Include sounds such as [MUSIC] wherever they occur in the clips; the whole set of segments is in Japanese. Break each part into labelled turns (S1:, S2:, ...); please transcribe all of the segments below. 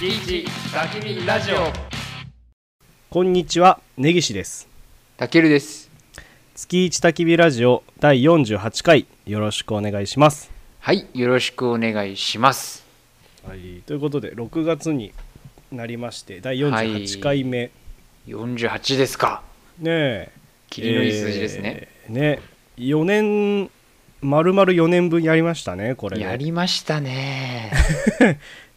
S1: 月一焚き火ラジオ
S2: こんにちは、根岸です。
S1: たけるです
S2: 月一焚き火ラジオ第48回、よろしくお願いします。
S1: はいよろしくお願いします
S2: はい、ということで、6月になりまして、第
S1: はい
S2: 48回目、
S1: 48ですか
S2: ねえ、
S1: 切りのいい数字ですね、
S2: えーね、4年、丸々4年分やりましたね、これね、
S1: やりましたね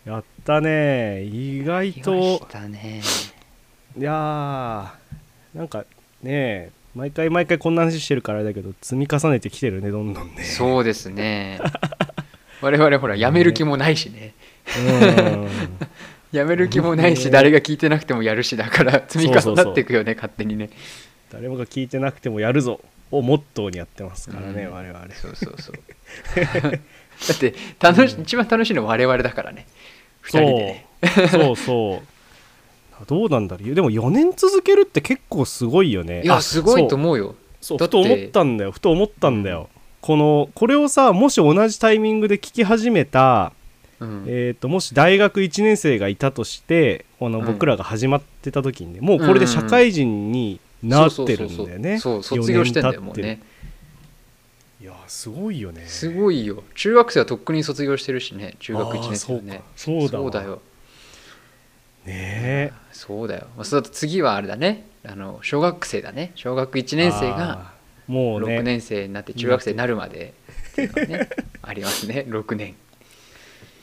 S2: やったね、意外
S1: やりまし
S2: と、
S1: たね
S2: いやー、なんかね、毎回毎回こんな話してるからあれだけど、積み重ねてきてるね、どんどんね。 [LAUGHS]
S1: そうですね [LAUGHS] 我々ほらやめる気もないしね
S2: うん
S1: やめる気もないし
S2: ね
S1: 誰が聞いてなくてもやるしだから積み重なっていくよね勝手にね
S2: 誰もが聞いてなくてもやるぞをモットーにやってますからね、
S1: うん
S2: 我々
S1: そうそうそう [LAUGHS] だって楽し、一番楽しいのは我々だからね2人でね
S2: そうそうそう [LAUGHS] どうなんだろうでも4年続けるって結構すごいよね
S1: いや
S2: あ
S1: すごいと思うよ
S2: そう
S1: だ
S2: そ
S1: っ
S2: う
S1: て
S2: ふと思ったんだよふと思ったんだよ、このこれをさもし同じタイミングで聞き始めた、
S1: うん
S2: えー、ともし大学1年生がいたとしてこの
S1: うん
S2: 僕らが始まってた時にね、もうこれで社会人になってるんだよね
S1: そうそうそうそう卒業してんだよ
S2: 4年
S1: もう
S2: 経ってる
S1: ね
S2: いやすごいよね
S1: すごいよ中学生はとっくに卒業してるしね中学1年生はね
S2: あーそうかそうだわ
S1: よ
S2: ねえ
S1: そうだよ、まあ、そうだと次はあれだねあの小学生だね小学1年生が
S2: あーもうね
S1: 6年生になって中学生になるまでっていうのは
S2: [LAUGHS]
S1: ねありますね6年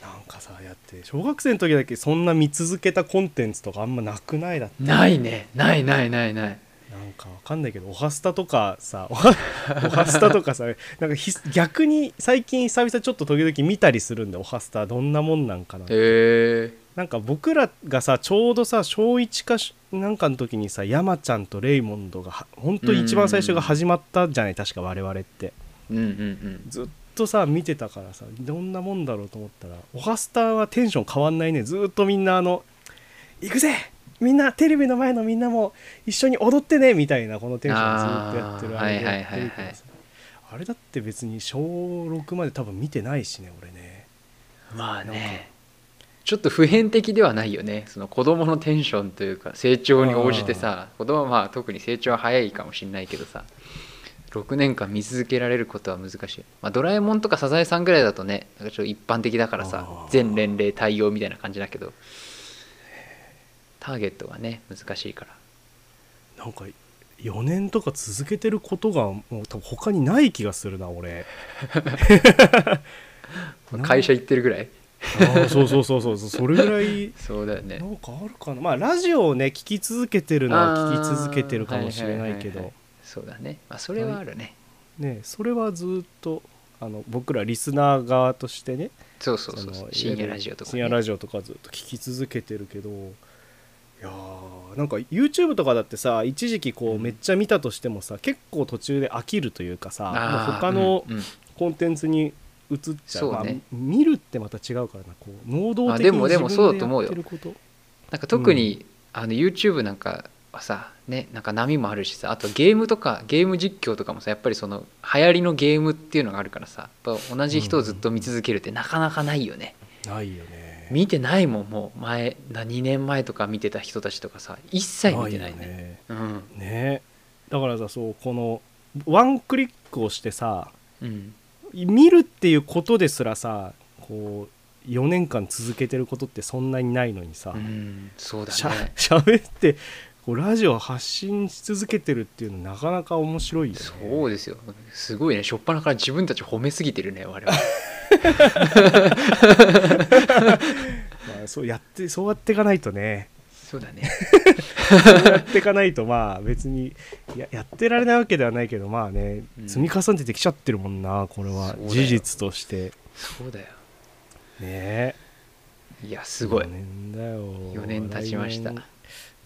S2: なんかさやって小学生の時だけそんな見続けたコンテンツとかあんまなくないだって
S1: ないねないないないない
S2: なんかわかんないけど「おはスタ」とかさ「 [LAUGHS] おはおはスタ」とかさなんかひ逆に最近久々ちょっと時々見たりするんで「おはスタ」どんなもんなんかな
S1: へえ
S2: なんか僕らがさちょうどさ小1かしなんかの時にさ山ちゃんとレイモンドがは本当一番最初が始まったじゃない確か我々って
S1: うんうんうん
S2: ずっとさ見てたからさどんなもんだろうと思ったら「オハスタ」はテンション変わんないねずーっとみんなあの「行くぜみんなテレビの前のみんなも一緒に踊ってね」みたいなこのテンションずーっとやってる
S1: あー
S2: れでやってる
S1: はいはいはい
S2: か
S1: は
S2: ら
S1: い
S2: さあれだって別に小6まで多分見てないしね俺ね
S1: まあ
S2: なん
S1: ねちょっと普遍的ではないよねその子供のテンションというか成長に応じてさ子供はまあ特に成長は早いかもしれないけどさ6年間見続けられることは難しい、まあ、ドラえもんとかサザエさんぐらいだとねなんかちょっと一般的だからさ
S2: あー
S1: 全年齢対応みたいな感じだけどターゲットがね難しいから
S2: なんか4年とか続けてることがもう多分他にない気がするな俺
S1: 会社行ってるぐらい
S2: あーそうそうそうそうそれぐらい
S1: そうだよね
S2: なんかあるかなまあラジオをね聞き続けてるのは聞き続けてるかもしれないけ
S1: あーはははは
S2: ど
S1: そうだね、まあ、それはあるね、
S2: ねそれはずっとあの僕らリスナー側としてね
S1: そうそうそう
S2: そ
S1: そう
S2: の
S1: 深夜ラジオとか、ね、
S2: 深夜ラジオとかずっと聞き続けてるけどいやーなんか YouTube とかだってさ一時期こうめっちゃ見たとしてもさ結構途中で飽きるというかさ
S1: あー
S2: もう他の
S1: うんうん
S2: コンテンツに移っちゃう,、
S1: そうね
S2: まあ、見るってまた違うからなこう能動
S1: あ
S2: 的
S1: で
S2: に
S1: もで
S2: 自
S1: もそうだ
S2: 分で
S1: と思う
S2: やっ
S1: よ
S2: てること
S1: なんか特に、あの YouTube なんかはさねなんか波もあるしさあとゲームとかゲーム実況とかもさやっぱりその流行りのゲームっていうのがあるからさやっぱ同じ人をずっと見続けるってなかなかないよね、
S2: ないよね
S1: 見てないもんもう前な2年前とか見てた人たちとかさ一切見てないね
S2: よね
S1: うん
S2: ねだからさそうこのワンクリックをしてさ
S1: うん
S2: 見るっていうことですらさこう4年間続けてることってそんなにないのにさ、
S1: うんそうだ
S2: しゃ
S1: ね
S2: 喋ってこうラジオ発信し続けてるっていうのなかなか面白いよね
S1: そうですよすごいね初っ端から自分たち褒めすぎてるね我 [LAUGHS] 々
S2: まあ、そうやってそうやっていかないとね
S1: そうだね
S2: そうやっていかないとまあ別にややってられないわけではないけどまあね、
S1: うん
S2: 積み重ねてきちゃってるもんなこれは
S1: そうだよ
S2: 事実として
S1: そうだよ
S2: ね
S1: いやすごい
S2: 4年だよ
S1: 4年経ちました
S2: 来年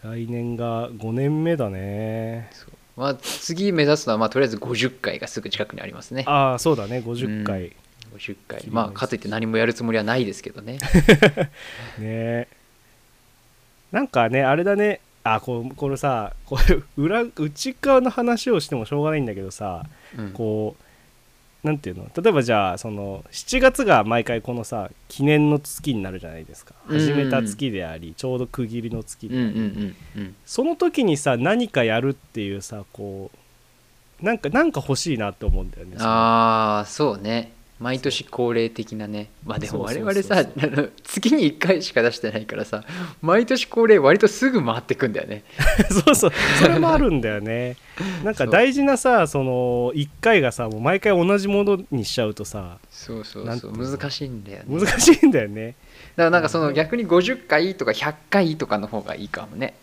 S2: 来年が5年目だね
S1: そうまあ、次目指すのは、まあ、とりあえず50回がすぐ近くにありますね。
S2: ああそうだね50回、
S1: 50回
S2: 切。ります
S1: まあ、かといって何もやるつもりはないですけどね。
S2: ねなんかねあれだねあこうこれさ [LAUGHS] これ裏内側の話をしてもしょうがないんだけどさ
S1: うん
S2: こうなんていうの例えばじゃあその7月が毎回このさ記念の月になるじゃないですか
S1: うん
S2: 始めた月でありちょうど区切りの月
S1: うん
S2: で、
S1: うんうんうん
S2: その時にさ何かやるっていうさこうなんかなんか欲しいなって思うんだよね
S1: ああそうね毎年恒例的なねまあでも
S2: そう
S1: 我
S2: そう
S1: 々
S2: そうそう
S1: さあの月に1回しか出してないからさ毎年恒例割とすぐ回ってくんだよね
S2: [LAUGHS] そうそうそれもあるんだよね
S1: [LAUGHS]
S2: なんか大事なさその1回がさもう毎回同じものにしちゃうとさ
S1: そうそ
S2: な
S1: うん
S2: て
S1: そ
S2: いううの
S1: 難しいんだよねだか
S2: 難しいんだよね
S1: らなんかその逆に50回とか100回とかの方がいいかもね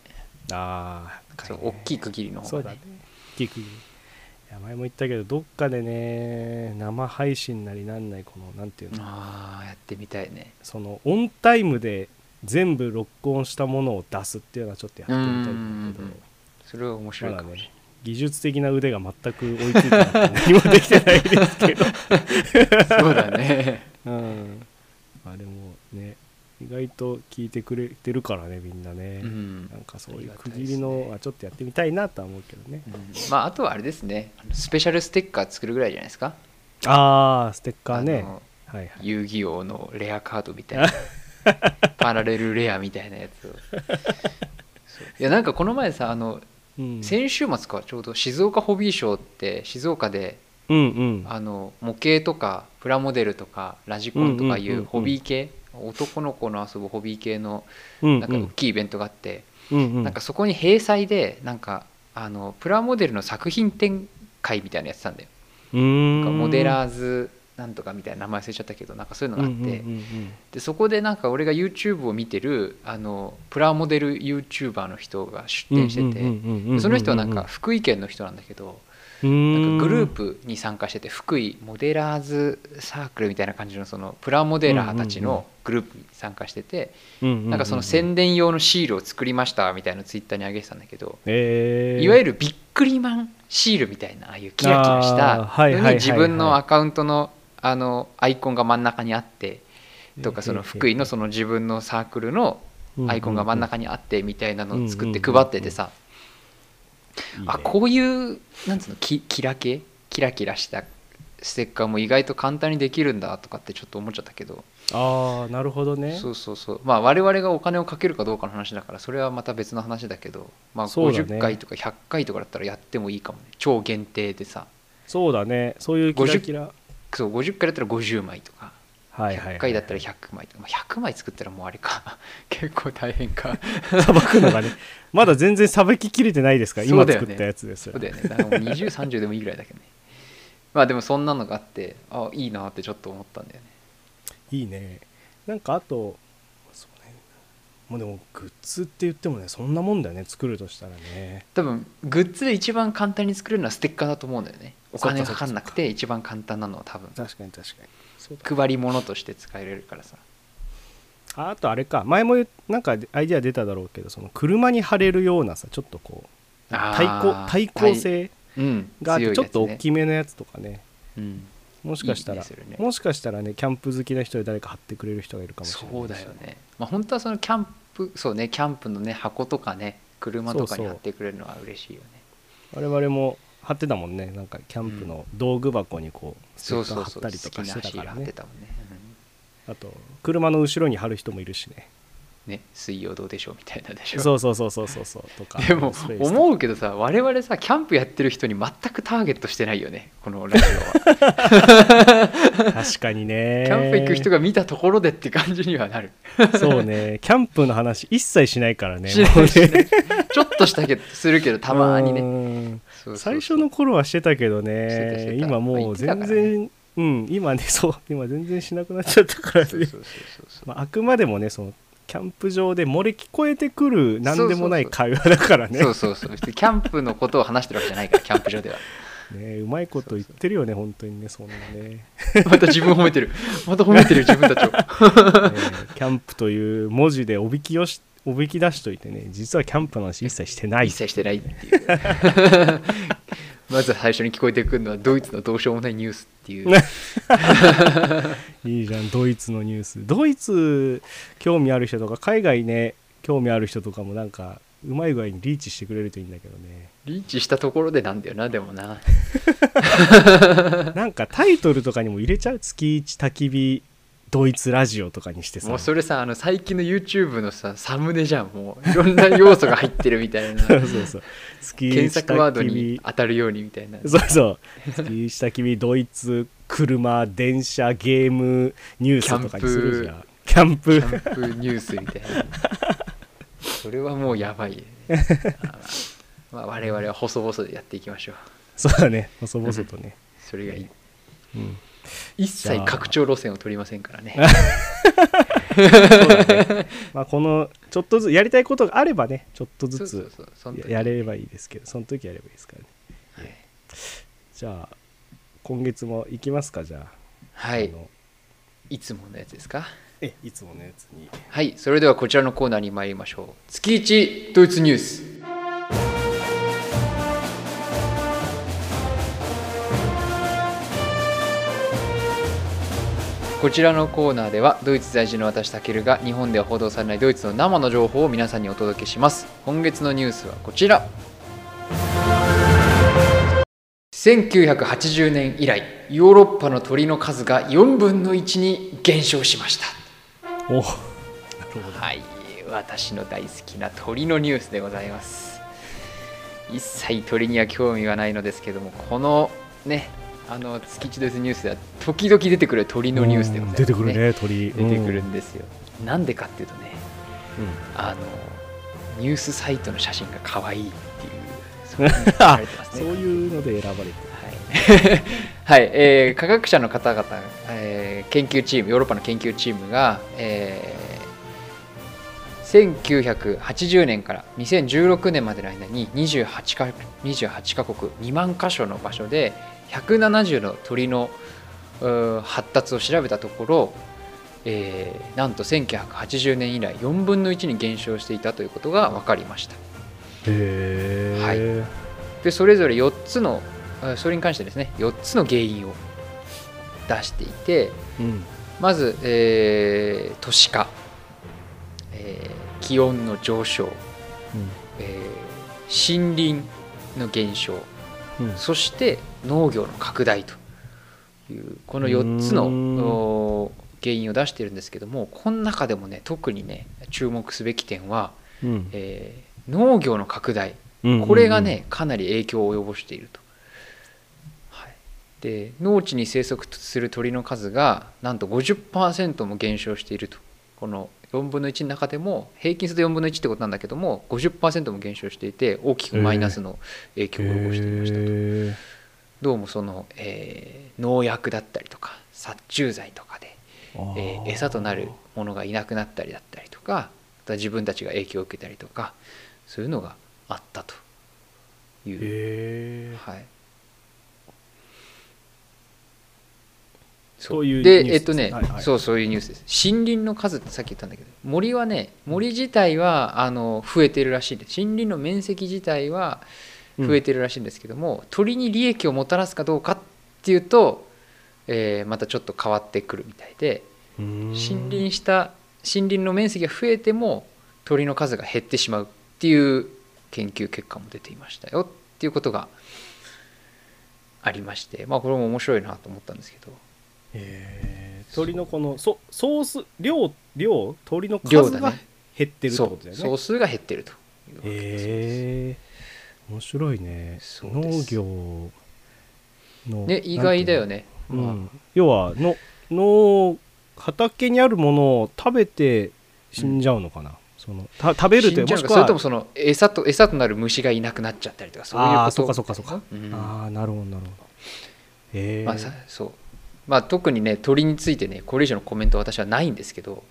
S2: ああ
S1: そう大きい区切りの方
S2: そうだ
S1: が
S2: ね
S1: ね
S2: 結局いや前も言ったけどどっかでね生配信なりなんないこのなんていうの、
S1: ああやってみたいね
S2: そのオンタイムで全部録音したものを出すっていうのはちょっとやってみたいんだ
S1: うんうんそれは面
S2: けど
S1: 白い
S2: ま
S1: か
S2: だ
S1: もしれない、
S2: ね技術的な腕が全く追いついてなくて何もできてないですけど、
S1: [LAUGHS] そうだね
S2: [LAUGHS] うん、まあでもね意外と聞いてくれてるからねみんなね、
S1: うん
S2: なんかそういう区切りのはちょっとやってみたいなとは思うけどね
S1: うんまああとはあれですねあのスペシャルステッカー作るぐらいじゃないですか
S2: ああステッカーね
S1: あの
S2: はいはい
S1: 遊戯王のレアカードみ
S2: [LAUGHS]
S1: たいなパラレルレアみたいなやつをそういやなんかこの前さあの
S2: うん
S1: 先週末かちょうど静岡ホビーショーって静岡で
S2: うんうん
S1: あの模型とかプラモデルとかラジコンとかい
S2: んうんうんう
S1: うんホビー系男の子の遊ぶホビー系の
S2: うん
S1: なんか大きいイベントがあって
S2: うん
S1: なんかそこに閉祭でなんかあのプラモデルの作品展開みたいなのやってたんだよなんかモデ
S2: ー
S1: ラーズなんとかみたいな名前忘れちゃったけどなんかそういうのがあって、
S2: うんうんうん
S1: でそこでなんか俺が YouTube を見てるあのプラモデル YouTuber の人が出
S2: うん
S1: 展してて、
S2: て
S1: その人はなんか福井県の人なんだけど、なんかグループに参加してて福井モデラーズサークルみたいな感じのそのプラモデラーたちのグループに参加してて、
S2: プ
S1: なんかその宣伝用のシールを作りましたみたいなのツイッターに上げてたんだけど、
S2: え
S1: いわゆ
S2: る
S1: るビックリマンシールみたいなああいうキラキラした
S2: あーはいは
S1: の
S2: いはい
S1: に
S2: はい
S1: 自分のアカウントのあのアイコンが真ん中にあってとか
S2: ええ
S1: その福井のその自分のサークルのアイコンが真ん中にあってみたいなのを作って配っててさあこういうなんつうのキキラ系キラキラしたステッカーも意外と簡単にできるんだとかってちょっと思っちゃったけど
S2: ああなるほどね
S1: そうそうそうまあ我々がお金をかけるかどうかの話だからそれはまた別の話だけどまあ
S2: そうだね
S1: 50回とか100回とかだったらやってもいいかもね超限定でさ
S2: そうだねそういうキラキラ
S1: そう50回だったら50枚とか
S2: はいはい
S1: 100回だったら100枚とか、まあ、100枚作ったらもうあれか [LAUGHS] 結構大変
S2: [LAUGHS]
S1: か
S2: さばくのがね [LAUGHS] まだ全然さばききれてないですから
S1: そう
S2: 今
S1: だよね
S2: 作ったやつです
S1: そうだよねだからもう2030でもいいぐらいだけどねまあでもそんなのがあってあいいなってちょっと思ったんだよね
S2: いいねなんかあとそうねもうでもグッズって言ってもねそんなもんだよね作るとしたらね
S1: 多分グッズで一番簡単に作れるのはステッカーだと思うんだよねお金がかかんなくて一番簡単なのは多分
S2: 確かに確かにそうだ
S1: 配り物として使えれるからさ
S2: ああとあれか前も言うなんかアイデア出ただろうけどその車に貼れるようなさちょっとこう対抗
S1: あー
S2: 対抗性
S1: うん
S2: があって
S1: 強い
S2: ちょっと
S1: や
S2: 大
S1: つ
S2: きめのやつとかね
S1: ねうん
S2: もしかしたら
S1: いいねそれね
S2: もしかしたらねキャンプ好きな人で誰か貼ってくれる人がいるかもしれないし
S1: そうだよねまあ本当はそのキャンプそうねキャンプのね箱とかね車とかに
S2: そうそう
S1: 貼ってくれるのは嬉しいよね
S2: 我々も貼ってたもんねなんかキャンプの道具箱にこうステ
S1: そう
S2: ッカ
S1: そ
S2: ー
S1: う
S2: 貼
S1: そう
S2: ったりと
S1: 好
S2: か
S1: き
S2: し
S1: な
S2: て
S1: シ
S2: た
S1: ール
S2: から
S1: 貼って
S2: ね
S1: たもんね,、
S2: あと車の後ろに貼る人もいるしね
S1: うん、ね水曜どうでしょうみたいなでしょ
S2: そうそうそうそうそうそうとか
S1: でも
S2: スペースとか
S1: 思うけどさ我々さキャンプやってる人に全くターゲットしてないよねこのラジオは
S2: 確かにね
S1: キャンプ行く人が見たところでって感じにはなる、
S2: そうねキャンプの話一切しないからね
S1: しない
S2: もうね
S1: しないちょっとしたけどするけどたまに
S2: う
S1: ね
S2: ん
S1: そうそうそう
S2: 最初の頃はしてたけど
S1: してたしてた
S2: ね今もう
S1: ま
S2: 全
S1: あ言ってたから
S2: 然、うん今ねそう今全然しなくなっちゃったからね
S1: そうそうそうそう
S2: まあ、あくまでもねそのキャンプ場で漏れ聞こえてくる何でもない
S1: そう
S2: 会話だからね
S1: そうそうそう別にキャンプのことを話してるわけじゃないからキャンプ場では
S2: ねうまいこと言ってるよね本当
S1: [LAUGHS]
S2: にねそんなねね
S1: また自分を褒めてるまた褒めてる自分たちを
S2: キャンプという文字でおびきよしおびき出しといてね実はキャンプの話一切してない
S1: 一 [LAUGHS] 切してないっていうまず最初に聞こえてくるのはドイツのどうしようもないニュースっていう
S2: いいじゃんドイツのニュースドイツ興味ある人とか海外ね興味ある人とかもなんかうまい具合にリーチしてくれるといいんだけ
S1: [LAUGHS]
S2: どね
S1: リーチしたところでなんだよなでも [LAUGHS] な
S2: なんかタイトルとかにも入れちゃう月一焚き火ドイツラジオとかにしてさ
S1: もうそれさあの最近の YouTube のさサムネじゃんもういろんな要素が入ってるみた [LAUGHS] いな
S2: そうそうそう月一
S1: 検索ワード
S2: 焚き火
S1: に当たるようにみたいな
S2: そうそう。月下君、ドイツ、車、電車、ゲーム、ニュースとかにするじゃん。キャン
S1: キ
S2: プ。
S1: ャンプニュースみ
S2: [LAUGHS]
S1: たいなそれはもうやばい、ねまあ、我々は細々でやっていきましょう
S2: そうだね。細々とね。
S1: それがいい
S2: うん。
S1: 一切拡張路線を取りませんからね
S2: そうだね。まあ、この、ちょっとずつ、やりたいことがあればね、ちょっと [LAUGHS] ず
S1: そうそう
S2: つ
S1: そうその時
S2: やれればいいですけど、その時やればいいですからね。じゃあ、今月も行きますか、じゃあ。
S1: は
S2: あ
S1: い
S2: の
S1: いつものやつですか
S2: え、いつものやつに。
S1: はいそれではこちらのコーナーに参りましょう月一ドイツニュースこちらのコーナーではドイツ在住の私たけるが日本では報道されないドイツの生の情報を皆さんにお届けします今月のニュースはこちら1980年以来ヨーロッパの鳥の数が4分の1に減少しました
S2: おなるほど。
S1: はい、私の大好きな鳥のニュースでございます。一切鳥には興味がないのですけども、このね、あの月一ですニュースでは時々出てくる鳥のニュースでございます、
S2: 出てくる。ね、
S1: 出
S2: 鳥。
S1: てくる
S2: うん
S1: んですよ。なんでかっていうとね、あのニュースサイトの写真が可愛いっていう、そういうのが書かれ
S2: [LAUGHS]
S1: てます
S2: そう
S1: ね。
S2: いうので選ばれて
S1: はい [LAUGHS] はいえー科学者の方々、えー研究チームヨーロッパの研究チームが、えー1980年から2016年までの間に28か28カ国2万箇所の場所で170の鳥のうー発達を調べたところ、えーなんと1980年以来4分の1に減少していたということが分かりました。
S2: へえ。はい。
S1: でそれぞれ4つのあそれに関してですね4つの原因を出していて
S2: うん、
S1: まず、えー都市化、えー気温の上昇、えー森林の減少
S2: うんうん、
S1: そして農業の拡大というこの4つ
S2: う
S1: の
S2: ーん
S1: お原因を出しているんですけどもこの中でもね特にね注目すべき点は、
S2: うん
S1: えー農業の拡大
S2: うん
S1: これがねかなり影響を及ぼしていると。はい、で農地に生息する鳥の数がなんと50%も減少しているとこの4分の1の中でも平均すると4分の1ってことなんだけども50%も減少していて大きくマイナスの影響を及ぼしていましたと。
S2: へ
S1: どうもその、えー農薬だったりとか殺虫剤とかで、
S2: ー
S1: えー餌となるものがいなくなったりだったりとかあとは自分たちが影響を受けたりとかそういうのがあったという
S2: へ
S1: はい。
S2: そういうニュ
S1: で、
S2: ースです
S1: えっとね、
S2: はいはい
S1: そうそういうニュースです。森林の数ってさっき言ったんだけど、森はね、森自体はあの増えてるらしいです。森林の面積自体は
S2: え
S1: 増えてるらしいんですけども、鳥に利益をもたらすかどうかっていうと、えーまたちょっと変わってくるみたいで、
S2: 森
S1: 森林した森林の面積が増えても鳥の数が減ってしまうっていう研究結果も出ていましたよっていうことがありましてまあこれも面白いなと思ったんですけど
S2: 鳥のこのそソース量量鳥の
S1: 量
S2: 数
S1: だ
S2: が
S1: ね
S2: 減ってるって
S1: そ
S2: こと
S1: う
S2: だよね
S1: 総数が減ってるというわけです
S2: へえ面白いね
S1: そうで
S2: 農
S1: す
S2: 業の
S1: ね意外だよ
S2: ね、
S1: ね、
S2: う
S1: まあ
S2: ん、要はの農畑にあるものを食べて死んじゃうのかな、そのた食べるというもしく
S1: それとも
S2: は
S1: その餌と餌となる虫がいなくなっちゃったりとかそういうこと
S2: あーそっかそっかそっか
S1: うん
S2: ああなるほどなるほどへえ
S1: まあ、さそうまあ特にね鳥についてねこれ以上のコメントは私はないんですけ
S2: [LAUGHS]
S1: ど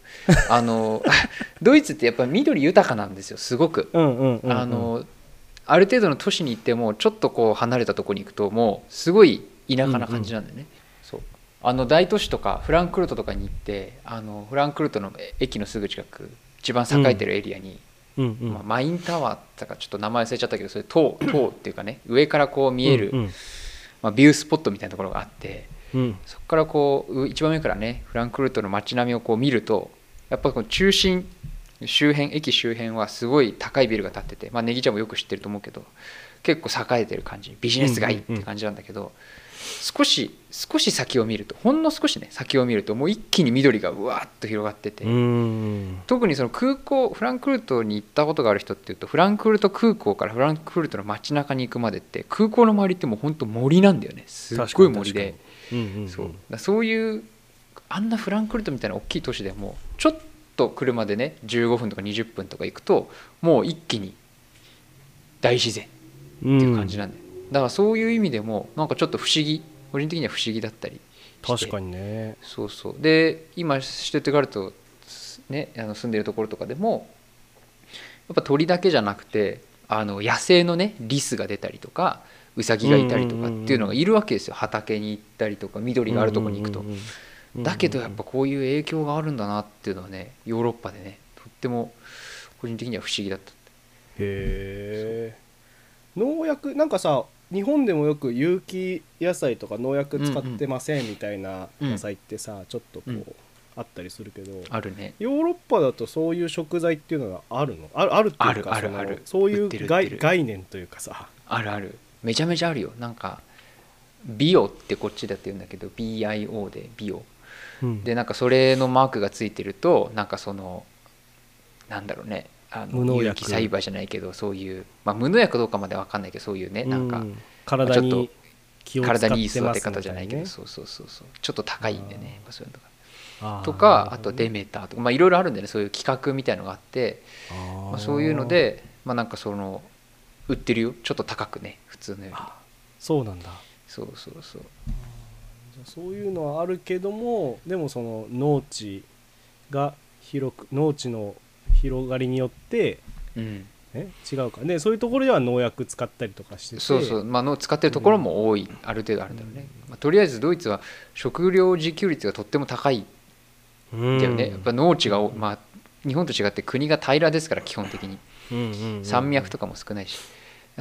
S1: あの [LAUGHS] ドイツってやっぱ緑豊かなんですよすごく。
S2: うんうんうんうん、
S1: あのある程度の都市に行ってもちょっとこう離れたところに行くともうすごい田舎な感じなんだよね。そうあの大都市とかフランクフルトとかに行ってあのフランクフルトの駅のすぐ近く一番栄えてるエリアに、
S2: うんうん、
S1: まあ、マインタワーとかちょっと名前忘れちゃったけどそれ塔塔っていうかね上からこう見える、
S2: うんうん
S1: まあ、ビュースポットみたいなところがあって。
S2: うん
S1: そこからこうう一番上からねフランクフルトの街並みをこう見るとやっぱこう中心周辺駅周辺はすごい高いビルが建ってて、まあ、ネギちゃんもよく知ってると思うけど結構栄えてる感じビジネス街って感じなんだけど、少し少し先を見るとほんの少しね先を見るともう一気に緑がうわーっと広がってて、
S2: うーん
S1: 特にその空港フランクフルトに行ったことがある人っていうとフランクフルト空港からフランクフルトの街中に行くまでって空港の周りってもう本当森なんだよねすっごい森で
S2: 確かに確かにうんうんうん
S1: そうだからそういうあんなフランクフルトみたいな大きい都市でもちょっと車でね15分とか20分とか行くともう一気に大自然っていう感じなんだよ、だからそういう意味でもなんかちょっと不思議個人的には不思議だったりして
S2: 確かにね
S1: そうそうで今シュテットガルト、ね、あの住んでるところとかでもやっぱ鳥だけじゃなくてあの野生のねリスが出たりとかウサギがいたりとかっていうのがいるわけですよ畑に行ったりとか緑があるところに行くと
S2: うんうんうんうん
S1: だけどやっぱこういう影響があるんだなっていうのはねヨーロッパでねとっても個人的には不思議だった
S2: へえ農薬なんかさ日本でもよく有機野菜とか農薬使ってませんみたいな
S1: うん
S2: 野菜ってさ、ちょっとこう、
S1: うん
S2: あったりするけど
S1: あるね
S2: ヨーロッパだとそういう食材っていうのがあるのあるあるっていうか
S1: あるある
S2: その
S1: ある
S2: そうい
S1: 売ってる売って
S2: う概
S1: る
S2: 概念というかさ
S1: あるあるめちゃめちゃあるよなんかビオってこっちだって言うんだけど BIO でビオでなんかそれのマークがついてるとなんかそのなんだろうねあの
S2: 無農薬
S1: 有機栽培じゃないけどそういう、まあ、無農薬どうかまでは分かんないけどそういうねなんか
S2: う体
S1: ちょっ
S2: に
S1: と
S2: 気を使って
S1: 体
S2: ます
S1: にいい
S2: みた
S1: 育
S2: い
S1: て
S2: な
S1: 方じゃないけど、
S2: ね
S1: そうそうそうそうちょっと高いんでね
S2: あ
S1: や
S2: ー
S1: っぱそういうのとか
S2: あー
S1: とかあとデメーターとかまあいろいろあるんでねそういう企画みたいのがあって
S2: あー
S1: まあ、そういうのでまあなんかその売ってるよちょっと高くね普通のより
S2: あそうなんだ
S1: そうそうそう
S2: じゃあそういうのはあるけどもでもその農地が広く農地の広がりによって
S1: うん
S2: え違うかねそういうところでは農薬使ったりとかしてて
S1: そうそう、まあ、の使ってるところも多い、ある程度あるんだろうね、まあ、とりあえずドイツは食料自給率がとっても高いん
S2: うん
S1: だよね、やっぱ農地がお、まあ、日本と違って国が平らですから基本的に山脈と
S2: か
S1: かも少ないし、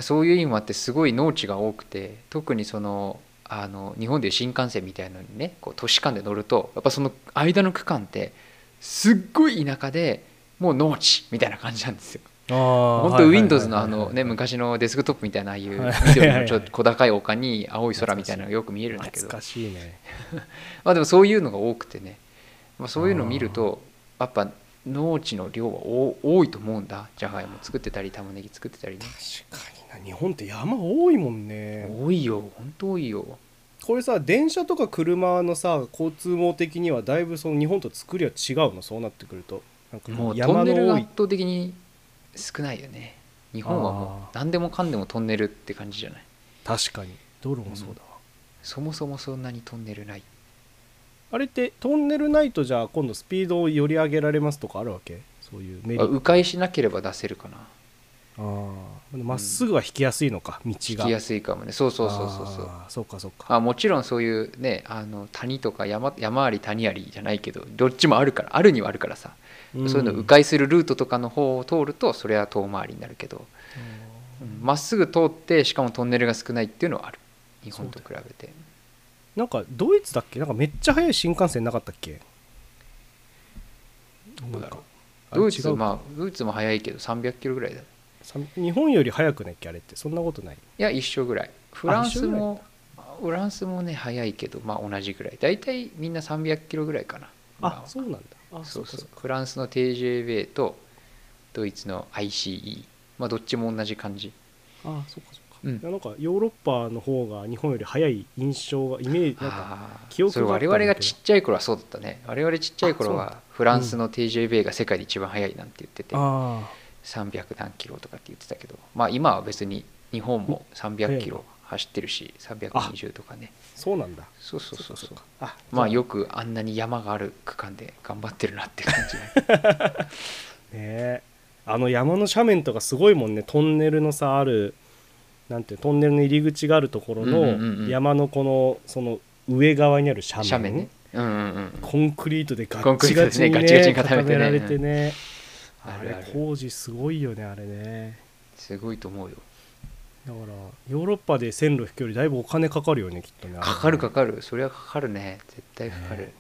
S1: そういう意味もあってすごい農地が多くて特にそのあの日本でいう新幹線みたいなのにねこう都市間で乗るとやっぱその間の区間ってすっごい田舎でもう農地みたいな感じなんですよ。本当 Windows のあのね昔のデスクトップみたいなああいう
S2: はい
S1: 緑のちょっと小高い丘に青い空みたいなのがよく見えるんだけど
S2: 懐かしいね
S1: まあでもそういうのが多くてねまあそういうのを見るとやっぱ農地の量は多多いと思うんだじゃがいも作ってたり玉ねぎ作ってたりね
S2: 確かにな日本って山多いもんね
S1: 多いよ本当多いよ
S2: これさ電車とか車のさ交通網的にはだいぶその日本と作りは違うのそうなってくるとなんか
S1: もうト
S2: 山
S1: ンネル
S2: の
S1: が
S2: 多
S1: 圧
S2: い
S1: 倒的に少ないよね日本はもう
S2: あ
S1: 何でもかんでもトンネルって感じじゃない
S2: 確かに道路もそうだわ、
S1: そもそもそんなにトンネルない
S2: あれってトンネルないとじゃあ今度スピードをより上げられますとかあるわけそういうメリ
S1: あ
S2: ット
S1: 迂回しなければ出せるかな
S2: ああまっすぐは引きやすいのか道が
S1: 聞きやすいかもねそうそうそうそうそう
S2: あーそうかそうか
S1: あもちろんそういうねあの谷とか山山あり谷ありじゃないけどどっちもあるからあるにはあるからさ、
S2: うん
S1: そういうのを迂回するルートとかの方を通るとそれは遠回りになるけどうんま、っすぐ通ってしかもトンネルが少ないっていうのはある日本と比べて
S2: なんかドイツだっけなんかめっちゃ速い新幹線なかったっけ
S1: どうだろう
S2: あれ
S1: ドイツ
S2: 違うか
S1: まあドイツも速いけど300キロぐらいだい
S2: さ日本より速くないっけあれってそんなことない
S1: や一緒ぐらいフランス
S2: 一緒
S1: もフランスもね速いけどまあ同じぐらい大体みんな300キロぐらいかな今
S2: あ
S1: は
S2: そうなんだあ
S1: そうそう
S2: かか
S1: フランスの TJB とドイツの ICE、まあ、どっちも同じ感じ
S2: あそうかそうか、
S1: うん
S2: いやなんかヨーロッパの方が日本より速い印象がイメージなんか
S1: ああ
S2: 記憶
S1: それ
S2: があったんだ
S1: 我
S2: けど
S1: 々がちっちゃい頃はそうだったね我々ちっちゃい頃
S2: あそう
S1: はフランスの TJB が世界で一番速いなんて言ってて
S2: あ
S1: 300何キロとかって言ってたけど、まあ、今は別に日本も300キロ走ってるし320とかね
S2: ーそうなんだ
S1: そうそうそうそう
S2: あ
S1: まあ
S2: じゃ
S1: よくあんなに山がある区間で頑張ってるなって感じ
S2: [LAUGHS] ねえあの山の斜面とかすごいもんねトンネルのさあるなんていうのトンネルの入り口があるところ
S1: うんうんうんう
S2: の
S1: ん
S2: 山のこのその上側にある斜
S1: 斜面ね
S2: 面
S1: うんうんうん
S2: コンクリートでガ
S1: コン
S2: ッ
S1: ク
S2: チ
S1: リート
S2: ガ
S1: で
S2: チ
S1: ね
S2: に、ね、
S1: ガチガチに固めてね
S2: られてね、
S1: うん
S2: あ
S1: あるあ
S2: れ
S1: る
S2: 工事すごいよねあれね
S1: すごいと思うよ
S2: だからヨーロッパで線路引くよりだいぶお金かかるよねきっとね
S1: かかるかかるそれはかかるね絶対かかる、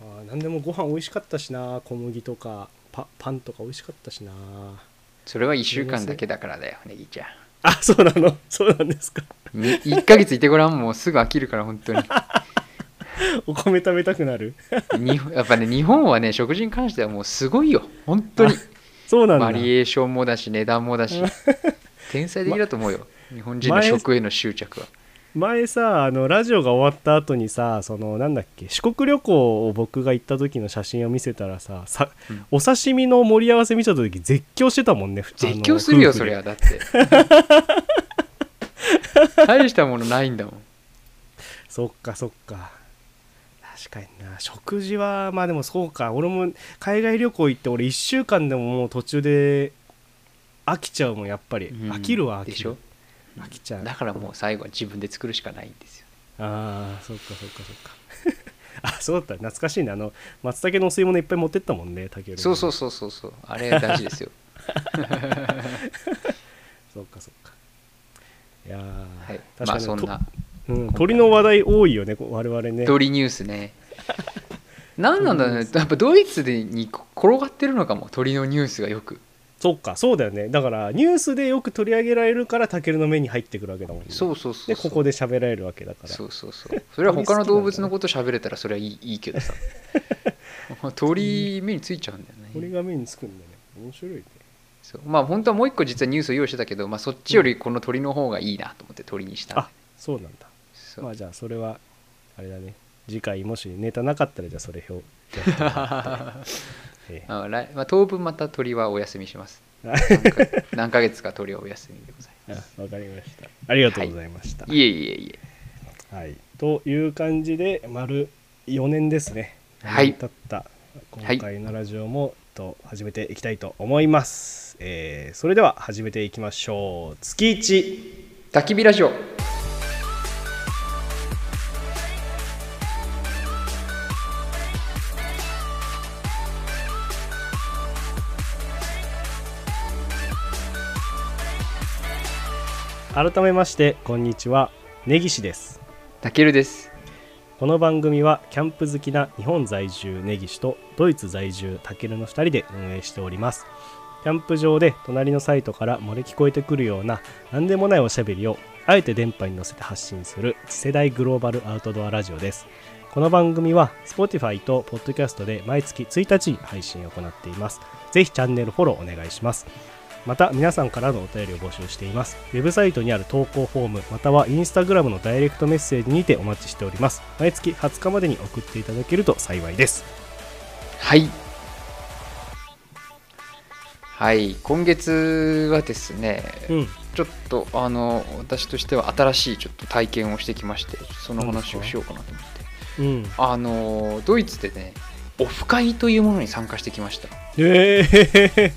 S2: あー何でもご飯美味しかったしな小麦とかパパンとか美味しかったしな
S1: それは1週間だけだからだよネギちゃん
S2: あそうなの [LAUGHS] そうなんですか
S1: 1ヶ月いてごらんもうすぐ飽きるから本当 [LAUGHS] に
S2: お米食べたくなる
S1: にやっぱね日本はね食事に関してはもうすごいよ本当に
S2: そうなんだ
S1: バリエーションもだし値段もだし [LAUGHS] 天才的だと思うよ、日本人の
S2: 前
S1: 食への執着は
S2: 前さあのラジオが終わった後にさそのなんだっけ四国旅行を僕が行った時の写真を見せたらささ、
S1: うん
S2: お刺身の盛り合わせ見た時絶叫してたもんねふ
S1: 絶叫する
S2: あ
S1: よ
S2: の
S1: そりゃ
S2: 夫婦
S1: だって [LAUGHS] 大したものないんだもん
S2: でそっかそっか確かにな食事はまあでもそうか俺も海外旅行行って俺1週間でももう途中で飽きちゃうもんやっぱり、
S1: うん
S2: 飽きるわ飽
S1: で
S2: き
S1: し
S2: る
S1: ょ
S2: 飽きちゃう
S1: だからもう最後は自分で作るしかないんですよ
S2: ああそっかそっかそっか [LAUGHS] あそうだった懐かしいねあの松茸のお吸い物いっぱい持ってったもんね竹内
S1: そうそうそうそうそうあれ大事ですよ
S2: そっかそっかいやー
S1: はいま
S2: 確か
S1: あ
S2: に、
S1: そんな
S2: とうん、鳥の話題多いよねこう我々ね
S1: 鳥ニュース
S2: [LAUGHS]
S1: ね何なんだろうねやっぱドイツでに転がってるのかも鳥のニュースがよく
S2: そっかそうだよねだからニュースでよく取り上げられるからタケルの目に入ってくるわけだもんね
S1: そうそうそう
S2: で
S1: そう
S2: ここで喋られるわけだから
S1: そうそうそうそれは他の動物のこと喋れたらそれはいい [LAUGHS] いいけど
S2: [LAUGHS]
S1: さ鳥目についちゃうんだよ
S2: 鳥
S1: ね
S2: が目につくんだね面白いね
S1: そうまあ本当はもう一個実はニュースを用意してたけど、まあ、そっちよりこの鳥の方がいいなと思って鳥にしたんだよ
S2: あそうなんだ
S1: そう
S2: まあじゃあそれはあれだね次回もしネタなかったらじゃあそれ表
S1: [LAUGHS]
S2: ええ
S1: あ来まあ、当分また鳥はお休みします
S2: あ
S1: 何ヶ何ヶ月か鳥はお休みでございま
S2: あわかりました [LAUGHS] ありがとうございました、
S1: すいえいえいえ
S2: はい、という感じで丸4年ですね、
S1: はい
S2: 経った
S1: はい
S2: 今回のラジオも、と始めていきたいと思います、えーそれでは始めていきましょう月1
S1: 焚き火ラジオ
S2: 改めましてこんにちは根岸です
S1: たけるです
S2: この番組はキャンプ好きな日本在住根岸とドイツ在住タケルの2人で運営しておりますキャンプ場で隣のサイトから漏れ聞こえてくるような何でもないおしゃべりをあえて電波に乗せて発信する次世代グローバルアウトドアラジオですこの番組は Spotify と Podcast で毎月1日に配信を行っていますぜひチャンネルフォローお願いしますまた皆さんからのお便りを募集していますウェブサイトにある投稿フォームまたはインスタグラムのダイレクトメッセージにてお待ちしております毎月20日までに送っていただけると幸いです
S1: はいはい今月はですね、
S2: うん
S1: ちょっとあの私としては新しいちょっと体験をしてきましてその話を
S2: 何ですか
S1: しようかなと思って
S2: うん
S1: あのドイツでねオフ会というものに参加してきました
S2: えー、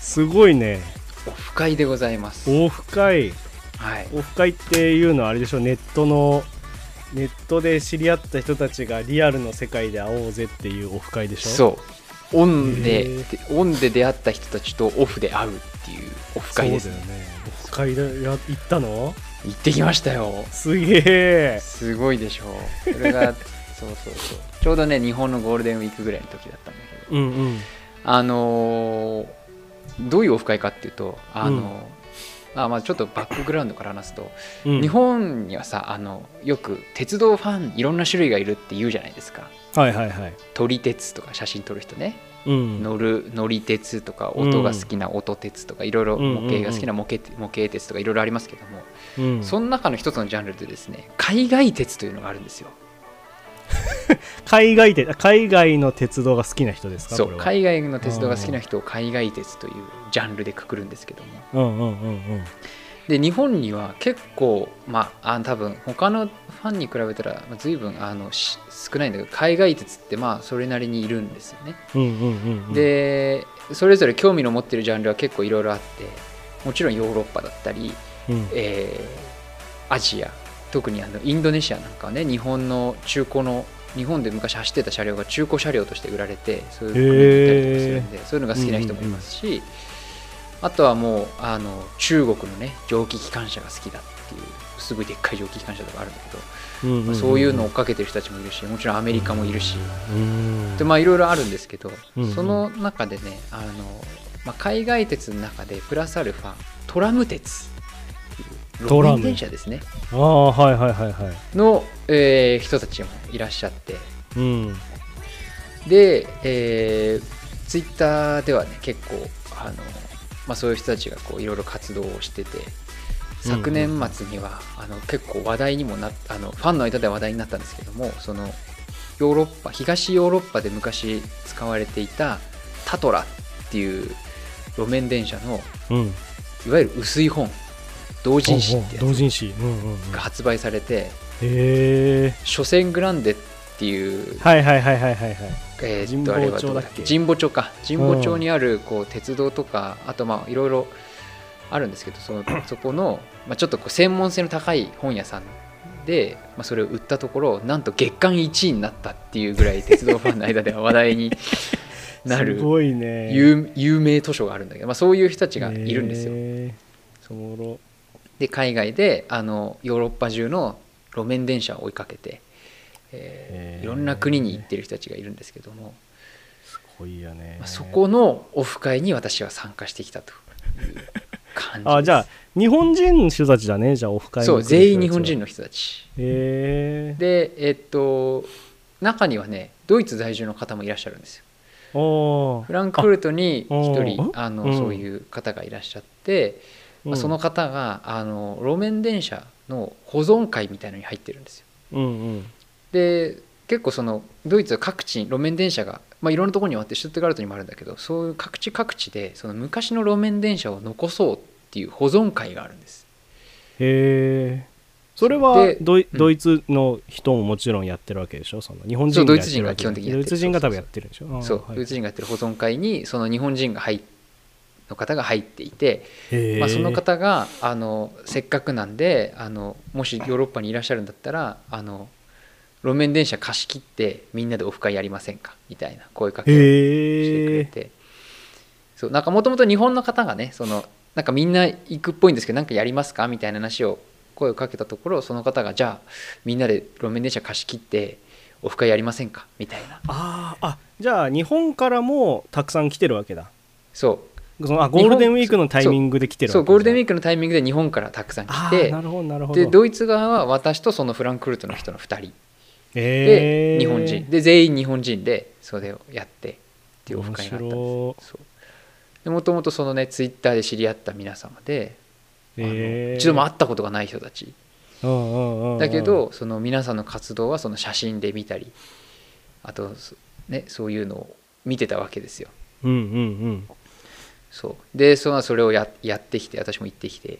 S2: すごいね
S1: オフ会でございます
S2: オフ会
S1: はい
S2: オフ会っていうのはあれでしょネットのネットで知り合った人たちがリアルの世界で会おうぜっていうオフ会でしょう
S1: そうオンで
S2: へ
S1: オンで出会った人たちとオフで会うっていうオフ会です
S2: そう
S1: ね
S2: だよねオフ会だや行ったの
S1: 行ってきましたよ
S2: すげえ
S1: すごいでしょうそれ
S2: [LAUGHS]
S1: がそうそうそうちょうどね日本のゴールデンウィークぐらいの時だったんだけど
S2: うんうん
S1: あのーどういうオフ会かっていうとあのー、あまあ、ちょっとバックグラウンドから話すと、
S2: うん
S1: 日本にはさあのよく鉄道ファンいろんな種類がいるって言うじゃないですか
S2: はいはいはい
S1: 撮り鉄とか写真撮る人ね、
S2: うん
S1: 乗る乗り鉄とか音が好きな音鉄とかいろいろ
S2: うんうんうん
S1: 模型が好きな模型模型鉄とかいろいろありますけども、
S2: うん
S1: その中の一つのジャンルでですね海外鉄というのがあるんですよ。
S2: 海外で海外の鉄道が好きな人ですか
S1: そ
S2: こ
S1: う
S2: れは
S1: 海外の鉄道が好きな人を海外鉄というジャンルでくくるんですけども
S2: うんうんうんうん
S1: で日本には結構まああ多分他のファンに比べたらまあ随分あのし少ないんだけど海外鉄ってまあそれなりにいるんですよね。
S2: うんうんうんうん
S1: でそれぞれ興味の持ってるジャンルは結構いろいろあってもちろんヨーロッパだったり、
S2: うん
S1: えーアジア特にあのインドネシアなんかはね日本の中古の日本で昔走ってた車両が中古車両として売られてそういうのが売ったりとかするんで、そういうのが好きな人もいますし、あとはもうあの中国のね蒸気機関車が好きだっっていうすごいでっかい蒸気機関車とかあるんだけど、
S2: うんうん
S1: まあそういうのを追っかけてる人たちもいるしもちろんアメリカもいるし
S2: うん
S1: でまあいろいろあるんですけど、
S2: うんうん
S1: その中でねあの、まあ、海外鉄の中でプラスアルファトラム鉄
S2: トラ
S1: 路
S2: ム
S1: 面電車ですね
S2: ああはいはいはいはい
S1: の、えー人たちもいらっしゃって
S2: うん
S1: で、えー、ツイッターではね結構あの、まあ、そういう人たちがこういろいろ活動をしてて昨年末には、あの結構話題にもなっあのファンの間では話題になったんですけどもそのヨーロッパ東ヨーロッパで昔使われていたタトラっていう路面電車の
S2: うん
S1: いわゆる薄い本同人誌ってや
S2: 同
S1: つ
S2: 人誌うんうんうん
S1: が発売されて
S2: へえ
S1: 「初戦グランデ」っていう
S2: はいはいはいはいはいはい
S1: えーっ
S2: 神
S1: と
S2: 保
S1: あれはどうだっ
S2: 町だっ
S1: け
S2: け
S1: 神保町か神保町にあるこう鉄道とかあとまあいろいろあるんですけど
S2: [COUGHS]
S1: そのそこの、まあ、ちょっとこう専門性の高い本屋さんで、まあ、それを売ったところなんと月間1位になったっていうぐらい鉄道ファンの間では話題
S2: [LAUGHS]
S1: になる
S2: すごいね
S1: 有有名図書があるんだけど、まあ、そういう人たちがいるんですよ。
S2: へーおもろ
S1: で海外であのヨーロッパ中の路面電車を追いかけて、えー
S2: へー
S1: いろんな国に行ってる人たちがいるんですけども。
S2: すごいよね
S1: まあ、そこのオフ会に私は参加してきたという感じです。
S2: あじゃあ日本人の人たちだねじゃあオフ会
S1: そう全員日本人
S2: の
S1: の人たち。
S2: へえ
S1: でえっと中にはねドイツ在住の方もいらっしゃるんですよ。
S2: お
S1: フランクフルトに一人
S2: あ
S1: あの、
S2: うん
S1: そういう方がいらっしゃって、まあ、その方があの路面電車の保存会みたいのに入ってるんですよ。
S2: うんうん
S1: で結構そのドイツは各地に路面電車が、まあ、いろんなところにもあってシュトゥットガルトにもあるんだけどそういう各地各地でその昔の路面電車を残そうっていう保存会があるんです
S2: へえそれは
S1: で
S2: ドイ
S1: うん
S2: ドイツの人ももちろんやってるわけでしょその日本人
S1: そうド
S2: が
S1: イツ人が基本的にやって
S2: ド
S1: る
S2: イツ人が多分やってるんでしょあー
S1: そう、
S2: はい
S1: ドイツ人がやってる保存会にその日本人が入っの方が入っていて、
S2: へー
S1: まあ、その方があのせっかくなんであのもしヨーロッパにいらっしゃるんだったらあの路面電車貸し切ってみんなでオフ会やりませんかみたいな声かけをしてく
S2: へ
S1: れ
S2: え
S1: て、そうなんかもともと日本の方がねそのなんかみんな行くっぽいんですけどなんかやりますかみたいな話を声をかけたところその方がじゃあみんなで路面電車貸し切ってオフ会やりませんかみたいな
S2: あーあじゃあ日本からもたくさん来てるわけだ
S1: そ
S2: そのあゴールデンウィークのタイミングで来て
S1: う
S2: る
S1: そうゴールデンウィ
S2: ーク
S1: ークのタイミングで日本からたくさん来
S2: あ
S1: て
S2: あなるほどなるほど
S1: でドイツ側は私とそのフランクフルトの人の2人で
S2: へー
S1: 日本人で全員日本人でそれをやってっていうオフ会があったん
S2: 面白
S1: ですそうでもともとそのねツイッターで知り合った皆様であの
S2: へー
S1: 一度も会ったことがない人たち
S2: うんうんうんうん
S1: だけどその皆さんの活動はその写真で見たりあと、そね、そういうのを見てたわけですよ
S2: うんうん
S1: そうでそのそれをややってきて私も行ってきて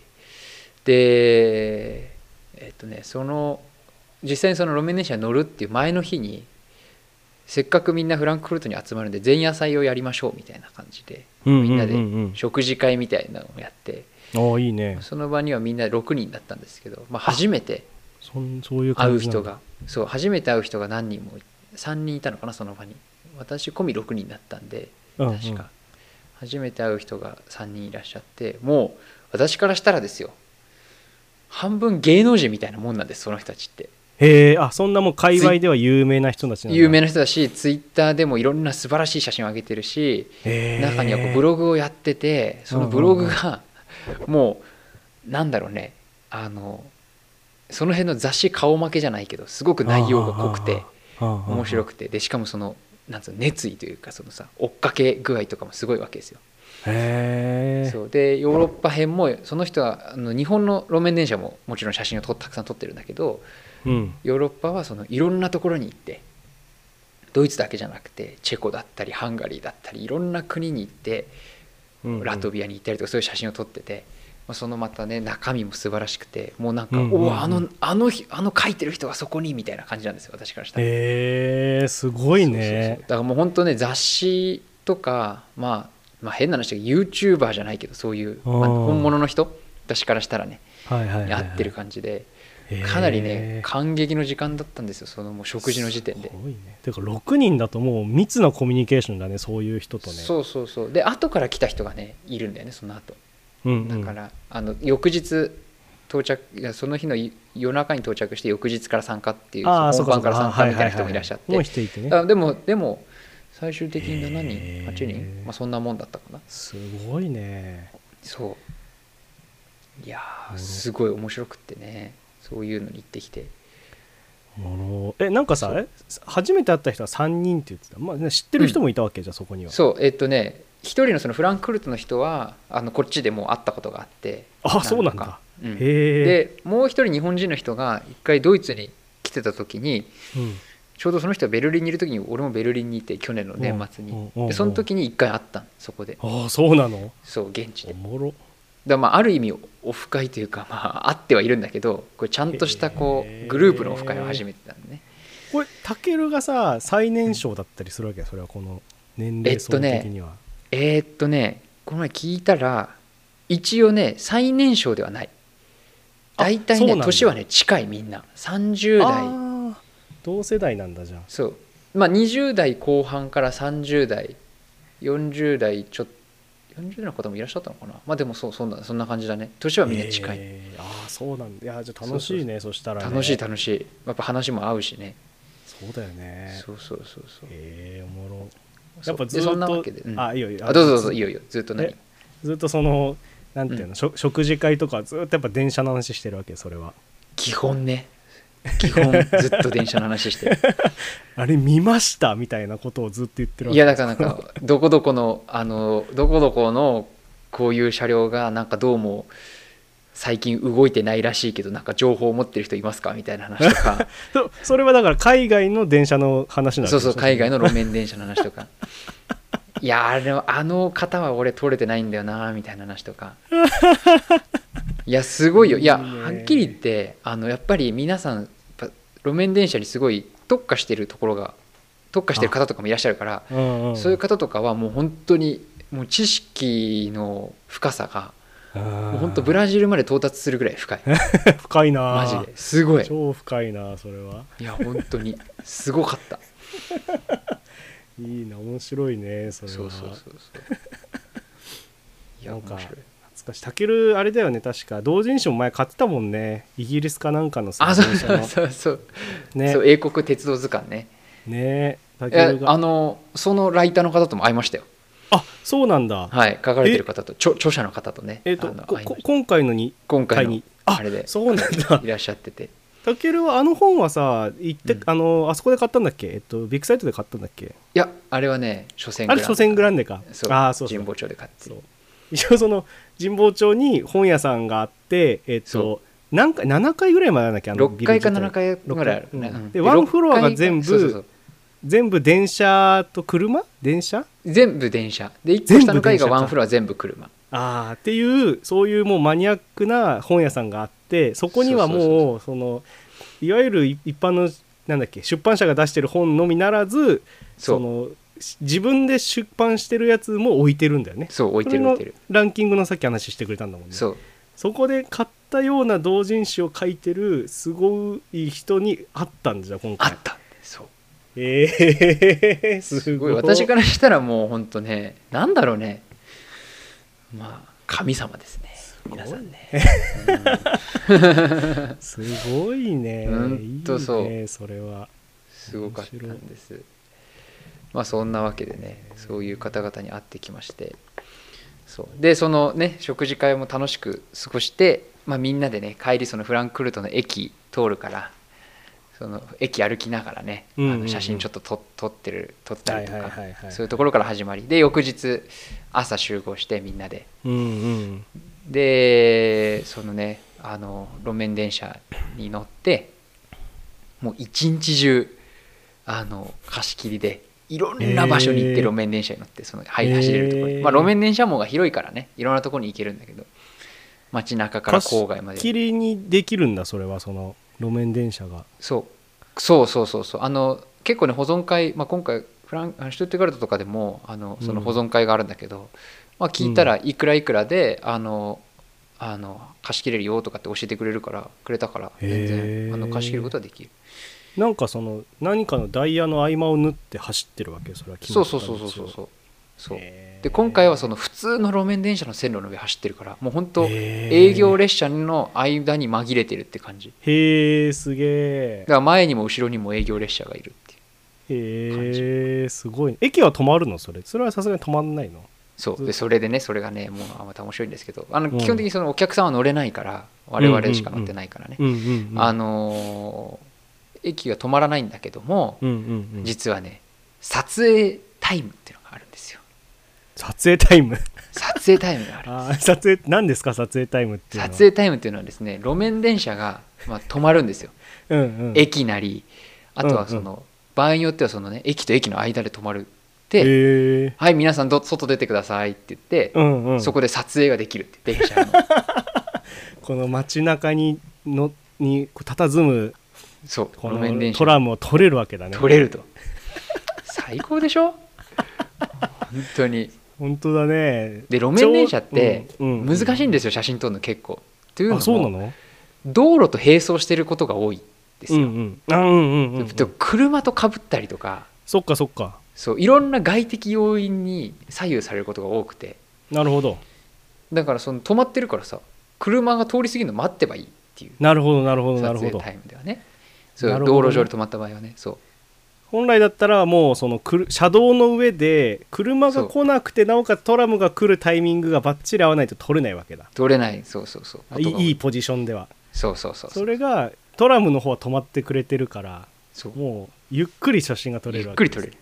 S1: でえっとねその実際にその路面電車に乗るっていう前の日にせっかくみんなフランクフルトに集まるんで前夜祭をやりましょうみたいな感じで
S2: うん
S1: みんなで
S2: うんうんうん
S1: 食事会みたいなのをやって
S2: うんああいいね
S1: その場にはみんな6人だったんですけど、まあ、初めて
S2: そんそういう
S1: 会
S2: 感
S1: う
S2: じなん
S1: 人
S2: だ
S1: がそう初めて会う人が何人も3人いたのかなその場に私込み6人だったんで
S2: うんうん
S1: 確か初めて会う人が3人いらっしゃってもう私からしたらですよ半分芸能人みたいなもんなんですその人たちって
S2: へえあそんなもう界隈では有名な人たちなんだ
S1: 有名な人だしツイッターでもいろんな素晴らしい写真を上げてるし
S2: へー
S1: 中にはこうブログをやっててそのブログがもうなんだろうねあのその辺の雑誌顔負けじゃないけどすごく内容が濃くて面
S2: 面
S1: 白
S2: く
S1: くてでしかもそのなんつうの熱意というかそのさ追っかけ具合とかもすごいわけですよ。
S2: へえ
S1: そうでヨーロッパ編もその人はあの日本の路面電車ももちろん写真をとたくさん撮ってるんだけど
S2: うん
S1: ヨーロッパはそのいろんなところに行ってドイツだけじゃなくてチェコだったりハンガリーだったりいろんな国に行って
S2: うん
S1: ラトビアに行ったりとかそういう写真を撮ってて、まあ、そのまたね中身も素晴らしくてもうなんか、
S2: うんうんうん
S1: おおあのあの日あの書いてる人がそこにみたいな感じなんですよ私からしたら。
S2: へえすごい
S1: そうそう
S2: ね
S1: そうだからもう本当ね雑誌とか、まあ、まあ変な話だけど YouTuber じゃないけどそういう、まあ
S2: あー
S1: 本物の人私からしたらね
S2: はいはいはいはい
S1: やってる感じで
S2: へー。
S1: かなりね感激の時間だったんですよそのもう食事の時点です
S2: ごいねてか6人だともう密なコミュニケーションだねそういう人とね
S1: そうそうそうで後から来た人がねいるんだよねその後
S2: うんうん
S1: だから、あの翌日到着いやその日のい夜中に到着して翌日から参加っていう
S2: ああ
S1: そ
S2: そ
S1: の
S2: うかそ
S1: 本番
S2: う
S1: か
S2: か
S1: 参加
S2: らあー
S1: みたいな人もいらっしゃって、
S2: はいはいはいもう人いてね
S1: あでもでも最終的に7
S2: へ
S1: 人
S2: ー
S1: 8人、まあ、そんなもんだったかな
S2: すごいね
S1: そういや
S2: なるほ
S1: ー
S2: ど
S1: すごい面白くってねそういうのに行ってきて
S2: ものえなんかさ
S1: そう
S2: え初めて会った人は3人って言ってた、まあね、知ってる人もいたわけ、じゃあそこには
S1: そうえっとね一人のそのフランクフルトの人はあのこっちでもう会ったことがあって
S2: あそうな
S1: 何
S2: ん
S1: 度
S2: だ
S1: か、うん
S2: へえ、
S1: でもう一人日本人の人が一回ドイツに来てた時に
S2: うん
S1: ちょうどその人はベルリンにいる時に俺もベルリンにいて去年の年末
S2: おうお
S1: に
S2: うおうおう
S1: でその時に一回会ったのそこで
S2: ああそうなの
S1: そう現地でだ
S2: お
S1: か
S2: もろ
S1: らまあある意味オフ会というかまあ会ってはいるんだけどこれちゃんとしたこ
S2: へ
S1: う
S2: ー
S1: グループのオフ会を始めてたのね
S2: これタケルがさ最年少だったりするわけそれはこの年齢層的には、
S1: えーっとねこの前聞いたら一応ね最年少ではない
S2: あ
S1: 大体
S2: そうな
S1: ね
S2: んだ
S1: 年はね近いみんな30代
S2: ああ同世代なんだじゃあ
S1: そうまあ20代後半から30代40代ちょっと40代の方もいらっしゃったのかなまあでもそうそんなそんな感じだね年はみんな近い、
S2: えーああそうなんだいやじゃあ楽しいねそしたらね、
S1: 楽しい楽しいやっぱ話も合うしね、
S2: そうだよね
S1: そうそうそうそう
S2: えー、おもろ
S1: そ
S2: や
S1: う
S2: っぱず
S1: で
S2: っ
S1: そんなわ
S2: と
S1: けで、うん
S2: あいいよいいよ
S1: あどうぞどうぞいいよいいよずっと
S2: え
S1: 何
S2: ずっとそのなんていうの、
S1: うん
S2: しょ食事会とかずっとやっぱ電車の話してるわけそれは
S1: 基本ね基本ずっと電車の話してる
S2: あれ見ましたみたいなことをずっと言ってるわ
S1: い
S2: け
S1: やだからなんかどこどこのあのどこどこのこういう車両がなんかどうも最近動いてないらしいけどなんか情報を持ってる人いますかみたいな話とか
S2: [LAUGHS] そそれはだから海外の電車の話なの
S1: そうそう海外
S2: の
S1: の路面電車の話とかいやあれあの方は俺取れてないんだよなみたいな話とかいやすごいよいや
S2: いいね
S1: はっきり言ってあのやっぱり皆さんやっぱ路面電車にすごい特化してるところが特化してる方とかもいらっしゃるから
S2: うんうん、
S1: そういう方とかはもう本当にもう知識の深さがもう本当ブ
S2: ラ
S1: ラジルまで到達するぐらい深い
S2: 深いな
S1: マジですごい
S2: 超深いなそれはい
S1: や本当にすごかった
S2: いいな面白いねそれは
S1: そうそうそうそういや
S2: なんか
S1: 面白い
S2: 懐かしいタケルあれだよね確か同人誌も前買ってたもんねイギリスかなんかのさ
S1: あそう
S2: 電車
S1: そう
S2: の
S1: そうそう,、
S2: ね
S1: そう英国鉄道図鑑ね
S2: ねタ
S1: い
S2: ケ
S1: や
S2: ルが
S1: あのそのライターの方とも会いましたよ
S2: あそうなんだ
S1: はい書かれてる方と著著者の方とね
S2: えっ、と
S1: あの
S2: こ
S1: 会いま
S2: こ
S1: した
S2: 今回のに
S1: 今
S2: 会
S1: 回の
S2: にあ
S1: あれで
S2: そうなん
S1: [LAUGHS]
S2: だ
S1: いらっしゃってて
S2: タケルはあの本はさ行って、
S1: うん
S2: あのあそこで買ったんだっけえっとビッグサイトで買ったんだっけ
S1: いやあれはね初戦
S2: あれ初戦グランデか
S1: そう
S2: あーそうそう
S1: 神保町で買って
S2: そう一応その神保町に本屋さんがあってえっ
S1: そ
S2: と何回7回ぐらいまでなんだっけあの
S1: 6階か
S2: ビル
S1: 7
S2: 自体
S1: 階ぐらいあるね、
S2: 六階うん
S1: うん
S2: でワンフロアが全部
S1: そうそうそう
S2: 全部電車と車電車
S1: 全部電車で1個下の階がワンフロア全部車
S2: あーっていうそういうもうマニアックな本屋さんがあってそこには
S1: そうそうそ
S2: もうそのいわゆる一般のなんだっけ出版社が出してる本のみならず
S1: そ
S2: そうのし自分で出版してるやつも置いてるんだよね
S1: そう置いてる置いてる
S2: それのランキングのさっき話してくれたんだもんね
S1: そう
S2: そこで買ったような同人誌を書いてるすごい人に会ったんじゃ今
S1: あ
S2: 回
S1: ったそう
S2: ええー、 [LAUGHS] す
S1: す
S2: ご
S1: ご
S2: い
S1: い私からしたらもう本当ねなんだろうねまあ神様ですね
S2: ごい
S1: 皆さんね
S2: すごいね
S1: うんとそう
S2: いいねそれは
S1: すごかったんですまあそんなわけでねそういう方々に会ってきましてそうでそのね食事会も楽しく過ごして、まあ、みんなでね帰りそのフランクフルトの駅通るからその駅歩きながらね、
S2: うんうんうん
S1: あの写真ちょっと撮撮ってる撮ったりとか、
S2: はいはいはいはい
S1: そういうところから始まりで翌日朝集合してみんなで
S2: うんうん
S1: でそのねあの路面電車に乗ってもう一日中あの貸し切りでいろんな場所に行って
S2: へー
S1: 路面電車に乗ってその、はい、走れるところに、
S2: へー
S1: まあ、路面電車網が広いからねいろんなところに行けるんだけど街中から郊外ま
S2: 貸し
S1: で
S2: 切りにできるんだそれはその路面電車が
S1: そうそうそうそうそうあの結構ね保存会、まあ、今回フランあのシュトゥットガルトとかでもあのその
S2: うん
S1: 保存会があるんだけど、まあ、聞いたらいくらいくらで、あのあの貸し切れるよとかって教えてくれるからくれたから全
S2: へ
S1: 然
S2: ー
S1: あの貸し切ることはできる
S2: なんかその何かのダイヤの合間を縫って走ってるわけそれは
S1: そうそうそうそうそうそうそう
S2: へー
S1: で今回はその普通の路面電車の線路の上走ってるからもう本当
S2: へー
S1: 営業列車の間に紛れてるって感じ
S2: へえすげえ
S1: だから前にも後ろにも営業列車がいるっていう感じ
S2: へえすごい駅は止まるのそれそれはさすがに止まんないの
S1: そう
S2: ずっと
S1: でそれでねそれがねもうまた面白いんですけどあの
S2: うん
S1: 基本的にそのお客さんは乗れないから我々しか乗ってないからね、
S2: うんうんうん
S1: あのー駅が止まらないんだけども、
S2: うんうんうん
S1: 実はね撮影タイムっていうのがあるんですよ
S2: 撮影タイム
S1: 撮影タイム
S2: [LAUGHS]
S1: がある
S2: あー撮影何ですか撮影タイムっていうのは
S1: 撮影タイムっていうのはですね路面電車が、まあ、止まるんですよ
S2: うんうん
S1: 駅なりあとはその、
S2: うん
S1: 場合によってはそのね駅と駅の間で止まるって、
S2: へえ
S1: はい皆さんど外出てくださいって言って、
S2: うんうん
S1: そこで撮影ができるって電車
S2: [LAUGHS]
S1: の
S2: この街中にのにこう佇む
S1: そう
S2: こ
S1: 路
S2: の
S1: 面電車
S2: トラムを取れるわけだね
S1: 撮れると最高でしょ本当に
S2: 本当だね
S1: で路面電車って
S2: うんうん
S1: 難しいんですよ写真撮るの結構という
S2: あそうな
S1: のも
S2: の
S1: 道路と並走してることが多いんです
S2: うんう
S1: よ、
S2: んあうんうんうんうん
S1: で車とかぶったりとか
S2: そっかそっか
S1: そういろんな外的要因に左右されることが多くて
S2: なるほど
S1: だからその止まってるからさ車が通り過ぎるの待ってばいいっていう
S2: なるほどなるほど
S1: 撮
S2: なるほ
S1: 影
S2: ど
S1: タイムではねそう
S2: なるほど
S1: 道
S2: ね
S1: 路上で止まった場合はねそう
S2: 本来だったらもうそのくる車道の上で車が来なくてなおかつトラムが来るタイミングがばっちり合わないと取れないわけだ
S1: 取れないそうそうそう
S2: い
S1: ことが多
S2: いいいポジションでは
S1: そうそうそう
S2: それがトラムの方は止まってくれてるから
S1: そう
S2: もうゆっくり写真が撮れ
S1: ゆ
S2: る
S1: っ
S2: わ
S1: くり
S2: けです
S1: 取れる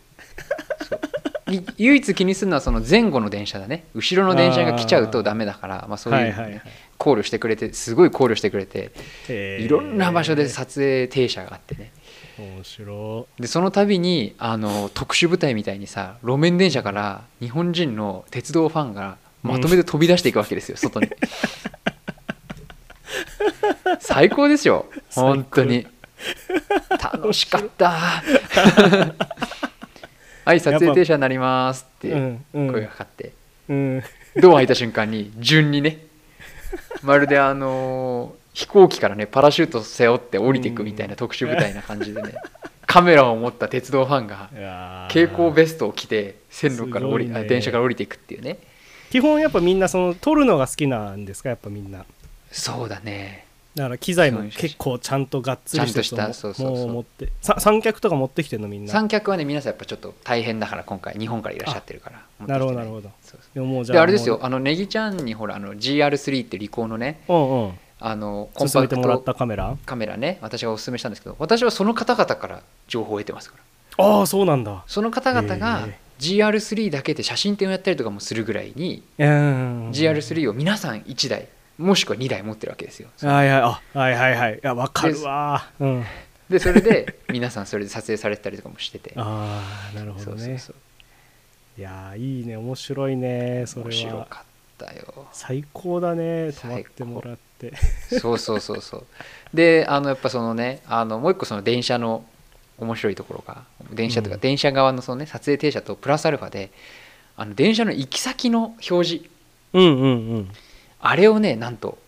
S1: そうい [LAUGHS] 唯一気にするのはその前後の電車だね後ろの電車が来ちゃうとダメだからまあ、そういうのね、
S2: はいはいはい
S1: 考慮してくれてすごい考慮してくれて
S2: へー
S1: いろんな場所で撮影停車があってね
S2: 面白
S1: でその度にあの特殊部隊みたいにさ路面電車から日本人の鉄道ファンがまとめて飛び出していくわけですよ、外に最高ですよ本当に楽しかった [LAUGHS] はい撮影停車になりますっ
S2: い
S1: て
S2: うんう
S1: 声が
S2: ん
S1: かかって、
S2: うん
S1: ドア開いた瞬間に順にねまるであのー飛行機からねパラシュート背負って降りていくみたいな特殊部隊な感じでねカメラを持った鉄道ファンが蛍光ベストを着て線路から降り、
S2: すごい
S1: あ
S2: ね
S1: 電車から降りていくっていうね
S2: 基本やっぱみんなその撮るのが好きなんですかやっぱみんな
S1: そうだね
S2: だから機材も
S1: そうです
S2: 結構ちゃんとがっつり
S1: ちゃんとしたそうそうそう
S2: もう持ってさ三脚とか持ってきてるのみんな
S1: 三脚はね皆さんやっぱちょっと大変だから今回日本からいらっしゃってるから
S2: なるほどなる
S1: ど
S2: ほど
S1: そうそ
S2: でももう
S1: う
S2: じゃ
S1: で
S2: あ
S1: あれですよ
S2: も
S1: あのネギちゃんにほらあの GR3 ってリコーのね
S2: ううんうん
S1: あのコン
S2: 勧
S1: パ
S2: め
S1: ク
S2: てもらっ
S1: ト
S2: たカメラ
S1: カメラね私がおすすめしたんですけど私はその方々から情報を得てますから
S2: ああそうなんだ
S1: その方々が
S2: へえ
S1: GR3 だけで写真展をやったりとかもするぐらいに
S2: うん
S1: GR3 を皆さん1台もしくは2台持ってるわけですよ
S2: はいはいあはいはいはいいやわかるわうん
S1: でそれ
S2: [LAUGHS]
S1: で皆さんそれで撮影されてたりとかもしてて
S2: ああなるほ
S1: そ
S2: ど
S1: うそう
S2: ね
S1: そう
S2: いやーいいね面白いねそ
S1: 面
S2: れ
S1: 白
S2: は
S1: かったよ
S2: 最高だね泊まってもらって
S1: そうそうそうそうであのやっぱそのねあのもう一個その電車の面白いところが電車というか
S2: うん
S1: 電車側のその、ね、撮影停車とプラスアルファであの電車の行き先の表示
S2: うんうんうん
S1: あれをねなんと好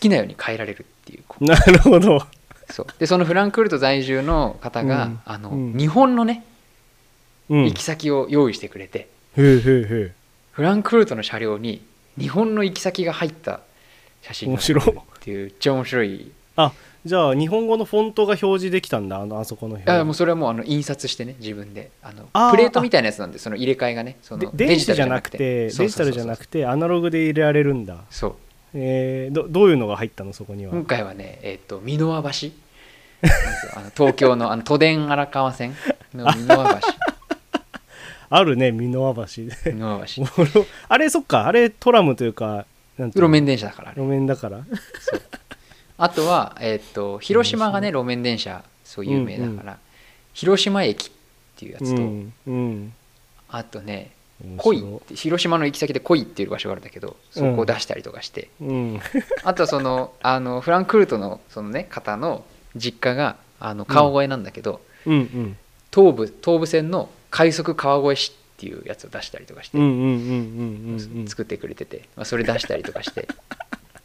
S1: きなように変えられるっていうこう
S2: なるほど
S1: そうでそのフランクフルト在住の方が、
S2: うん
S1: あの
S2: うん
S1: 日本のね
S2: うんへ
S1: 行き先を用意してくれて、
S2: えへ
S1: フランクフルトの車両に日本の行き先が入った写
S2: え
S1: 真が載って
S2: 面白
S1: る
S2: い
S1: っていうめっちゃ面白い
S2: あじゃあ日本語のフォントが表示できたんだあのあそこの表
S1: あもうそれはもうあの印刷してね自分であの
S2: あー
S1: プレートみたいなやつなんでその入れ替えがねその
S2: で電子じゃなくて
S1: そ
S2: デ
S1: う
S2: ジ
S1: そうそ
S2: タ
S1: う
S2: ルじゃなくてアナログで入れられるんだ
S1: そう
S2: えー、どどういうのが入ったのそこには、
S1: 今回はねえっ、と箕輪橋なんですよあの東京のあの都電荒川線の箕輪
S2: [LAUGHS] あるね箕輪橋
S1: 橋
S2: で
S1: 箕輪橋
S2: おもろ [LAUGHS] あれそっかあれトラムというかなんて
S1: 路
S2: いうの
S1: 面電車だからあれ
S2: 路面だから
S1: あとは、えー、と広島がね路面電車そう有名だから、広島駅っていうや
S2: う
S1: つと、
S2: んうん
S1: あとね
S2: 面白
S1: 恋って広島の行き先で恋っていう場所があるんだけどそこを出したりとかして、
S2: うん [LAUGHS]
S1: あとはその [LAUGHS] あのフランクフルトのその、ね、方の実家があの川越なんだけど、
S2: うんうん
S1: 東武東武線の快速川越市っていうやつを出したりとかして、
S2: うんうんうんうんうんうん
S1: 作ってくれてて、まあ、それ出したりとかして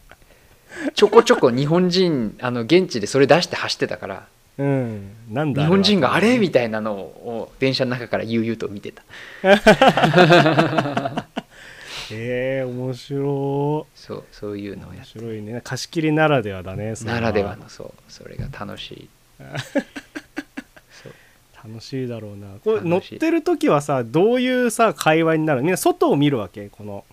S1: [LAUGHS] ちょこちょこ日本人あの現地でそれ出して走ってたから
S2: うん、なんだ
S1: 日本人があれみ
S2: た
S1: たいなのを電車の中から悠々と見てた
S2: いなえー、面白
S1: そうそういう
S2: い
S1: のをや
S2: 面
S1: っ
S2: 白いね貸し切りならではだねそれ
S1: ならではのそうそれが楽しいそう
S2: 楽しいだろうなこれ乗っ
S1: 楽しい
S2: てる時はさどういうさ会話になるみんな外を見るわけこの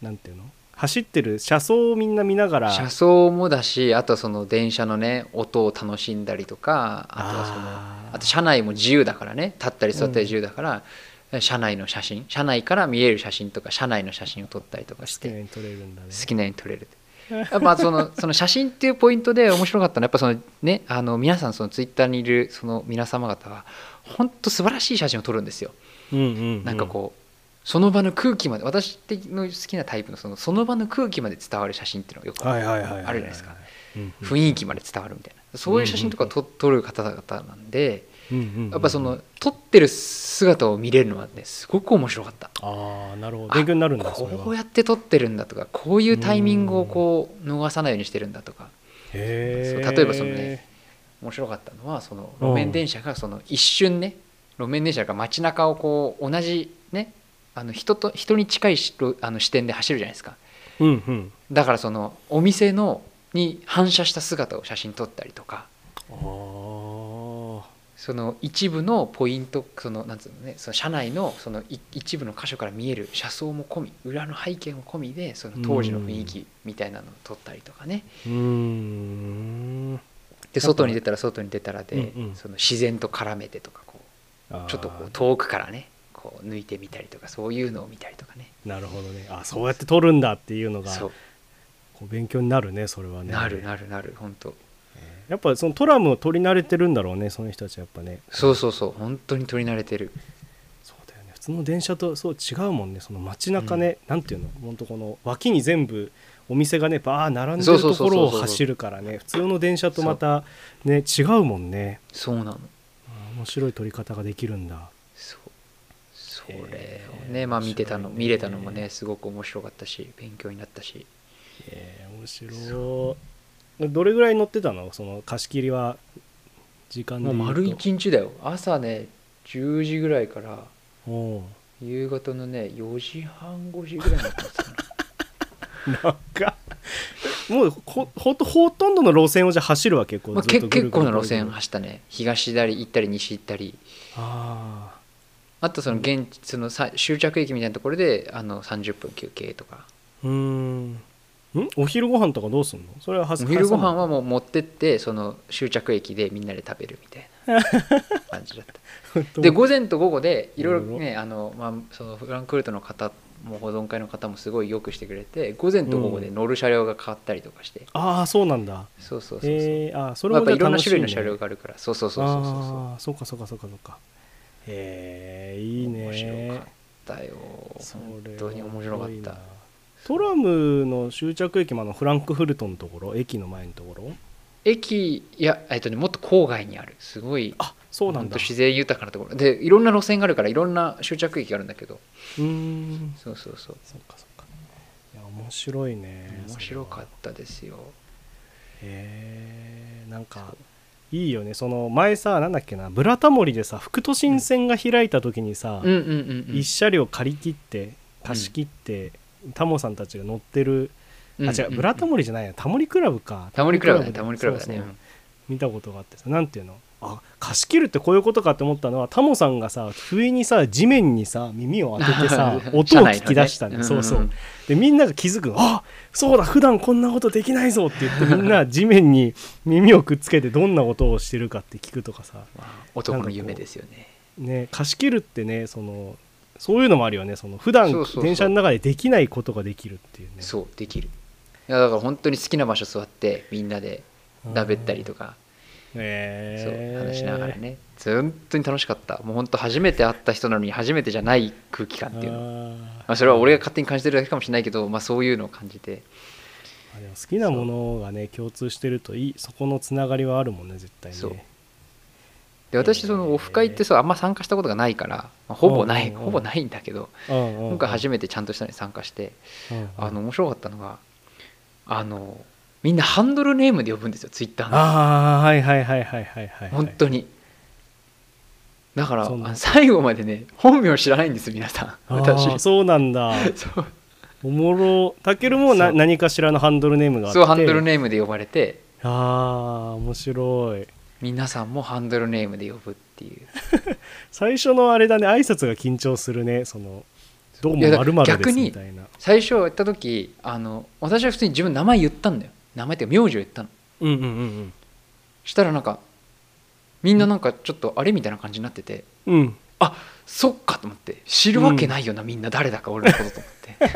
S2: なんていうの走ってる車窓をみんな見ながら
S1: 車窓もだしあとその電車のね音を楽しんだりとかあとはその
S2: あー
S1: あと車内も自由だからね立ったり座ったり自由だから、車内の写真車内から見える写真とか車内の写真を撮ったりとかし
S2: 好きなよ
S1: て
S2: うに撮れるんだね
S1: 好きなように撮れるやっぱそ
S2: [LAUGHS]
S1: のその写真っていうポイントで面白かったのはやっぱそのねあの皆さんそのツイッターにいるその皆様方は本当素晴らしい写真を撮るんですよ
S2: うんうんうん
S1: なんかこうその場の空気まで私の好きなタイプのそのその場の空気まで伝わる写真っていうのがよく
S2: はいはいはいは
S1: あるじ
S2: い
S1: ゃないですか
S2: うんうん
S1: 雰囲気まで伝わるみたいなそういう写真とかと撮る方々なんで
S2: うんうんうん
S1: やっぱその撮ってる姿を見れるのはねすごく面白かった
S2: ああなるほど
S1: あ
S2: 勉強になるんだそれは
S1: こうやって撮ってるんだとかこういうタイミングをこう逃さないようにしてるんだとか
S2: へー
S1: そう例えばそのね面白かったのはその路面電車がその一瞬ね路面電車が街中をこう同じねあの人と人に近いしろあの視点で走るじゃないですか
S2: うんうん
S1: だからそのお店のに反射した姿を写真撮ったりとか
S2: あー
S1: その一部のポイントそのなんつうのねその車内のそのい一部の箇所から見える車窓も込み裏の背景も込みでその当時の雰囲気みたいなのを撮ったりとかね
S2: うーん
S1: で外に出たら外に出たらで
S2: うんうん
S1: その自然と絡めてとかこう
S2: あー
S1: ちょっとこう遠くからねこう抜いてみたりとかそういうのを見たりとかね
S2: なるほどねあそうやって撮るんだっていうのが
S1: そう
S2: こう勉強になるねそれはね
S1: なるなるなる本当
S2: やっぱそのトラムを取り慣れてるんだろうねその人たちはやっぱね
S1: そうそうそう本当に取り慣れてる
S2: そうだよね普通の電車とそう違うもんねその街中ね、なんていうの本当この脇に全部お店がねバー並んで
S1: そう
S2: る
S1: そう
S2: と
S1: そう
S2: こ
S1: そう
S2: ろを走るからね普通の電車とまたね違うもんね
S1: そうなの
S2: あー面白い撮り方ができるんだ
S1: そうそれ
S2: へー
S1: をねまあ見てたの
S2: 面白いね
S1: 見れたのもねすごく面白かったし勉強になったし
S2: えー面白いどれぐらい乗ってたのその貸し切りは時間
S1: も
S2: で
S1: う
S2: 言うと
S1: 丸一日だよ朝ね10時ぐらいから
S2: おう
S1: 夕方のね4時半5時ぐらいまで乗
S2: [LAUGHS]
S1: ってたの
S2: なんかもうほほんとほとんどの路線をじゃあ走るわけこう
S1: まあ
S2: ずっ
S1: け
S2: とぐる
S1: 結
S2: ぐ
S1: 構
S2: るぐ
S1: な
S2: るぐる
S1: 路線走ったね東行ったり行ったり西行ったり
S2: ああ
S1: あとその現地そのさ終着駅みたいなところであの30分休憩とか
S2: うーんんお昼ご飯とかどうすんのそれはは
S1: お昼ご飯
S2: は
S1: はもう持ってってその終着駅でみんなで食べるみたい
S2: [LAUGHS]
S1: な感じだったで午前と午後でいろいろねあの、まあ、そのフランクフルトの方も保存会の方もすごいよくしてくれて午前と午後で乗る車両が変わったりとかして、
S2: ああそうなんだ
S1: そうそうそうそう、
S2: えー、あーそれ
S1: まあや
S2: も
S1: っ
S2: じ
S1: ぱ
S2: ゃ
S1: いろ
S2: あ
S1: んな
S2: 楽し
S1: 種類の
S2: ね
S1: 車両があるからそうそうそうそうそうそう
S2: ああそうかそうかそうかそうかえー、いいね
S1: 面白かったよ本当に面白かっ
S2: それは
S1: た
S2: すごいなトラムの終着駅もあのフランクフルトのところ駅の前のところ
S1: 駅いや、えっとね、もっと郊外にあるすごい
S2: あそうなん
S1: ほ
S2: だ
S1: と自然豊かなところでいろんな路線があるからいろんな終着駅があるんだけど
S2: うーん
S1: そうそうそう
S2: そうかそうかいや面白いね
S1: 面白か
S2: た
S1: ったですよ
S2: へえなんかいいよねその前さなんだっけな「ブラタモリ」でさ副都心線が開いた時にさ、
S1: うんうんうんうん
S2: 一車両借り切って貸し切って、タモさんたちが乗ってる、
S1: うん
S2: あ違う「ブラタ
S1: モ
S2: モリ」じゃないやタモリクラブか
S1: タモリクラブだねタモリクラブ
S2: そ
S1: だ
S2: うそう
S1: ね
S2: 見たことがあってさなんていうのあ貸し切るってこういうことかって思ったのはタモさんがさ不意にさ地面にさ耳を当ててさ音
S1: [LAUGHS]
S2: を
S1: 車内のね
S2: 聞き出したんだ、そうそう、
S1: うんうん
S2: でみんなが気づくのあそうだ普段こんなことできないぞって言
S1: [LAUGHS]
S2: ってみんな地面に耳をくっつけてどんな音をしてるかって聞くとかさ、
S1: 男の夢ですよね
S2: ね、貸し切るってねそのそういうのもあるよねその普段
S1: そうそうそう
S2: 電車の中でできないことができるっていうね
S1: そうできるいやだから本当に好きな場所座ってみんなでだべったりとかそう
S2: えー
S1: 話しながらね本当に楽しかったもう本当初めて会った人なのに初めてじゃない空気感っていうの
S2: あ
S1: まあ、それは俺が勝手に感じてるだけかもしれないけど、まあ、そういうのを感じて
S2: ーあでも好きなものがね共通してるといいそこのつながりはあるもんね絶対ね
S1: そうで私そのオフ会ってそうあんま参加したことがないから、まあほぼない
S2: うんうんうん
S1: ほぼないんだけど
S2: 今
S1: 今回初
S2: め
S1: めてちゃんとしたのに参加して
S2: て
S1: あの面白かったのがあのみんなハンドルネームで呼ぶんですよツイッターの
S2: ああはいはいはいはいはいはいはい
S1: 本当にだから
S2: そうなんだ
S1: あ最後までね本名知らないんです皆さん私
S2: あーそうなんだ
S1: そう
S2: おもろたけるもな
S1: そう
S2: 何かしらのハンドルネームがあって
S1: そうハンドルネームで呼ばれて
S2: あー面白い
S1: 皆さんもハンドルネームで呼ぶっていう
S2: 最初のあれだね挨拶が緊張するねそのどう
S1: いや
S2: も
S1: だ
S2: まるまるで
S1: 逆
S2: す
S1: に
S2: みたいな
S1: 最初やった時あの私は普通に自分の名前言ったんだよ名前っていうか名字を言ったの
S2: うんうんうん
S1: したらなんかみんななんかちょっとあれみたいな感じになってて
S2: うんうん
S1: あそっかと思って知るわけないよな、みんな誰だか俺のことと思って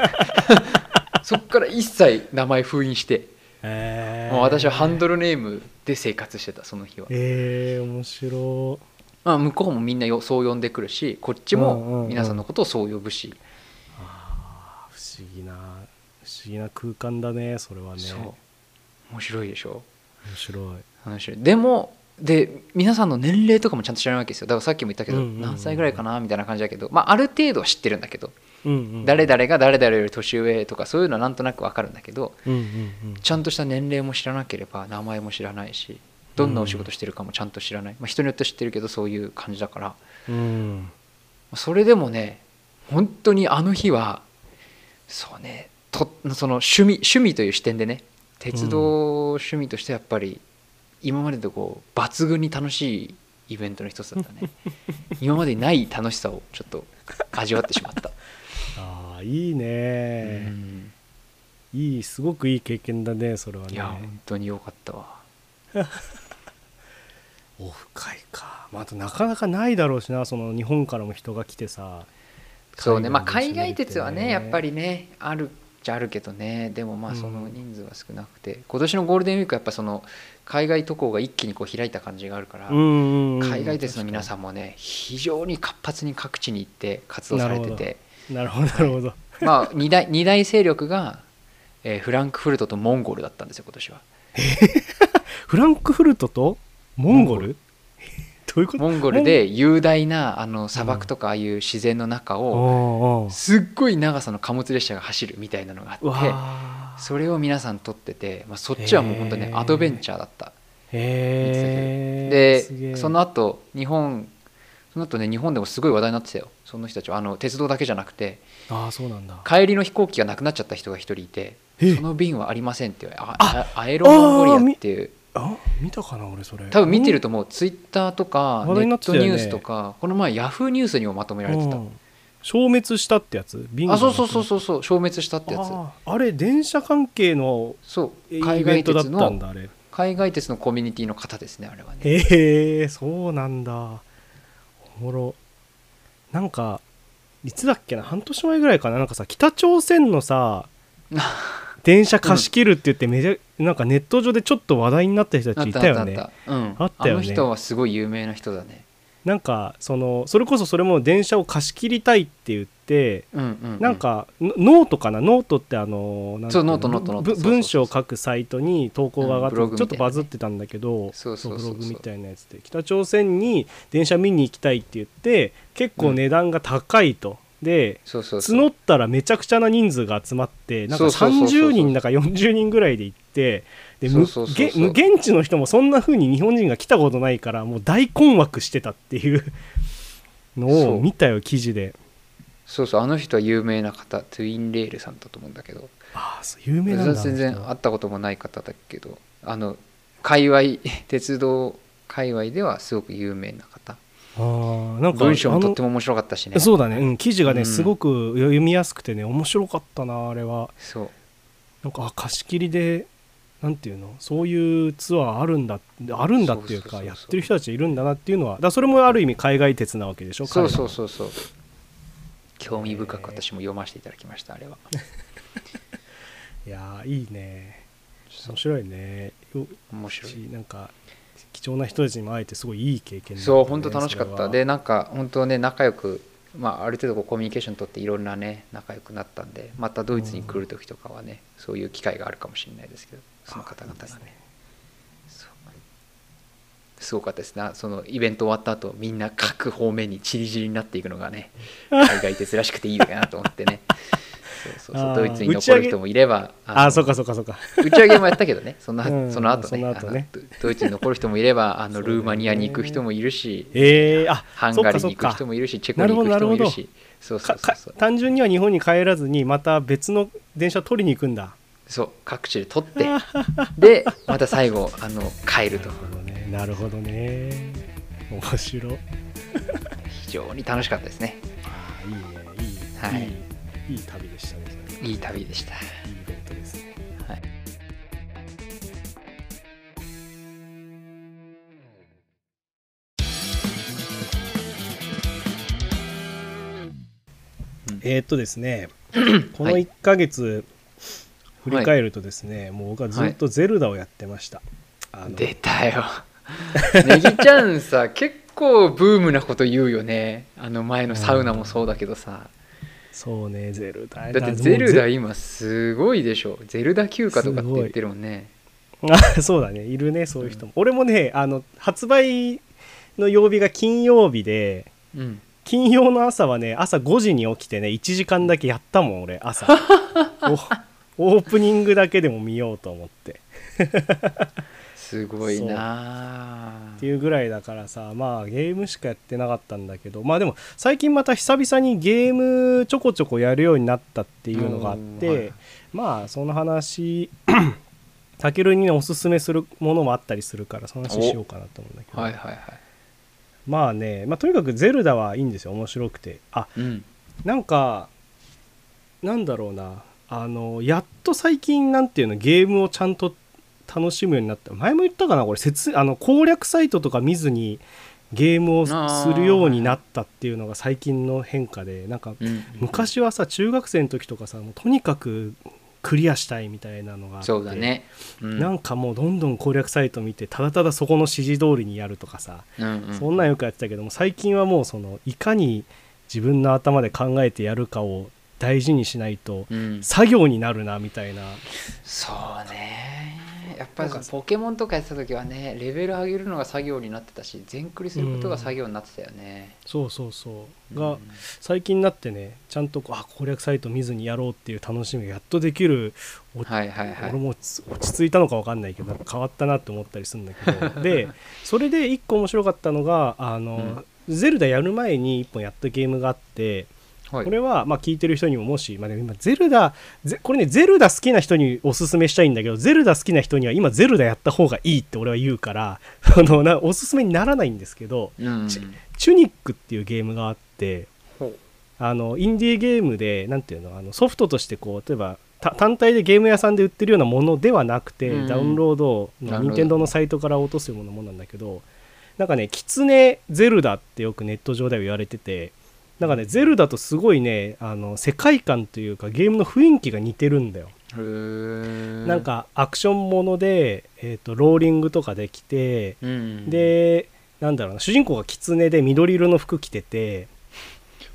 S2: [LAUGHS]
S1: そっから一切名前封印して
S2: えー
S1: もう私はハンドルネームで生活してたその日は、
S2: えー、面白い
S1: まあ、向こうもみんなよそう呼んでくるしこっちも皆さんのことをそう呼ぶし、
S2: あー不思議な不思議な空間だねそれはね
S1: そう面白いでしょ
S2: 面白い
S1: 面白いでもで皆さんの年齢とかもちゃんと知らないわけですよだからさっきも言ったけど、
S2: うんうんうん
S1: 何歳ぐらいかなみたいな感じだけど、まあ、ある程度は知ってるんだけど、
S2: うんうん
S1: 誰々が誰々より年上とかそういうのはなんとなくわかるんだけど
S2: うんうんうん
S1: ちゃんとした年齢も知らなければ名前も知らないしどんなお仕事してるかもちゃんと知らない、まあ、人によって知ってるけどそういう感じだから
S2: うん
S1: それでもね本当にあの日はそうねとその趣味趣味という視点でね鉄道趣味としてやっぱり今までとこう抜群に楽しいイベントの一つだったね今までにない楽しさをちょっと味わってしまった、
S2: ああいいね
S1: うん
S2: いいすごくいい経験だねそれはね
S1: いや本当に良かったわ
S2: オフ会か、まあ、あとなかなかないだろうしなその日本からも人が来てさ
S1: そうねまあ
S2: 海
S1: 海
S2: 外
S1: 外
S2: の人
S1: 鉄は
S2: ですね
S1: ねやっぱりねあるっちゃあるけどねでもまあその
S2: うん
S1: 人数は少なくて、今年のゴールデンウィークはやっぱその海外渡航が一気にこう開いた感じがあるから、
S2: うんうんうん
S1: 海外鉄の皆さんもね非常に活発に各地に行って活動されて
S2: なる
S1: て
S2: なるほどなるほど、
S1: まあ二大 [LAUGHS] 二大勢力が、えーフランクフルトとモンゴルだったんですよ今年は
S2: フランクフルトとモンゴル [LAUGHS] どういうこと
S1: モンゴルで雄大なあの砂漠とかああいう自然の中を
S2: おうおう
S1: すっごい長さの貨物列車が走るみたいなのが
S2: う
S1: あって
S2: わ
S1: それを皆さん撮ってて、まあ、そっちはもう本当ね
S2: へー
S1: アドベンチャーだった
S2: へ
S1: でその
S2: あ
S1: 後日本その後ね日本でもすごい話題になってたよその人たちはあの鉄道だけじゃなくて
S2: あーそうなんだ
S1: 帰りの飛行機がなくなっちゃった人が一人いて
S2: え
S1: その便はありませんって言われああアエロモンゴリアっていう
S2: あ見たかな俺それ
S1: 多分見てるともうツイッターとか
S2: 話
S1: ネ
S2: 題にな
S1: ッ
S2: って
S1: ト
S2: たよ
S1: ニ
S2: ね
S1: ュースとかこの前ヤフーニュースにもまとめられて
S2: う
S1: た
S2: ん消滅したってやつビンゴ
S1: あそうそうそう
S2: う
S1: そうそう消滅したってやつ
S2: あーあれ電車関係の
S1: そう
S2: イ
S1: 海
S2: ベ
S1: 外
S2: ントだ
S1: 鉄
S2: ったん
S1: の
S2: だあれ
S1: 海外鉄のコミュニティの方ですねあれはね
S2: へえそうなんだおもろなんかいつだっけな半年前ぐらいかななんかさ北朝鮮の
S1: [LAUGHS]
S2: さ電車貸し切るって言ってめちゃ、なんかネット上でちょっと話題になった人た
S1: な
S2: ち
S1: っ
S2: い
S1: たな
S2: たよ
S1: った
S2: ね
S1: なったうん
S2: あったよね
S1: あの人はすごい有名な人だね
S2: なんかそのそれこそそれも電車を貸し切りたいって言って
S1: うんうんうん
S2: なんかのノートかなノートってあのなんて
S1: そ
S2: いの
S1: うノートノートノート
S2: ぶ
S1: そうそうそう
S2: 文章を書くサイトに投稿が上がって
S1: うんブログみ
S2: ち
S1: たいな
S2: ょっと
S1: ね
S2: バズってたんだけど
S1: そうそうそうそう
S2: ブログみたいなやつで北朝鮮に電車見に行きたいって言って結構値段が高いと、で
S1: そうそうそう
S2: 募ったらめちゃくちゃな人数が集まってなんか
S1: そうそうそうそう
S2: 30人だか40人ぐらいで行ってでむ
S1: そうそうそう
S2: げ
S1: そう
S2: む現地の人もそんな風に日本人が来たことないからもう大困惑してたっていうの
S1: そ
S2: を
S1: う
S2: 見たよ記事で
S1: そうそうあの人は有名な方トゥインレールさんだと思うんだけど
S2: ああそう有名なん
S1: 全
S2: だあの人
S1: 然
S2: は
S1: 会ったこともない方だけどあの界隈 [LAUGHS] 鉄道界隈ではすごく有名な方
S2: あーなんか
S1: 文章もとって
S2: も
S1: も面白かったしね
S2: そうだね、うん、記事がね、
S1: うん
S2: すごく読みやすくてね面白かったなあれは
S1: そう
S2: なんかあ貸し切りでなんていうのそういうツアーあるんだあるんだっていう
S1: そうそうそう
S2: か
S1: そう
S2: やってる人たちいるんだなっていうのはだからそれもある意味海外鉄なわけでしょ
S1: そうそううそうそう興味深く私も読ませていただきましたあれは
S2: いやーいいね
S1: そう
S2: 面白いねよ
S1: 面白い
S2: しなんか貴重な人たちにも会えてすごいいい経験だったね
S1: そう本当楽しかっ
S2: それ
S1: た
S2: は
S1: でなんか本当ね仲良くまあ、ある程度こうコミュニケーション取っていろんなね仲良くなったんでまたドイツに来る時とかはね、そういう機会があるかもしれないですけどその方々
S2: あいい
S1: が
S2: です
S1: ね
S2: ね
S1: そうすごかったですなそのイベント終わった後みんな
S2: [LAUGHS]
S1: 各方面に散り散りになっていくのがね海外鉄らしくていいのかなと思ってねそう
S2: あ
S1: そうド
S2: ー
S1: イツに残る人もいれば
S2: あ
S1: の
S2: あそうかそうかそうか
S1: 打ち上げもやったけどねその,、
S2: うん
S1: その後ね
S2: その後ね
S1: あのドドイツに残る人もいればあ
S2: [LAUGHS] そ
S1: の
S2: うだよね
S1: ルーマニアに行く人もいるし、
S2: えー、あ
S1: ハンガリーに行く人もいるしチェコに行く人もいるしそうそ
S2: か
S1: うそ
S2: か
S1: うそう
S2: 単純には日本に帰らずにまた別の電車取りに行くんだ
S1: そう各地で取っ
S2: [LAUGHS]
S1: てでまた最後あの帰ると
S2: なるほどねなるほどね面白い
S1: 非常に楽しかったですね
S2: あーいいねいい、
S1: はい
S2: いいいい旅でしたねそれ
S1: いい旅でした。
S2: いいイベントですね
S1: はい
S2: えーっとです
S1: [COUGHS]
S2: ねこの1ヶ月振り返るとですね、もう僕はずっとゼルダをやってました、あの
S1: 出た
S2: [LAUGHS]
S1: よネギちゃんさ結構ブームなこと言うよねあの前のサウナもそうだけどさ
S2: そうねゼルダ
S1: だってゼルダ
S2: も
S1: 今すごいでしょゼルダ休暇とかって言ってるもんね
S2: うゼ [LAUGHS] そうだねいるねそういう人も、俺もねあの発売の曜日が金曜日で
S1: うん
S2: 金曜の朝はね朝5時に起きてね1時間だけやったもん
S1: [LAUGHS]
S2: 俺朝おオープニングだけでも見ようと思って
S1: すごいなあ
S2: っていうぐらいだからさまあゲームしかやってなかったんだけどまあでも最近また久々にゲームちょこちょこやるようになったっていうのがあっ
S1: おーは
S2: て
S1: い
S2: まあその話 [COUGHS] たけるにねおすすめするものもあったりするからその話しようかなと思うんだけど、
S1: はいはいはい
S2: まあね、まあ、とにかくゼルダはいいんですよ面白くてあ
S1: うん
S2: なんかなんだろうなあのやっと最近なんていうのゲームをちゃんと楽しむようになった前も言ったかなこれ説あの攻略サイトとか見ずにゲームをするようになったっていうのが最近の変化でなんか
S1: うん
S2: 昔はさ中学生の時とかさもうとにかくクリアしたいみたいなのがあって
S1: そうだねうん
S2: なんかもうどんどん攻略サイト見てただただそこの指示通りにやるとかさ
S1: うんうん
S2: そんなんよくやってたけども最近はもうそのいかに自分の頭で考えてやるかを大事にしないと
S1: うん
S2: 作業になるなみたいな
S1: そうねやっぱり
S2: なんか
S1: ポケモンとかやってた時はねレベル上げるのが作業になってたし全クリすることが作業になってたよね、
S2: そうそうそう
S1: う
S2: が
S1: ん
S2: 最近になってねちゃんとこうあ攻略サイト見ずにやろうっていう楽しみがやっとできる
S1: はいはいはい
S2: 俺も落ち落ち着いたのか分かんないけどなんか変わったなって思ったりするんだけ
S1: [LAUGHS]
S2: どでそれで一個面白かったのがあの、ゼルダやる前に一本やったゲームがあって
S1: はい
S2: これはまあ聞いてる人にももし、まあ、でも今ゼルダゼこれねゼルダ好きな人におすすめしたいんだけどゼルダ好きな人には今ゼルダやった方がいいって俺は言うからあのなおすすめにならないんですけど
S1: うんうん
S2: ちチュニックっていうゲームがあって
S1: ほう
S2: あのインディーゲームでなんていうのあのソフトとしてこう例えばた単体でゲーム屋さんで売ってるようなものではなくて、
S1: うん
S2: ダウンロード
S1: なる
S2: の
S1: ほど
S2: 任天堂のサイトから落とすようなものなんだけどなんかね「キツネゼルダ」ってよくネット上では言われててなんかねゼルダとすごいねあの世界観というかゲームの雰囲気が似てるんだよ。
S1: へー
S2: なんかアクションもので、えー、とローリングとかできて、
S1: うん
S2: でなんだろうな主人公が狐で緑色の服着てて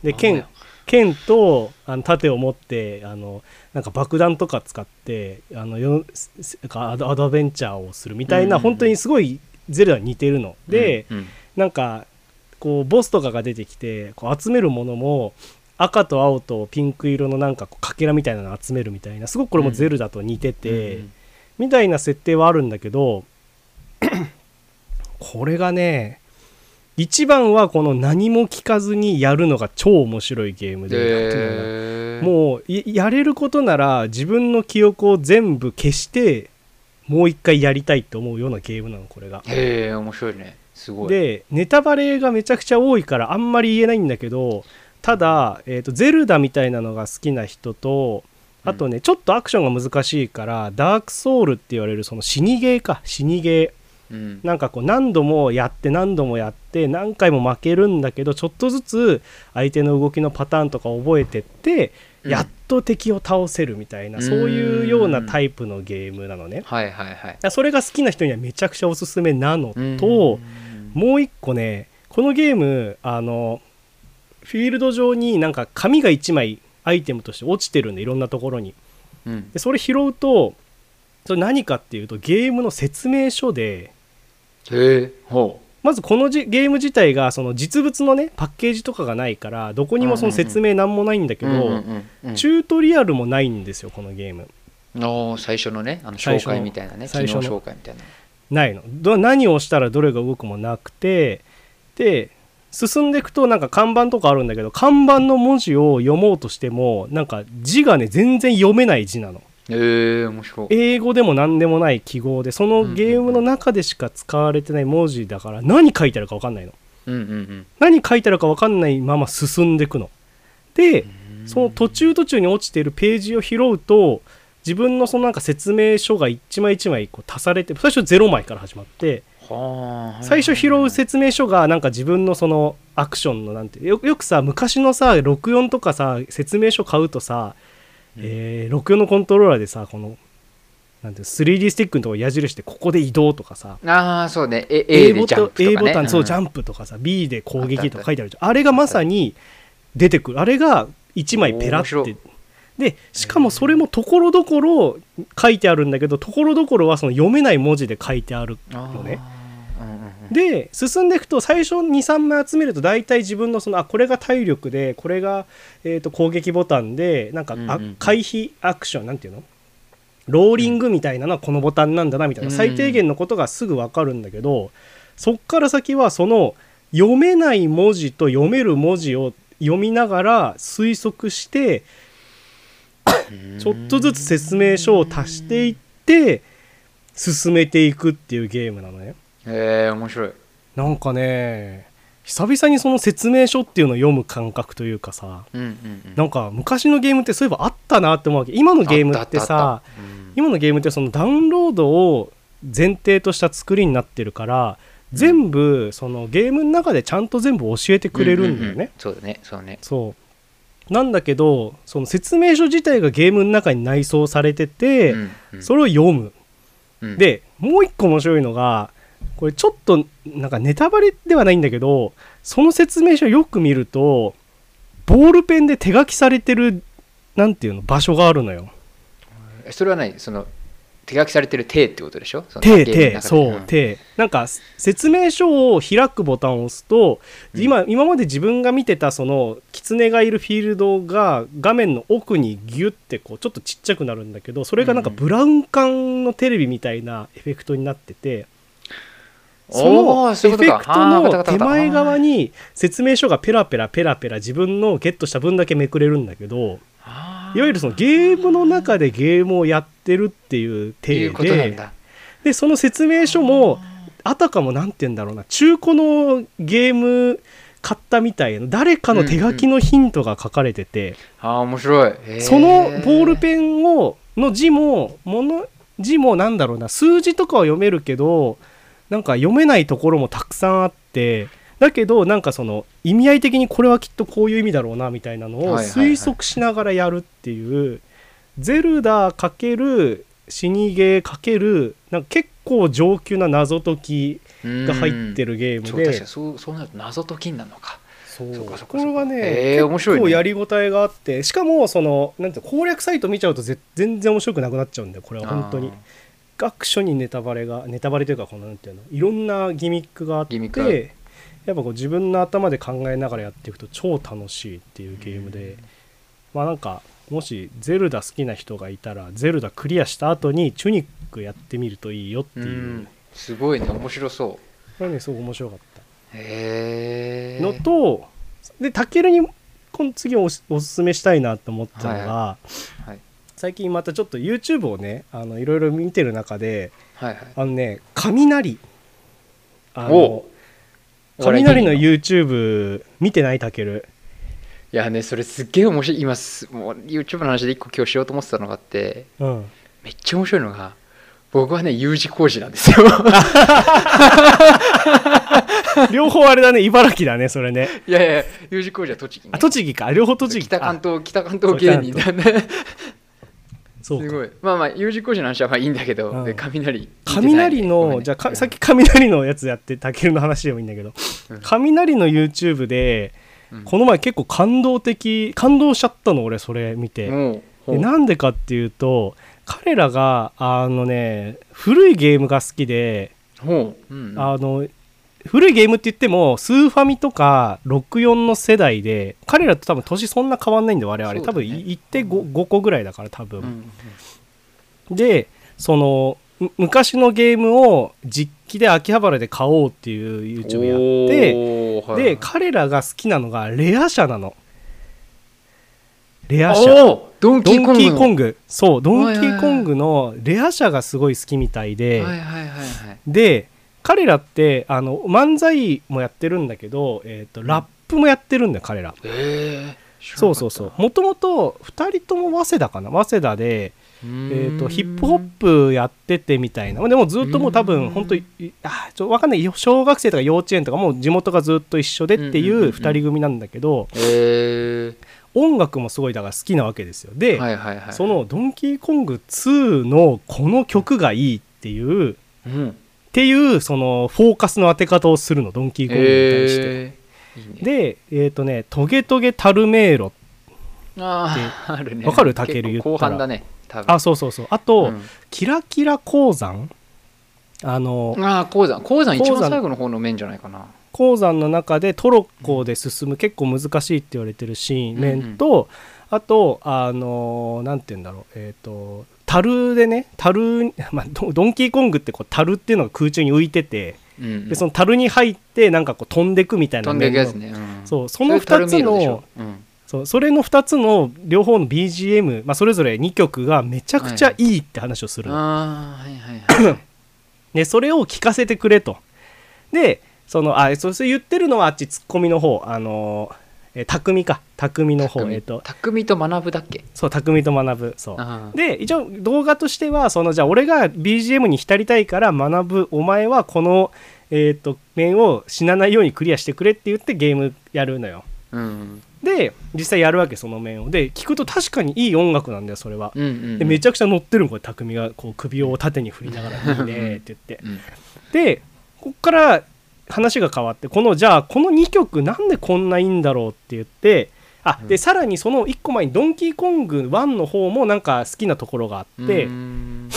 S2: で剣剣とあの盾を持ってあのなんか爆弾とか使ってあのよすすなんかアドアドベンチャーをするみたいな、
S1: うんうんうん
S2: 本当にすごいゼルダに似てるの。で、
S1: うんうん
S2: なんかこうボスとかが出てきてこう集めるものも赤と青とピンク色のなんかこうかけらみたいなのを集めるみたいなすごくこれもゼルダと似てて。
S1: うん
S2: みたいな設定はあるんだけど [CLEARS THROAT] これがね一番はこの何も聞かずにやるのが超面白いゲームで、なんてい
S1: で
S2: うのかなもういやれることなら自分の記憶を全部消してもう一回やりたいと思うようなゲームなのこれが。
S1: へえ面白いねすごい
S2: でネタバレがめちゃくちゃ多いからあんまり言えないんだけどただ、えーとゼルダみたいなのが好きな人とあとね、ちょっとアクションが難しいからダークソウルって言われるその死にゲーか死にゲ
S1: うん
S2: ーなんかこう何度もやって何度もやって何回も負けるんだけどちょっとずつ相手の動きのパターンとか覚えてって、
S1: うん
S2: やっと敵を倒せるみたいなそういうようなタイプのゲームなのね。
S1: はいはいはい
S2: だからそれが好きな人にはめちゃくちゃおすすめなのと、
S1: うん
S2: もう一個ねこのゲームあのフィールド上になんか紙が1枚アイテムとして落ちてるんでいろんなところに
S1: うん
S2: でそれ拾うとそれ何かっていうとゲームの説明書で
S1: へえほう
S2: まずこのじゲーム自体がその実物のねパッケージとかがないからどこにもその説明なんもないんだけど、チュートリアルもないんですよこのゲーム
S1: の最初のねあの
S2: 最
S1: 紹
S2: 初の
S1: 介みたいなね機能
S2: 最初の
S1: 紹介みたいな
S2: ないのど何をしたらどれが動くもなくてで進んでいくとなんか看板とかあるんだけど看板の文字を読もうとしてもなんか字がね全然読めない字なの
S1: ええ面白い
S2: 英語でも何でもない記号でそのゲームの中でしか使われてない文字だから何書いてあるか分かんないの
S1: うんうん
S2: 何書いてあるか分かんないまま進んでいくので
S1: うん
S2: その途中途中に落ちているページを拾うと自分のそのなんか説明書が一枚一枚こう足されて最初0枚から始まって
S1: はあ
S2: 最初拾う説明書がなんか自分のそのアクションのなんてよよくさ昔のさ64とかさ説明書買うとさ、
S1: うん
S2: えー64のコントローラーでさこのなんていうの 3D スティックのとこ矢印でここで移動とかさ
S1: ああそうねえ A で
S2: ボ
S1: ジ
S2: タ
S1: ャ
S2: ン
S1: ンプ
S2: A
S1: とか
S2: ボ
S1: ね
S2: タンそうジャ
S1: ン
S2: ンプとかさ B で攻
S1: あった
S2: 撃と
S1: あっ
S2: か
S1: た
S2: 書いてあるじゃんあれがまさに出てくるあれが1枚ペラっ
S1: おー面
S2: てでしかもそれもところどころ書いてあるんだけどところどころはその読めない文字で書いてあるのねで進んでいくと最初23枚集めると大体自分のそのあこれが体力でこれが、えー、と攻撃ボタンでなんか、
S1: う
S2: あ
S1: んうんうん
S2: 回避アクションなんていうのローリングみたいなのはこのボタンなんだなみたいな、
S1: うん
S2: 最低限のことがすぐ分かるんだけどそっから先はその読めない文字と読める文字を読みながら推測してちょっとずつ説明書を足していって進めていくっていうゲームなのね。
S1: ええ面白い
S2: なんかね久々にその説明書っていうのを読む感覚というかさ
S1: うんうんうん
S2: なんか昔のゲームってそういえばあったなって思うわけ今のゲームって
S1: あ
S2: さ
S1: たあたうん
S2: 今のゲームってそのダウンロードを前提とした作りになってるから全部そのゲームの中でちゃんと全部教えてくれるんだよね、
S1: うううそうだねそうだね
S2: そうなんだけどその説明書自体がゲームの中に内装されてて、
S1: うんうん
S2: それを読む
S1: うん
S2: でもう一個面白いのがこれちょっとなんかネタバレではないんだけどその説明書よく見るとボールペンで手書きされてるなんていうの場所があるのよ
S1: えそれは何その手書きされてる手ってことでしょその
S2: 手
S1: ゲームの中
S2: 手
S1: で
S2: そう、
S1: ん
S2: 手なんか説明書を開くボタンを押すと、
S1: うん
S2: 今今まで自分が見てたその狐がいるフィールドが画面の奥にギュッてこうちょっとちっちゃくなるんだけどそれがなんか
S1: うん
S2: ブラウン管のテレビみたいなエフェクトになってて、そ
S1: お
S2: の
S1: ー
S2: エ
S1: そういう
S2: フ
S1: ことか
S2: ェクト
S1: あーわかったわかっ
S2: の
S1: た
S2: 手前側に説明書がペラペラペラペラ自分のゲットした分だけめくれるんだけど
S1: あー
S2: いわゆるそのゲームの中でゲームをやってるっていう
S1: いう
S2: 体
S1: ことなん
S2: で
S1: だ
S2: でその説明書もあたかもなんて言うんだろうな中古のゲーム買ったみたいな誰かの手書きのヒントが書かれてて、
S1: ああ面白いへー
S2: そのボールペンをの字ももの字もなんだろうな数字とかは読めるけどなんか読めないところもたくさんあってだけどなんかその意味合い的にこれはきっとこういう意味だろうなみたいなの
S1: はい
S2: を
S1: はいはい
S2: 推測しながらやるっていう「ゼルダ×死にゲー×なんか結構上級な謎解きが入って
S1: る
S2: るゲーム
S1: そう確か
S2: で
S1: に。そうそうなると謎解きになるのか
S2: そう
S1: そうかそうか
S2: これは
S1: そうか
S2: ね、
S1: へえ面白いね
S2: 結構やりごたえがあってしかもそのなんていうの攻略サイト見ちゃうとぜ全然面白くなくなっちゃうんだよこれは本当に学書にネタバレがネタバレというかこのなんていうのいろんなギミックがあっ
S1: ギミックがある
S2: てやっぱこう自分の頭で考えながらやっていくと超楽しいっていうゲームで、まあなんかもしゼルダ好きな人がいたらゼルダクリアした後にチュニックやってみるといいよって
S1: う
S2: い
S1: ん
S2: う、
S1: うんすごいね面白そ
S2: これねすごく面白かった。
S1: うへえ
S2: のと、でタケルに今次おすおすすめしたいなと思ったのが、
S1: はい
S2: 最近またちょっと YouTube をねあのいろいろ見てる中で
S1: はいはい
S2: あのね雷あの
S1: お
S2: 雷の
S1: い
S2: YouTube 見てないタケル
S1: やねそれすっげえ面白い今すもう YouTube の話で一個今日しようと思ってたのがあって [LAUGHS]
S2: うん
S1: めっちゃ面白いのが僕はね U 字工事なんですよ
S2: [LAUGHS] 両方あれだね茨城だねそれね
S1: いやいや U 字工事は栃木ね
S2: あ栃木か両方栃木
S1: 北
S2: か
S1: 関東北関東芸人だね
S2: そ
S1: す
S2: う
S1: ご
S2: か
S1: いまあまあ U 字工事の話はまあいいんだけど、
S2: うん
S1: で雷
S2: 雷の、じゃあかさっき雷のやつやってタケルの話でもいいんだけど、
S1: うん
S2: 雷の YouTube でこ
S1: の
S2: の前結構感動的感動しちゃったの俺それ見て、
S1: もう
S2: でなんでかっていうと彼らがあのね古いゲームが好きで、
S1: ほう、うん、
S2: あの古いゲームって言ってもスーファミとか64の世代で彼らと多分年そんな変わんないんで我々、
S1: そう
S2: 多
S1: だね
S2: 分い行って 5, 5個ぐらいだから多分、
S1: うん
S2: でそのむ昔のゲームを実機で秋葉原で買おうっていう YouTube やって
S1: おーはい
S2: で彼らが好きなのがレア車なのレア車
S1: おードン
S2: ド
S1: キーコン
S2: ン
S1: グ
S2: キーコン
S1: グ
S2: グそうド
S1: は
S2: ン
S1: いは
S2: キ
S1: いはい
S2: ーコングのレア車がすごい好きみたいで、
S1: はいはいはいはい
S2: で彼らってあの漫才もやってるんだけど、えー、とラップもやってるんだよ彼ら
S1: えー
S2: そうそうそうもともと2人とも早稲田かな早稲田で、
S1: え
S2: えー、とヒップホップやっててみたいなでもずっともう多分本当にあーちょわかんないよ小学生とか幼稚園とかもう地元がずっと一緒でってい
S1: んうんうんう
S2: うん2人組なんだけど、
S1: え
S2: 音楽もすごいだから好きなわけですよ
S1: ー
S2: で、
S1: はいはいはい
S2: その「ドンキーコング2」のこの曲がいいっていうっ
S1: うん
S2: ていうそのフォーカスの当て方をするのドンキーコングに対して。
S1: えーいいね
S2: でえっ、とね「トゲトゲタルメーロ
S1: あーあるね
S2: わかるタケル
S1: 結構
S2: 言
S1: 後
S2: ったら
S1: 半だね多」分
S2: あそうそうそうあと、
S1: うん
S2: キラキラ鉱山」あの
S1: ああ鉱山鉱山一
S2: 鉱山
S1: 番最後の方の面じゃないかな
S2: 鉱山の中でトロッコで進む結構難しいって言われてるシーン面と、あとあのなんて言うんだろうえっ、と樽でね樽、まあ、ドドンキーコングってこう樽っていうのが空中に浮いてて
S1: で
S2: でその樽に入ってなんかこう飛んでくみたいな
S1: 飛んでいくやつ
S2: 面の
S1: ね、うん
S2: そうその
S1: れタル
S2: 二つの
S1: ミーロでしょうん
S2: そうそれの2つの両方の BGM、まあ、それぞれ2曲がめちゃくちゃいいって話をするの、
S1: ああはいはいはい
S2: でそれを聞かせてくれとでそのあそそれ言ってるのはあっちツッコミの方あのーえー匠か匠の方
S1: 匠
S2: えっと
S1: 匠と学ぶだっけ
S2: そう匠と学ぶそう
S1: あー
S2: で一応動画としてはそのじゃあ俺が BGM に浸りたいから学ぶお前はこの、えー、と面を死なないようにクリアしてくれって言ってゲームやるのよ
S1: うん
S2: で実際やるわけその面をで聞くと確かにいい音楽なんだよそれは
S1: うんうん
S2: でめち
S1: ゃ
S2: ゃくちゃ乗ってるのこれ匠がこう首を縦に振りながら「いいね」って言って
S1: うん
S2: でこっから話が変わってこのじゃあこの2曲なんでこんないいんだろうって言ってあ
S1: う
S2: で
S1: ん
S2: さらにその1個前に「ドンキーコング1」の方もなんか好きなところがあって、
S1: うん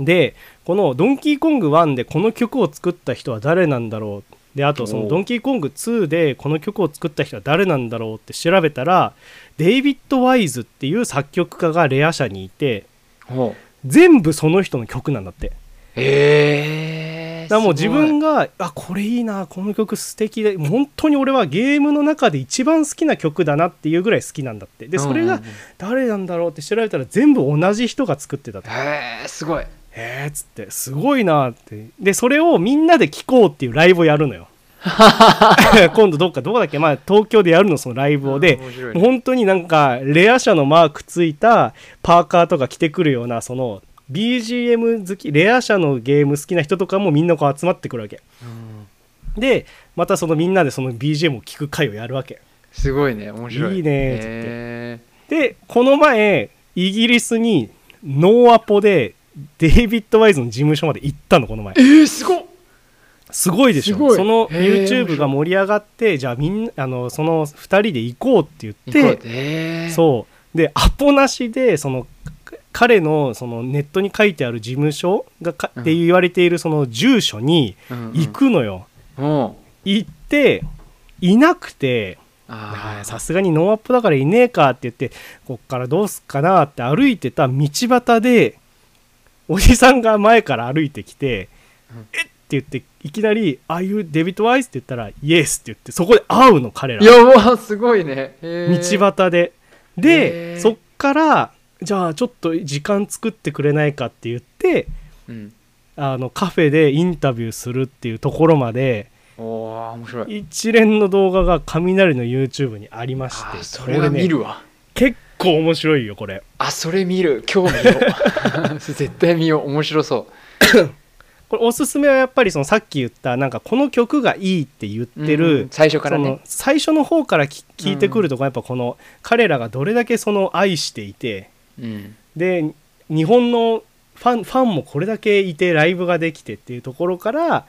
S2: でこの「ドンキーコング1」でこの曲を作った人は誰なんだろうであとそ
S1: お
S2: の「
S1: う
S2: ドンキーコング2」でこの曲を作った人は誰なんだろうって調べたらデイビッド・ワイズっていう作曲家がレア社にいて
S1: ほう
S2: 全部その人の曲なんだって
S1: ええ
S2: だからもう自分があこれいいなこの曲素敵で本当に俺はゲームの中で一番好きな曲だなっていうぐらい好きなんだってでそれが誰なんだろうって調べたら全部同じ人が作ってたと
S1: へえすごい
S2: えーっつってすごいなーってでそれをみんなで聴こうっていうライブをやるのよ今度どっかどこだっけまあ東京でやるのそのライブをで
S1: うん面白いね
S2: 本当になんかレア車のマークついたパーカーとか着てくるようなその BGM 好きレア車のゲーム好きな人とかもみんなこう集まってくるわけ
S1: うん
S2: でまたそのみんなでその BGM を聴く会をやるわけ
S1: すごいね面白い
S2: いいねっつって
S1: へ
S2: でこの前イギリスにノーアポでデイビッド・ワイズの事務所まで行ったのこの前
S1: ええーすごっ
S2: すごいでし
S1: すご
S2: ょ
S1: い
S2: その
S1: へー
S2: YouTube が盛り上がってじゃあみんなあのその2人で行こうって言って
S1: ええ
S2: そうでアポなしでそのか彼のそのネットに書いてある事務所がか、
S1: うん
S2: って言われているその住所に
S1: うんうん
S2: 行くのよ、
S1: うん
S2: 行っていなくてあ
S1: あ
S2: ー
S1: あ
S2: さすがにノーアップだからいねえかって言ってこっからどうすっかなって歩いてた道端でおじさんが前から歩いてきて「
S1: うん
S2: えっ?」って言っていきなり「ああいうデビッド・ワイス」って言ったら「イエス」って言ってそこで会うの彼ら道
S1: やばすごいねへー
S2: 端で。
S1: へ
S2: で
S1: ー
S2: そっからじゃあちょっと時間作ってくれないかって言って
S1: うん
S2: あのカフェでインタビューするっていうところまで
S1: おお面白い
S2: 一連の動画が雷の YouTube にありまし
S1: あ
S2: て
S1: ーそれは
S2: こね
S1: 見るわ
S2: 結構面白いよこれ
S1: あそれ見る今日見よ
S2: [LAUGHS]
S1: う絶対見よう面白そ
S2: これおすすめはやっぱりそのさっき言ったなんかこの曲がいいって言っ
S1: う
S2: てる、
S1: うん最初から
S2: そ
S1: ね
S2: の最初の方からき聞いてくるとこやっぱこの彼らがどれだけその愛していて
S1: うん
S2: で日本のファンファンもこれだけいてライブができてっていうところから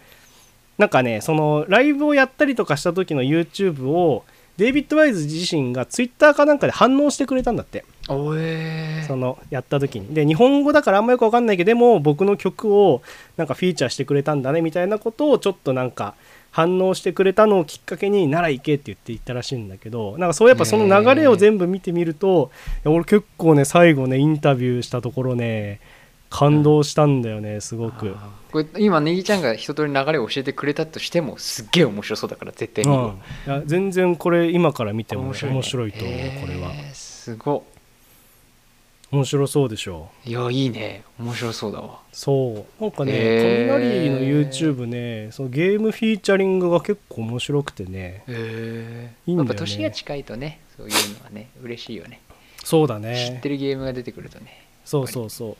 S2: なんかねそのライブをやったりとかした時の YouTube をデイビッド・ワイズ自身が Twitter かなんかで反応してくれたんだって
S1: おえ
S2: そのやった時にで日本語だからあんまよくわかんないけどでも僕の曲をなんかフィーチャーしてくれたんだねみたいなことをちょっとなんか反応してくれたのをきっかけに「なら行け」って言って行ったらしいんだけどなんかそうやっぱその流れを全部見てみるといや俺結構ね最後ねインタビューしたところね感動したんだよねすごく。
S1: これ今ネギちゃんが一通り流れを教えてくれたとしてもすっげえ面白そうだから絶対
S2: う
S1: 見
S2: ん
S1: るわ、
S2: いや全然これ今から見ても面白い,、
S1: ね
S2: と思うこれは
S1: へーすご
S2: 面白そうでしょ
S1: いいやいいね面白そうだわ
S2: うそうなんかね、
S1: へー
S2: 雷の YouTube ねそのゲームフィーチャリングが結構面白くてね
S1: へえ
S2: いいんだよね
S1: やっぱ年が近いとねそういうのはね嬉しいよね、
S2: そうだ
S1: 知っ
S2: ね
S1: てるゲームが出てくるとね [LAUGHS]
S2: そうそうそう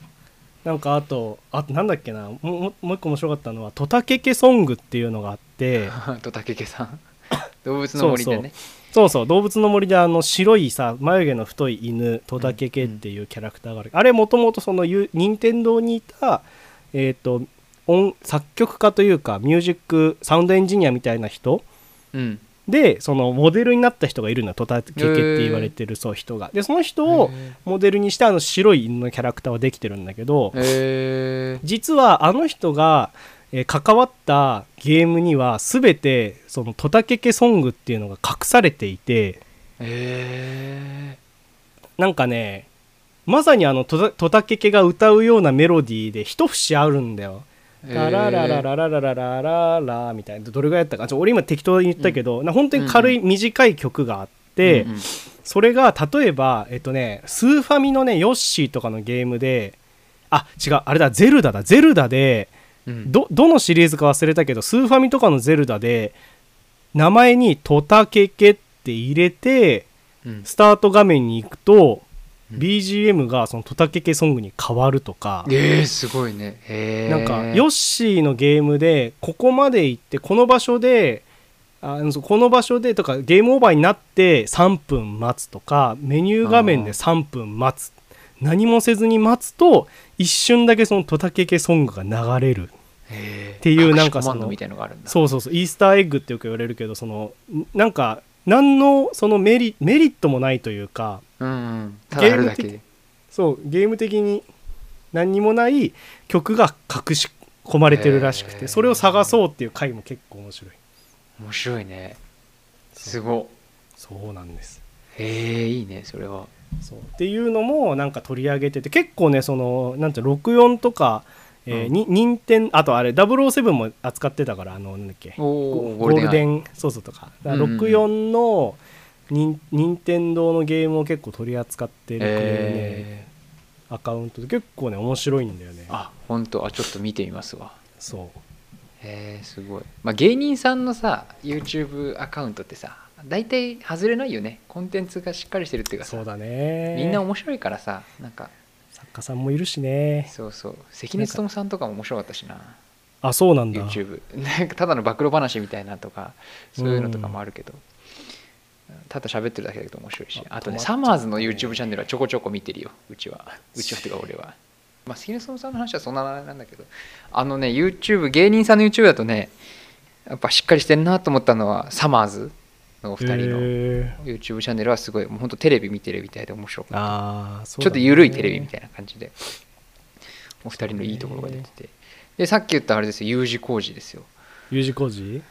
S2: なんかあとあとなんだっけなもももう一個面白かったのは「トタケケソング」っていうのがあって
S1: と竹家さ
S2: [LAUGHS]
S1: ん動物の森でね
S2: そうそう動物の森であの白いさ眉毛の太い犬戸田ケケっていうキャラクターがある、あれもともとそのゆ任天堂にいた、えー、と音作曲家というかミュージックサウンドエンジニアみたいな人
S1: うん
S2: でそのモデルになった人がいるのよ戸田ケケって言われてるそう人がでその人を
S1: へ
S2: モデルにしてあの白い犬のキャラクターはできてるんだけど
S1: え
S2: 実はあの人が、えー関わったゲームには全てその戸田ケケソングっていうのが隠されていて。
S1: え
S2: なんかねまさにあのトタトタケケが歌うようなメロディーで一節あるんだよ。ラララララララララララみたいなどれぐらいやったかちょ俺今適当に言ったけど、な本当に軽い短い曲があって、
S1: うんうん
S2: それが例えばえっとねスーファミのねヨッシーとかのゲームであ違うあれだゼルダだゼルダで
S1: うん
S2: どどのシリーズか忘れたけどスーファミとかのゼルダで名前に「トタケケ」って入れて
S1: うん
S2: スタート画面に行くと、
S1: うん
S2: BGM がそのトタケケソングに変わるとか、
S1: えー、すごいねへえ
S2: なんかヨッシーのゲームでここまで行ってこの場所であのこの場所でとかゲームオーバーになって3分待つとかメニュー画面で
S1: あ
S2: 3分待つ何もせずに待つと一瞬だけそのトタケケソングが流れる
S1: って
S2: いうなんかその
S1: みたいのがあるんだ
S2: そうそうそうイースターエッグってよく言われるけどそのんなんか何のそのメリメリットもないというか
S1: うんうんただあるだけ
S2: ゲームそうゲーム的に何にもない曲が隠し込まれてるらしく
S1: へ
S2: て
S1: ー
S2: それを探そうっていう回も結構面白い
S1: 面白いねす
S2: そう
S1: ご
S2: そうなんです
S1: いへえいいねそれは
S2: そうっていうのもなんか取り上げてて結構ねそのなんていうの64とか、えー
S1: うん
S2: に任天あとあれ007も扱ってたからあのなんだっけ
S1: お
S2: ゴ
S1: お
S2: ゴールデ
S1: ン
S2: ンそうそうとかだ
S1: うん
S2: から
S1: うんうん
S2: 64の任任天堂のゲームを結構取り扱ってる、ね
S1: え
S2: アカウントで結構ね面白いんだよね
S1: ー、あ本当あちょっと見てみますわ
S2: そう
S1: へえすごい、まあ、芸人さんのさ YouTube アカウントってさ大体外れないよねコンテンツがしっかりしてるっていうかさ
S2: そうだね
S1: みんな面白いからさなんか
S2: 作家さんもいるしね
S1: そうそう関根勤さんとかも面白かったしな
S2: あそうなんだ
S1: YouTube なんかただの暴露話みたいなとかそういうのとかもあるけど、ただ喋ってるだけだけど面白いし
S2: あ
S1: あとね
S2: 止まっちゃう
S1: サマーズの YouTube チャンネルはちょこちょこ見てるようちはうちはっていうか俺はまあ関根勤さんの話はそんななんだけどあのね YouTube 芸人さんの YouTube だとねやっぱしっかりしてんなと思ったのはサマーズのお二人の
S2: へ
S1: YouTube チャンネルはすごいもうほんとテレビ見てるみたいで面白
S2: ー
S1: く
S2: ああそう
S1: ちょっ
S2: だね
S1: と緩いテレビみたいな感じでお二人のいいところが出ててでさっき言ったあれですよ U 字工事ですよ
S2: U 字工事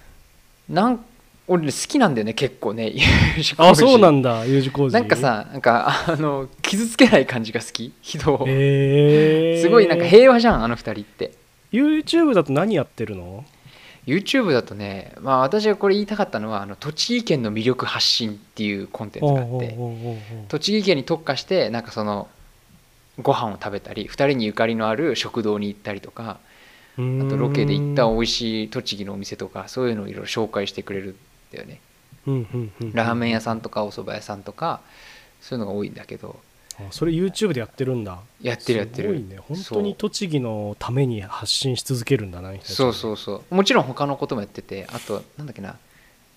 S1: なん俺ね好きなんだよね結構ね [LAUGHS]
S2: あそうなんんだ U 字工事
S1: なんかさなんかあの傷つけない感じが好き人を、
S2: へえ
S1: すごいなんか平和じゃんあの二人って
S2: YouTube だと何やってるの
S1: YouTube だとね、まあ、私がこれ言いたかったのはあの栃木県の魅力発信っていうコンテンツがあって
S2: おうおうおうおう
S1: 栃木県に特化してなんかそのご飯を食べたり二人にゆかりのある食堂に行ったりとか
S2: うーん
S1: あとロケで行った美味しい栃木のお店とかそういうのをいろいろ紹介してくれるんだよね
S2: うんうんうん
S1: ラーメン屋さんとかお蕎麦屋さんとかそういうのが多いんだけど
S2: あそれ YouTube でやってるんだ
S1: やってるやってる
S2: すごいね本当に栃木のために発信し続けるんだな
S1: そうそううそうそうもちろん他のこともやっててあとなんだっけな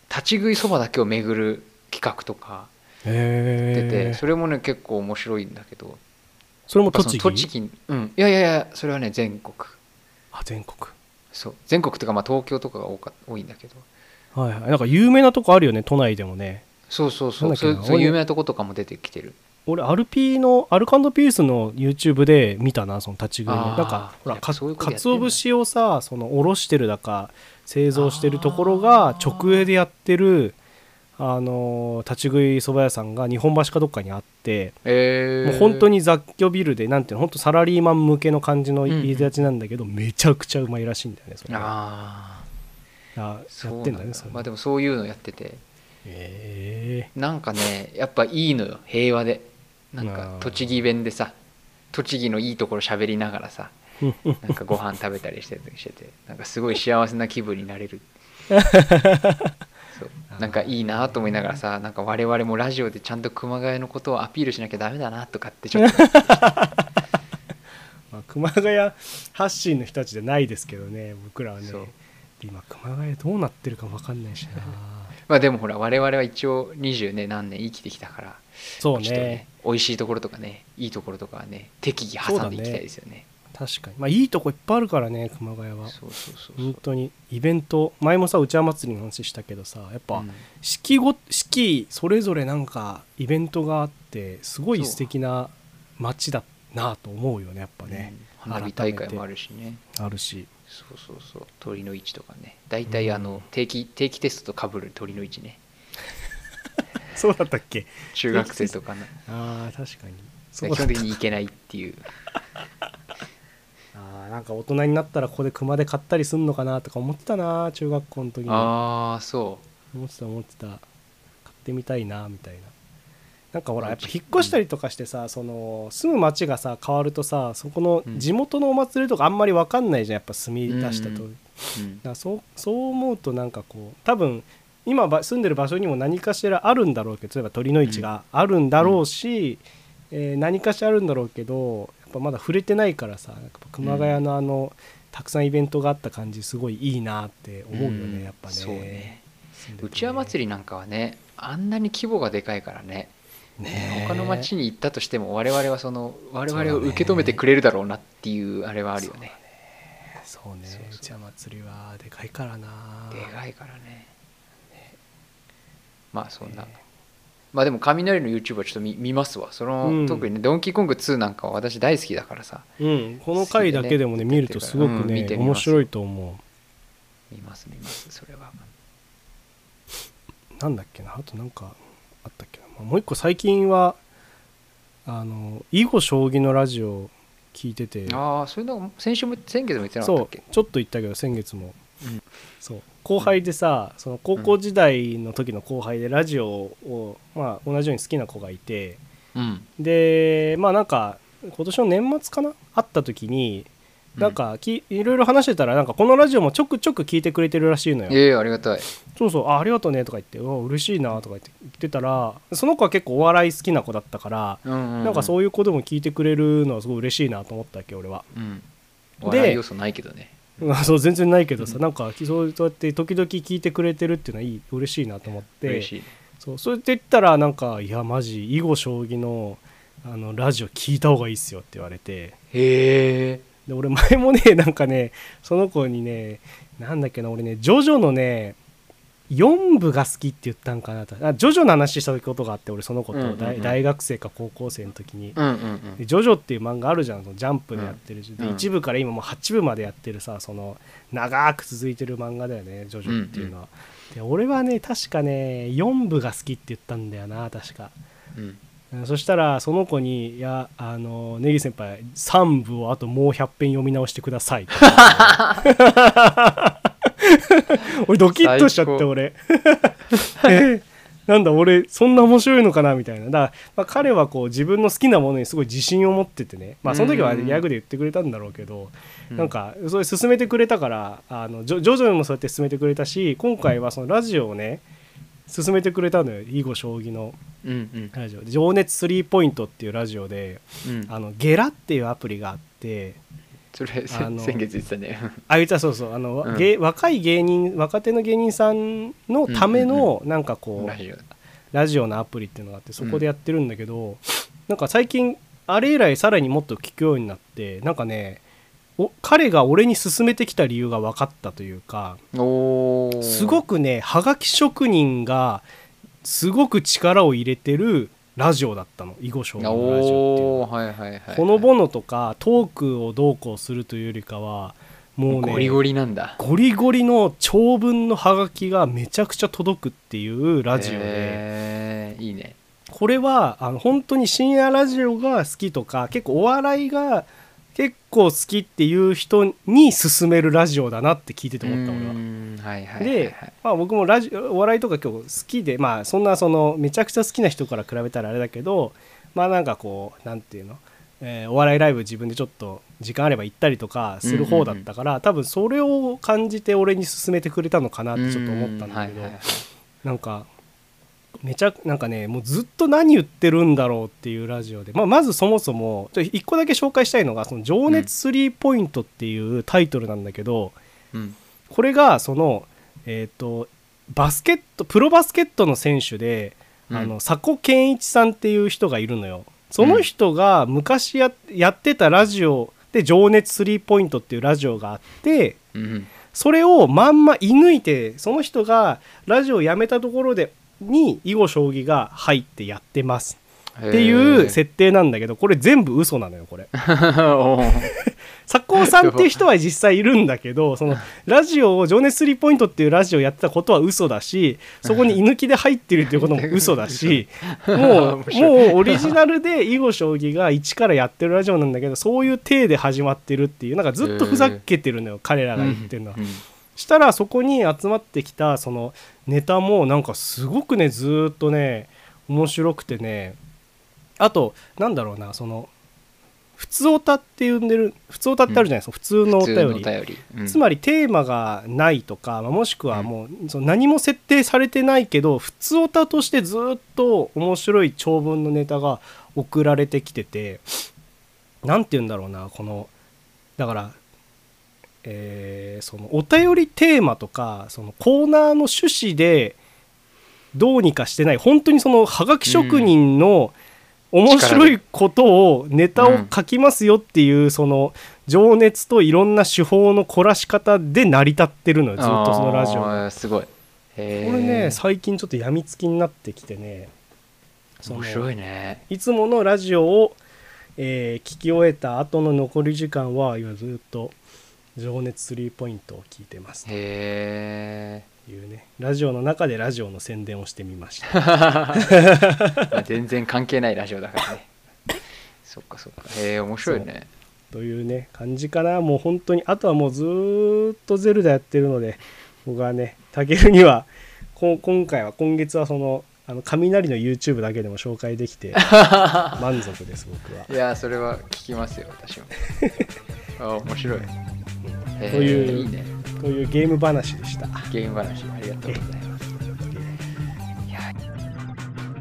S1: 立ち食いそばだけを巡る企画とか出
S2: へ
S1: て
S2: え
S1: それもね結構面白いんだけど
S2: それも
S1: やっぱそ
S2: 栃
S1: の
S2: 木
S1: 栃木うんいやいやいやそれはね全国
S2: あ全国
S1: そう全国とかまあ東京とかが多か多いんだけど
S2: はいはいなんか有名なとこあるよね都内でもね
S1: そうそうそ
S2: な
S1: うん
S2: だっけな
S1: そうそう
S2: 俺
S1: 有名なとことかも出てきてる
S2: 俺アルピーのアルカンドピースの YouTube で見たなその立ち食いの
S1: あー
S2: なんかほら
S1: やっ
S2: か
S1: ぱそういうことやってん
S2: つ
S1: だ
S2: お節をさそのおろしてるだか製造してるところが
S1: あー
S2: 直営でやってるあのー立ち食いそば屋さんが日本橋かどっかにあって、
S1: えー、
S2: もう本当
S1: に
S2: に雑居ビルでなんていうの本当サラリーマン向けの感じの
S1: うんうん
S2: 入り立ちなんだけど、めちゃくちゃうまいらしいんだよねそれが
S1: ああ
S2: あ
S1: そう
S2: や
S1: な
S2: っ
S1: ん
S2: て
S1: だ
S2: んだねそれ
S1: まあでもそういうのやってて
S2: え
S1: なんかねやっぱいいのよ平和でなん
S2: あ
S1: か
S2: ー
S1: 栃木弁でさ栃木のいいところ喋りながらさ
S2: えー、
S1: なんかご飯食べたりしててしててなんかすごい幸せな気分になれる
S2: [LAUGHS]
S1: そうなんかいいなと思いながらさなんか我々もラジオでちゃんと熊谷のことをアピールしなきゃダメだなとかってちょっ
S2: [LAUGHS]
S1: と
S2: まあ、熊谷発信の人たちじゃないですけどね僕らはね
S1: そう
S2: 今熊谷どうなってるか分かんないしな
S1: まあでもほら我々は一応二十ね何年生きてきたから
S2: そうね
S1: ちょっと美味しいところとかねいいところとかはね適宜挟んでいきたいですよね
S2: 確かにまあいいとこいっぱいあるからね熊谷は
S1: そうそうそうそう
S2: 本当にイベント前もさうちわ祭りの話したけどさやっぱ、
S1: うん
S2: 四季ご四季それぞれなんかイベントがあってすごい素敵な街だなと思うよねやっぱね、
S1: うん花火大会もあ
S2: る
S1: るしね
S2: あるし
S1: そうそうそう鳥の位置とかね大体あの定期定期テストとかぶる鳥の位置ね
S2: そうだったっけ
S1: 中学生とかの
S2: あー確かに [LAUGHS] そう
S1: 基
S2: だ
S1: 本
S2: った
S1: 的に行けないっていう
S2: あーなんか大人になったらここで熊で買ったりすんのかなとか思ってたな中学校の時に思
S1: ああそ
S2: ってた思ってた買ってみたいなみたいななんかほらやっぱ
S1: うち
S2: 引っ越したりとかしてさその住む町がさ変わるとさそこの
S1: うん
S2: 地元のお祭りとかあんまり分かんないじゃんやっぱ住み出したと、
S1: うんうんう、うん
S2: だからそうそう思うとなんかこう多分今ば住んでる場所にも何かしらあるんだろうけど例えば鳥の市があるんだろうし、えー何かしらあるんだろうけどやっぱまだ触れてないからさなんか熊谷のあの、たくさんイベントがあった感じすごいいいなって思うよね、
S1: ん
S2: やっぱね。
S1: そうね
S2: 住んでてね
S1: うちわ祭りなんかはねあんなに規模がでかいからね
S2: ねえ
S1: 他の町に行ったとしても我々はその我々を
S2: そうだね
S1: 受け止めてくれるだろうなっていうあれはあるよね
S2: そうね
S1: そうそう
S2: うちわ祭りはでかいからな
S1: で
S2: い
S1: かいからねまあそんな、まあでも雷の YouTube はちょっと見見ますわその、
S2: うん
S1: 特にね「ドンキーコング2」なんかは私大好きだからさ
S2: うん、この回だけでも
S1: 好きで
S2: ね
S1: ね
S2: 見るとすごく
S1: うん見
S2: ね、
S1: てみ
S2: 面
S1: ます
S2: 白いと思
S1: 見ます見ますそれは
S2: うなんだっけなあとなんかあったっけな、まあもう一個最近はあの囲碁将棋のラジオ聞いてて
S1: ああそういうの先週も先月も言ってなかった
S2: そ
S1: っ
S2: う
S1: け
S2: ちょっと言ったけど先月も、
S1: うん
S2: そう後輩でさその高校時代の時の後輩でラジオを、まあ、同じように好きな子がいて
S1: うん
S2: でまあなんか今年の年末かな会った時になんかき、いろいろ話してたらなんかこのラジオもちょくちょく聞いてくれてるらしいのよ
S1: ええありがたい
S2: そうそうあありがとうねとか言ってうわ嬉しいなとか言って言ってたらその子は結構お笑い好きな子だったから、
S1: な
S2: なんかそうういう子でも聞いてくれるのはすごい嬉しいなと思ったわけ俺は。
S1: うん、うん、
S2: で
S1: 笑い要素ないけどね
S2: うん [LAUGHS] そう全然ないけど
S1: う
S2: さ
S1: ん
S2: なんかそうそうやって時々聞いてくれてるっていうのはいい嬉しいなと思って
S1: 嬉しい
S2: そうそうやって言ったらなんか「いやマジ囲碁将棋のあのラジオ聞いた方がいいっすよ」って言われて
S1: へえ
S2: で俺前もねなんかねその子にねなんだっけな俺ね「ジョジョ」のね4部が好きって言ったんかなとあジョジョの話したことがあって俺その子と、
S1: うんうんうん
S2: 大大学生か高校生の時に
S1: うんうん
S2: でジョジョっていう漫画あるじゃん、そのジャンプでやってるし、で
S1: うん
S2: 1部から今もう8部までやってるさ、その長く続いてる漫画だよね、ジョジョっていうのは。で、俺はね、確かね、4部が好きって言ったんだよな、確か。
S1: うんうん
S2: うんそしたら、その子に、いや、あの、ネギ先輩、3部をあともう100編読み直してくださいって。 [LAUGHS] 俺、ドキッとしちゃっ
S1: 最
S2: て、
S1: 高
S2: 俺。 [LAUGHS] えなんだ俺そんな面白いのかなみたいなだから、まあ、彼はこう自分の好きなものにすごい自信を持っててねまあその時は
S1: うん
S2: ギャグで言ってくれたんだろうけど、
S1: うん
S2: なんかそれ勧めてくれたからあのジョジョジョもそうやって勧めてくれたし今回はそのラジオをね勧めてくれたのよ囲碁将棋の
S1: うんうん
S2: ラジオで「情熱スリーポイント」っていうラジオで
S1: うん
S2: あのゲラっていうアプリがあって
S1: それせ
S2: あの
S1: 先月言ってたね
S2: あ言ったそうそうあの、
S1: うん
S2: 芸若い芸人若手の芸人さんのためのなんかこう、
S1: ラジオだ
S2: ラジオのアプリっていうのがあってそこでやってるんだけど、なんか最近あれ以来さらにもっと聞くようになってなんかねお彼が俺に勧めてきた理由が分かったというか
S1: おお
S2: すご
S1: く
S2: くねはがき職人がすごく力を入れてるラジオだったの囲碁将棋のラジオっていうの
S1: お
S2: は
S1: おはいはいはい
S2: ほのぼのとかトークをどうこうするというよりかはもうね
S1: ゴリゴリなんだ
S2: ゴリゴリの長文のハガキがめちゃくちゃ届くっていうラジオで
S1: へーいいね
S2: これはあの本当に深夜ラジオが好きとか結構お笑いが結構好きっていう人に勧めるラジオだなって聞いてて思った俺は
S1: う。ーんはいはいはい
S2: で
S1: はい、
S2: まあ、僕もラジオお笑いとか今日好きで、まあ、そんなそのめちゃくちゃ好きな人から比べたらあれだけどまあなんかこうなんていうの、えーお笑いライブ自分でちょっと時間あれば行ったりとかする方だったから、多分それを感じて俺に勧めてくれたのかなってちょっと思った
S1: う
S2: んだけど、
S1: ーはいはいはい
S2: なんかめちゃなんかねもうずっと何言ってるんだろうっていうラジオで、まあ、まずそもそもちょ一個だけ紹介したいのが「その情熱スリーポイント」っていうタイトルなんだけど、
S1: うん
S2: これがそのえっ、とバスケットプロバスケットの選手で、
S1: うん
S2: あの佐古健一さんっていう人がいるのよその人が昔ややってたラジオで「情熱スリーポイント」っていうラジオがあって
S1: うん
S2: それをまんま射抜いてその人がラジオをやめたところでに囲碁将棋が入ってやってますっていう設定なんだけどこれ全部嘘なのよこれ
S1: 定 [LAUGHS]
S2: 佐藤さんっていう人は実際いるんだ
S1: [LAUGHS]
S2: けどそのラジオを「情熱スリーポイント」っていうラジオをやってたことは嘘
S1: [LAUGHS]
S2: だしそこに居抜きで入ってるっていうことも嘘だし
S1: 面
S2: もう
S1: 白い
S2: もうオリジナルで囲碁将棋が一からやってるラジオなんだけどそういう体で始まってるっていうなんかずっとふざけてるのよ彼らが言ってるのは。したらそこに集まってきたそのネタもなんかすごくねずーっとね面白くてねあとなんだろうなその普通オタって呼んでる普通オタってあるじゃないですか、普通のお便りつまりテーマがないとか、まあもしくはもうその何も設定されてないけど普通オタとしてずーっと面白い長文のネタが送られてきてて何て言うんだろうなこのだから、えーそのお便りテーマとかそのコーナーの趣旨でどうにかしてない本当にそのはがき職人の面白いことをネタを書きますよっていうその情熱といろんな手法の凝らし方で成り立ってるのよずっとそのラジオが
S1: オすごいこ
S2: これね最近ちょっとやみつきになってきてねその
S1: 面白いね
S2: いつものラジオを、えー聞き終えた後の残り時間は今ずっと「情熱スリーポイント」を聞いてますと
S1: へ
S2: いうねラジオの中でラジオの宣伝をしてみました
S1: え全然関係ないラジオだからね [LAUGHS] そっかそっかへえ面白いね
S2: というね感じかなもう本当にあとはもうずーっとゼルダやってるので僕はねタケルにはこ今回は今月はそのあの雷の YouTube だけでも紹介で
S1: [LAUGHS]
S2: きて満足です僕は。
S1: いやーそれは聞きますよ私
S2: [LAUGHS]
S1: もあー面白いへえ
S2: とい
S1: い
S2: う
S1: いね
S2: というゲーム話でした。
S1: ゲーム話ありがとうございますいやー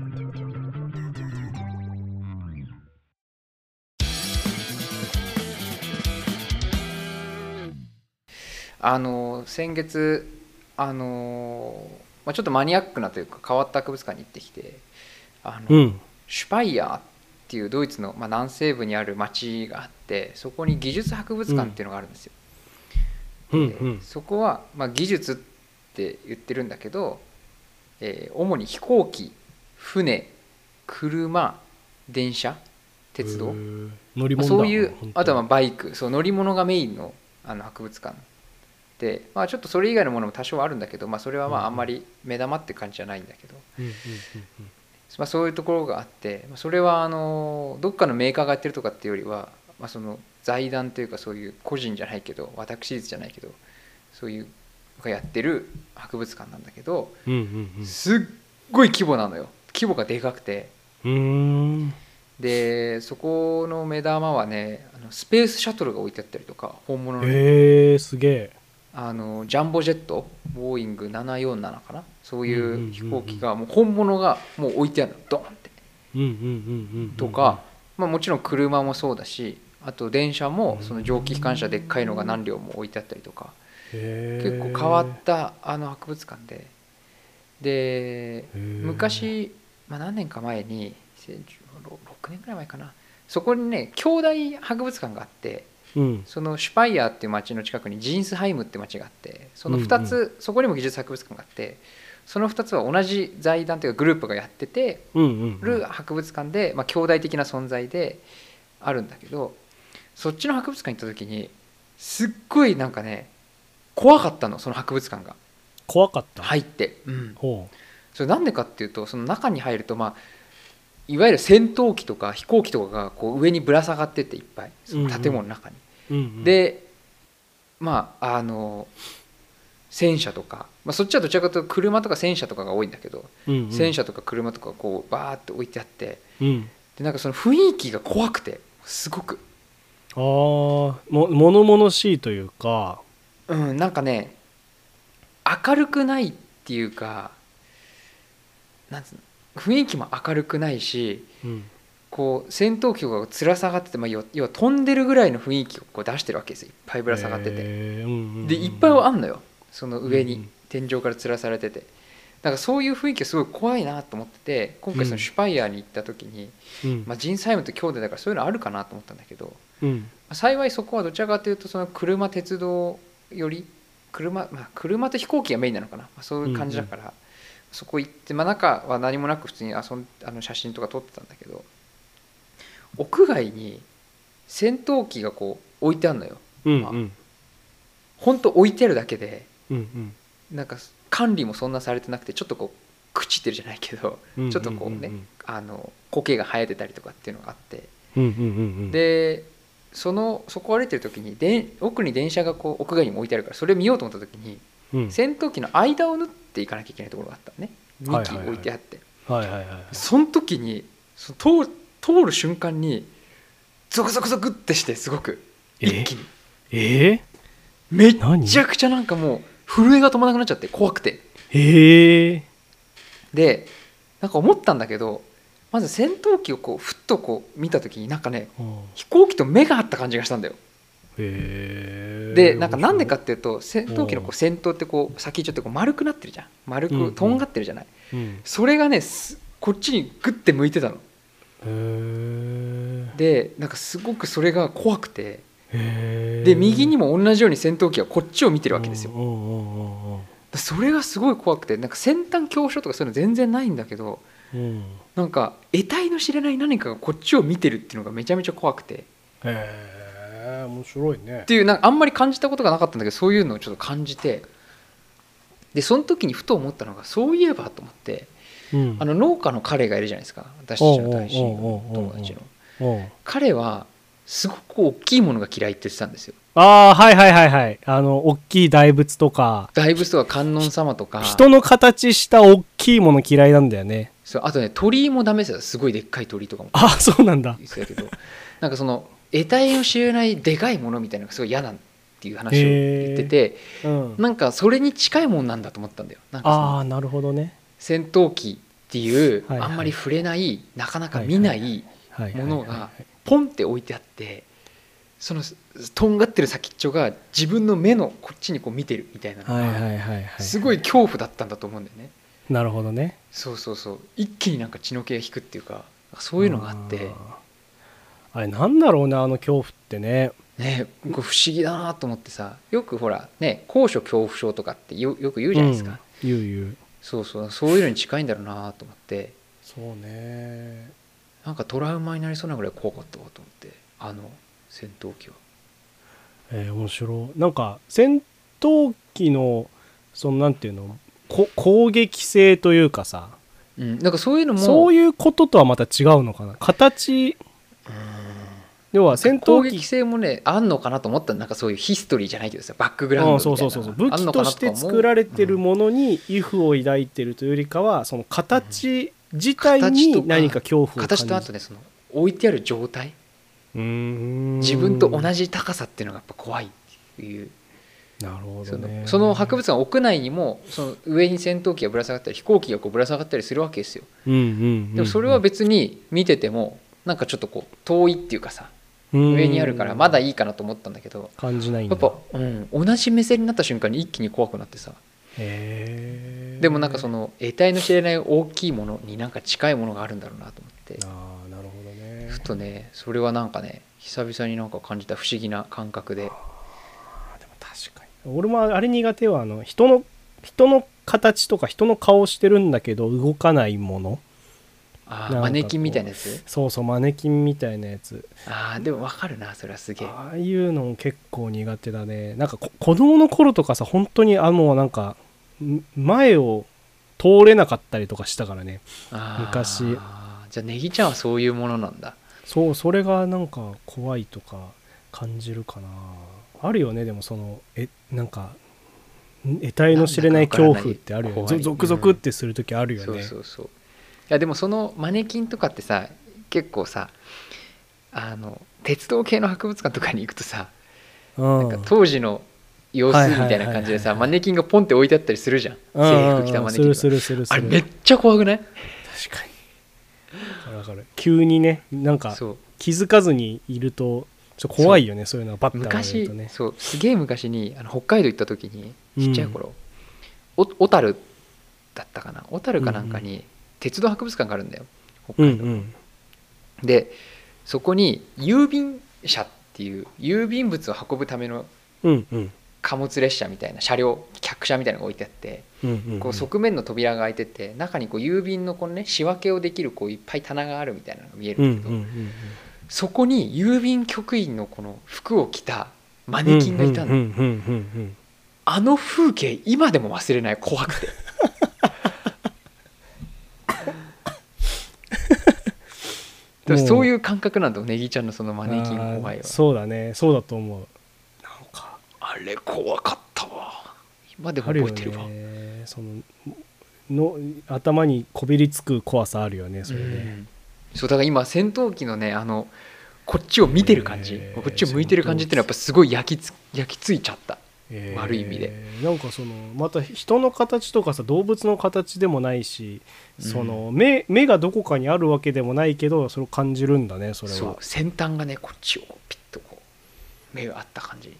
S1: あの先月あの、まあ、ちょっとマニアックなというか変わった博物館に行ってきてあの、
S2: うん、
S1: シュパイヤーっていうドイツの、まあ、南西部にある町があってそこに技術博物館っていうのがあるんですよ。
S2: うん、う
S1: で
S2: ん。
S1: そこは、まあ、技術って言ってるんだけど、えー主に飛行機船車電車鉄道、
S2: へー乗り
S1: まあ
S2: 物だ
S1: そういう
S2: 本当に
S1: あとはまあバイクそう乗り物がメインのあの博物館で、まあ、ちょっとそれ以外のものも多少あるんだけど、まあ、それはま
S2: うん
S1: ああんまり目玉って感じじゃないんだけど、
S2: うんうん
S1: まあ、そういうところがあってまあそれはあのどっかのメーカーがやってるとかっていうよりは、まあ、その財団というかそういう個人じゃないけど私立じゃないけどそういうのがやってる博物館なんだけど
S2: うんうんうん
S1: すっごい規模なのよ規模がでかくて
S2: うんうーん
S1: でそこの目玉はねあのスペースシャトルが置いてあったりとか本物の,、
S2: へえすげえ
S1: あのジャンボジェットボーイング747かなそうい
S2: んうんうんうん
S1: う飛行機がもう本物がもう置いてあるのドーンって。
S2: うんうんうんうんうん
S1: とか、まあ、もちろん車もそうだしあと電車もその蒸気機関車でっかいのが何両も置いてあったりとか
S2: 結
S1: 結構変わったあの博物館でで昔、まあ、何年か前に2016 6年くらい前かなそこにね兄弟博物館があって
S2: うん
S1: そのシュパイヤーっていう町の近くにジーンスハイムって町があってその2つ、そこにも技術博物館があってその2つは同じ財団というかグループがやってて
S2: うんうんうん
S1: る博物館で、まあ、兄弟的な存在であるんだけどそっちの博物館行った時にすっごいなんかね怖かったのその博物館が
S2: 怖かった、
S1: 入って、うん
S2: ほ
S1: それなんでかっていうとその中に入るとまあいわゆる戦闘機とか飛行機とかがこう上にぶら下がってていっぱいその建物の中に。
S2: う、うんうん、
S1: でまああの戦車とか、まあ、そっちはどちらかというと車とか戦車とかが多いんだけど、
S2: うんうん
S1: 戦車とか車とかこうバーって置いてあって
S2: うん
S1: でなんかその雰囲気が怖くてすごく、
S2: ああも物々しいというか
S1: うん、なんかね明るくないっていうかなんつうの雰囲気も明るくないし
S2: うん
S1: こう戦闘機とかがつら下がってて、まあ、要要は飛んでるぐらいの雰囲気をこう出してるわけですよいっぱいぶら下がってて。
S2: へーうんうんうん
S1: でいっぱいはあんのよその上に、
S2: うんうん
S1: 天井から吊らされててだからそういう雰囲気がすごい怖いなと思ってて今回そのシュパイヤーに行った時に、
S2: うん
S1: まあ、ジン・サイムと兄弟だからそういうのあるかなと思ったんだけど、ま
S2: うん
S1: あ幸いそこはどちらかというとその車鉄道より車,、まあ、車と飛行機がメインなのかな、まあ、そういう感じだから、そこ行って、まあ、中は何もなく普通に遊んあの写真とか撮ってたんだけど屋外に戦闘機がこう置いてあるのよ
S2: うん
S1: まあ
S2: うん
S1: ほんと置いてあるだけで
S2: うん
S1: なんか管理もそんなされてなくてちょっとこう朽ちてるじゃないけど、
S2: うん
S1: ちょっとこうね、あの苔が生えてたりとかっていうのがあって、
S2: うんうんうんうん
S1: でそのそこを歩いてる時にで奥に電車がこう屋外にも置いてあるからそれ見ようと思った時に、
S2: うん
S1: 戦闘機の間を縫っていかなきゃいけないところがあったのね2
S2: はいはい
S1: 機
S2: はい
S1: 置いてあって、
S2: はいはいはい
S1: その時にその通通る瞬間にゾクゾクゾクってしてすごく一気に
S2: え
S1: めっ
S2: 何
S1: ちゃくちゃなんかもう震えが止まらなくなっちゃって怖くて。
S2: ーえ
S1: でなんか思ったんだけどまず戦闘機をこうふっとこう見た時になんかね
S2: ー
S1: 飛行機と目が合った感じがしたんだよ
S2: へー
S1: でなんかなんでかっていうと戦闘機のこう先頭ってこう先ちょっとこう丸くなってるじゃん丸
S2: うんう
S1: く
S2: ん
S1: とんがってるじゃない
S2: うん
S1: それがねすこっちにグッて向いてたの
S2: へー
S1: でなんかすごくそれが怖くて
S2: へー
S1: で右にも同じように戦闘機はこっちを見てるわけですよ
S2: うんうんうんうん
S1: だそれがすごい怖くてなんか先端恐怖症とかそういうの全然ないんだけど
S2: うんうん
S1: なんか得体の知れない何かがこっちを見てるっていうのがめちゃめちゃ怖くて
S2: へー面白いね
S1: っていうなんかあんまり感じたことがなかったんだけどそういうのをちょっと感じてでその時にふと思ったのがそういえばと思って
S2: うん
S1: あの農家の彼がいるじゃないですか私たちの大親友の
S2: おうおうおうおうおう
S1: 友達の
S2: うん
S1: 彼はすごく大きいものが嫌いって言ってたんですよ
S2: ああはいはいはいはいあの大きい大仏とか
S1: 大仏とか観音様とか
S2: 人の形した大きいもの嫌いなんだよね
S1: そうあとね鳥居もダメですよすごいでっかい鳥居とかも
S2: [LAUGHS] ああそうなんだ
S1: 言ってたけどなんかその得体を知れないでかいものみたいなのがすごい嫌なんっていう話を言ってて
S2: うん
S1: なんかそれに近いもんなんだと思ったんだよなんかその
S2: ああなるほどね
S1: 戦闘機っていう、
S2: はいはい
S1: あんまり触れないなかなか見ない、
S2: はいはい
S1: も
S2: はい
S1: の
S2: は
S1: がポンって置いてあってそのとんがってる先っちょが自分の目のこっちにこう見てるみたいなのが、
S2: いはいはいはいはい
S1: すごい恐怖だったんだと思うんだよね
S2: なるほどね
S1: そうそうそう一気になんか血の気が引くっていうかそういうのがあって
S2: んあれなんだろうねあの恐怖ってね
S1: ねこう不思議だなと思ってさよくほらね高所恐怖症とかってよよく言うじゃないですか、
S2: うん言う言う
S1: そうそうそういうのに近いんだろうなと思って
S2: そうね
S1: なんかトラウマになりそうなぐらい怖かったわと思ってあの戦闘機は
S2: えー面白いなんか戦闘機のそのなんていうのこ攻撃性というかさ
S1: うんなんかそういうのも
S2: そういうこととはまた違うのかな形要は戦
S1: 攻
S2: 闘
S1: 撃
S2: 機
S1: 性もねあんのかなと思ったらなんかそういうヒストリーじゃないけどさバックグラウンドみ
S2: うん
S1: たいな
S2: そうそうそうそう武
S1: あん
S2: 器
S1: のか
S2: と
S1: な
S2: して
S1: か思う
S2: 作られてるものに畏怖を抱いてるというよりかはその形自体
S1: 形と
S2: に
S1: か
S2: 何か恐怖を
S1: うん
S2: 感
S1: 形
S2: じる
S1: とあとねその置いてある状態
S2: うーん
S1: 自分と同じ高さっていうのがやっぱ怖いっていう
S2: なるほ
S1: そ
S2: ど、ね
S1: の、その博物館屋内にもその上に戦闘機がぶら下がったり飛行機がこうぶら下がったりするわけですよ
S2: うんうんうんうん
S1: でもそれは別に見ててもなんかちょっとこう遠いっていうかさ
S2: うん
S1: 上にあるからまだいいかなと思ったんだけど
S2: 感じないん
S1: や
S2: だ
S1: っぱ、うん、同じ目線になった瞬間に一気に怖くなってさ
S2: へー
S1: でもなんかその得体の知れない大きいものになんか近いものがあるんだろうなと思って
S2: ああなるほどね
S1: ふとねそれはなんかね久々になんか感じた不思議な感覚で
S2: あでも確かに俺もあれ苦手はあの人の人の形とか人の顔してるんだけど動かないもの
S1: あ
S2: なんかこ
S1: あ
S2: う
S1: マネキンみたいなやつ
S2: そうそうマネキンみたいなやつ
S1: ああでもわかるなそれはすげえ
S2: ああいうのも結構苦手だねなんかこ子供の頃とかさ本当にあもうなんかん前を通れなかったりとかしたからね
S1: あー
S2: 昔
S1: じゃあネギちゃんはそういうものなんだ
S2: そうそれがなんか怖いとか感じるかなあるよねでもそのえなんかん得体の知れない恐怖ってあるよ
S1: なんだか
S2: ね
S1: わから
S2: ゾ
S1: ない
S2: ゾ
S1: 怖
S2: ク
S1: い
S2: ゾクってする時あるよね、
S1: そうそうそういやでもそのマネキンとかってさ結構さあの鉄道系の博物館とかに行くとさ
S2: うん
S1: なんか当時の様子みたいな感じでさ
S2: はいはいはいはい
S1: マネキンがポンって置いてあったりするじゃん制服着たマネキン
S2: うんうんう
S1: が
S2: んするするするす
S1: あ
S2: る
S1: れめっちゃ怖くない
S2: 確かにわかるわかる急にねなんか
S1: そう
S2: 気づかずにいるとちょっと怖いよねそういうのがバッター
S1: 昔
S2: るとね
S1: そうすげえ昔にあの北海道行った時に
S2: うん
S1: ちっちゃい頃お小樽、だったかな小樽かなんかに鉄道博物館があるんだよ北
S2: うんう
S1: 海道、
S2: ん
S1: でそこに郵便車っていう郵便物を運ぶための
S2: うんうん
S1: 貨物列車みたいな車両客車みたいなのが置いてあって
S2: うんうんうん
S1: こう側面の扉が開いてて中にこう郵便のこの、ね、仕分けをできるこういっぱい棚があるみたいなのが見え
S2: うんう
S1: るんだ
S2: ん
S1: けど、
S2: うん
S1: そこに郵便局員のこの服を着たマネキンがいたんだ
S2: うんうんうんうん
S1: あの風景今でも忘れない怖
S2: [LAUGHS]
S1: くてでもそういう感覚なんだよネギちゃんのそのマネキン怖い
S2: あー
S1: は
S2: そうだねそうだと思うなんか
S1: あれ怖かったわ今でも
S2: あるよ
S1: 覚えてるわ、
S2: ねそのの頭にこびりつく怖さあるよねそれ
S1: う
S2: ね
S1: んそうだから今戦闘機のねあのこっちを見てる感じ、
S2: えー
S1: こっちを向いてる感じっていうのはやっぱすごい焼きつ焼きついちゃった
S2: え
S1: 悪い意味で
S2: なんかそのまた人の形とかさ動物の形でもないしその目目がどこかにあるわけでもないけどそれを感じるんだねそれ
S1: そう
S2: は
S1: 先端がねこっちをピッとこう目があった感じ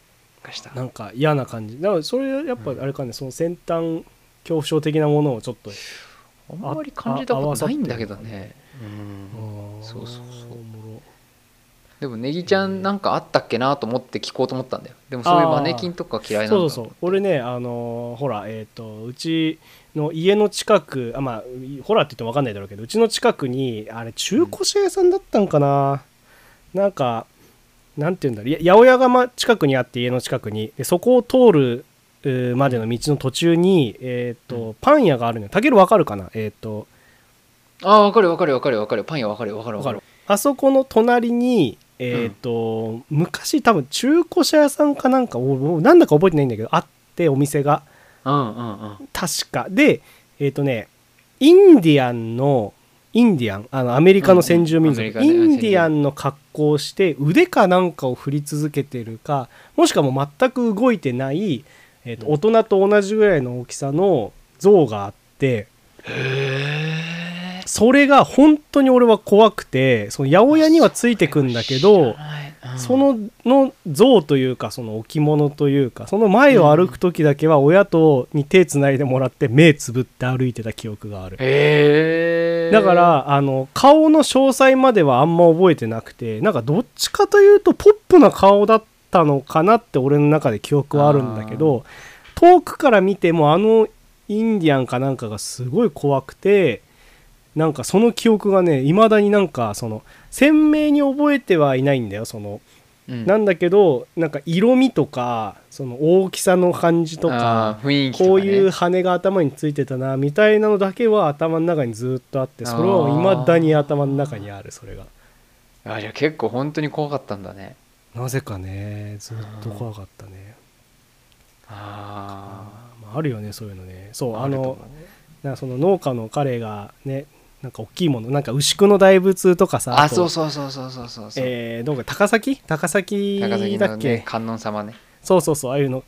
S1: がした
S2: なんか嫌な感じだからそれやっぱあれかねその先端恐怖症的なものをちょっと
S1: あんまり感じたことないんだけどね
S2: うん
S1: そうそうそう
S2: おもろ
S1: でもネギちゃんなんかあったっけなと思って聞こうと思ったんだよでもそういうマネキンとか嫌いなんだ
S2: そうそうそう俺ねあのーほらえっ、とうちの家の近くあまあほらって言っても分かんないだろうけどうちの近くにあれ中古車屋さんだったんかな、なんかなんて言うんだろうや八百屋がま近くにあって家の近くにでそこを通るうーまでの道の途中に、えっと
S1: う
S2: パン屋があるのよたけるわかるかなえっ、と
S1: ああ分かる分かる分かる分かるパン屋分かる分かる
S2: わ
S1: 分
S2: か
S1: か
S2: る
S1: る
S2: あそこの隣にえっ、と、昔多分中古車屋さんかなんかおおなんだか覚えてないんだけどあってお店が
S1: うんうんうん
S2: 確かでえっ、とねインディアンのインディアンあのアメリカの先住民族、
S1: うんうんアメリカね
S2: インディアンの格好をして腕かなんかを振り続けてるかもしくはもう全く動いてない、えーと
S1: うん
S2: 大人と同じぐらいの大きさの像があって
S1: へえ
S2: それが本当に俺は怖くてその八百屋にはついてくんだけどそのの像というかその置物というかその前を歩く時だけは親とに手つないでもらって目つぶって歩いてた記憶がある
S1: へえ
S2: だからあの顔の詳細まではあんま覚えてなくてなんかどっちかというとポップな顔だったのかなって俺の中で記憶はあるんだけど遠くから見てもあのインディアンかなんかがすごい怖くてなんかその記憶がね未だになんかその鮮明に覚えてはいないんだよその
S1: うん
S2: なんだけどなんか色味とかその大きさの感じとか
S1: あー雰囲気とか、ね、
S2: こういう羽が頭についてたなみたいなのだけは頭の中にずっとあってそれは未だに頭の中にあるそれが
S1: あじゃあ結構本当に怖かったんだね
S2: なぜかねずっと怖かったね
S1: あ
S2: あ,、まあ、あるよねそういうのねそう
S1: あ
S2: あ
S1: ると
S2: の
S1: 思
S2: なんかその農家の彼がねなんか大きいものなんか牛久の大仏とかさ
S1: あ
S2: と
S1: そうそうそうそうそうそうそう、
S2: えーどうか高崎高崎
S1: 高崎
S2: だ
S1: の
S2: っけ
S1: ね観音様ね
S2: そうそうそうああいうの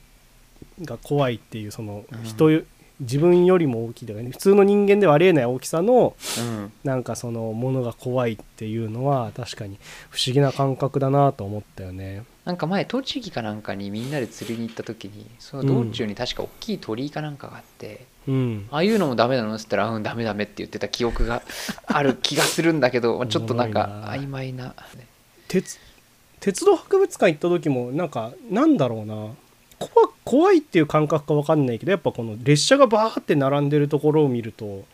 S2: が怖いっていうその
S1: うん
S2: 人よ、自分よりも大きいというかね普通の人間ではありえない大きさの
S1: うん
S2: なんかそのものが怖いっていうのは確かに不思議な感覚だなと思ったよね
S1: なんか前栃木かなんかにみんなで釣りに行った時にその道中に確か大きい鳥居かなんかがあって、
S2: うん
S1: ああいうのもダメなのっつったら「うんダメダメ」って言ってた記憶
S2: [LAUGHS]
S1: がある気がするんだけどまあちょっとなん
S2: おも
S1: か
S2: ろいな
S1: 曖昧な
S2: 鉄鉄道博物館行った時もなんかなんだろうな怖怖いっていう感覚か分かんないけどやっぱこの列車がバーって並んでるところを見ると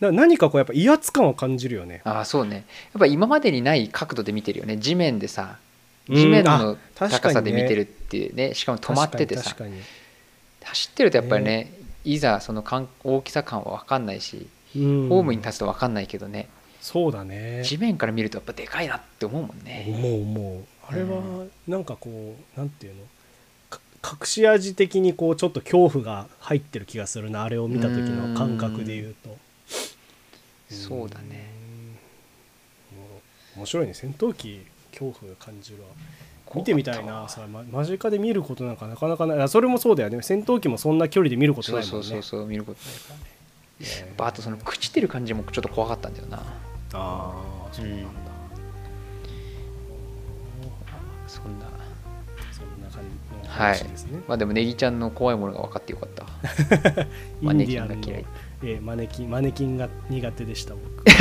S2: な何かこうやっぱ威圧感を感じるよね。
S1: ああそうねやっぱ今までにない角度で見てるよね地面でさ
S2: うん
S1: 地面の
S2: あ確か
S1: 高
S2: に
S1: さ
S2: ね
S1: で見てるっていうねしかも止まっててさ
S2: 確かに確か
S1: 走ってるとやっぱりねいざその感大きさ感は分かんないし
S2: にうん
S1: ホームに立つと分かんないけどね、
S2: そうだね
S1: 地面から見るとやっぱでかいなって思うもんね、
S2: もうもうあれ
S1: う
S2: はなんかこうなんていうのか隠し味的にこうちょっと恐怖が入ってる気がするなあれを見た時の感覚で言うと
S1: そうだね
S2: うんもう面白いね戦闘機恐怖を感じるわ見てみたいなそれ、ま、間近で見ることなんかなかなかないあそれもそうだよね戦闘機もそんな距離で見ること
S1: そ
S2: な
S1: う
S2: いも
S1: そ
S2: ん
S1: う
S2: ね
S1: そうそう見ることないからね
S2: ね
S1: あとその朽ちてる感じもちょっと怖かったんだよな
S2: ああそうなんだ、
S1: うんそんな
S2: そんな感じの
S1: はい
S2: 話ですね、
S1: まあでもネギちゃんの怖いものが分かってよかったわ
S2: インディアン
S1: マネキンが
S2: の
S1: 嫌い
S2: えーマネキンマネキンが苦手でした僕
S1: [LAUGHS]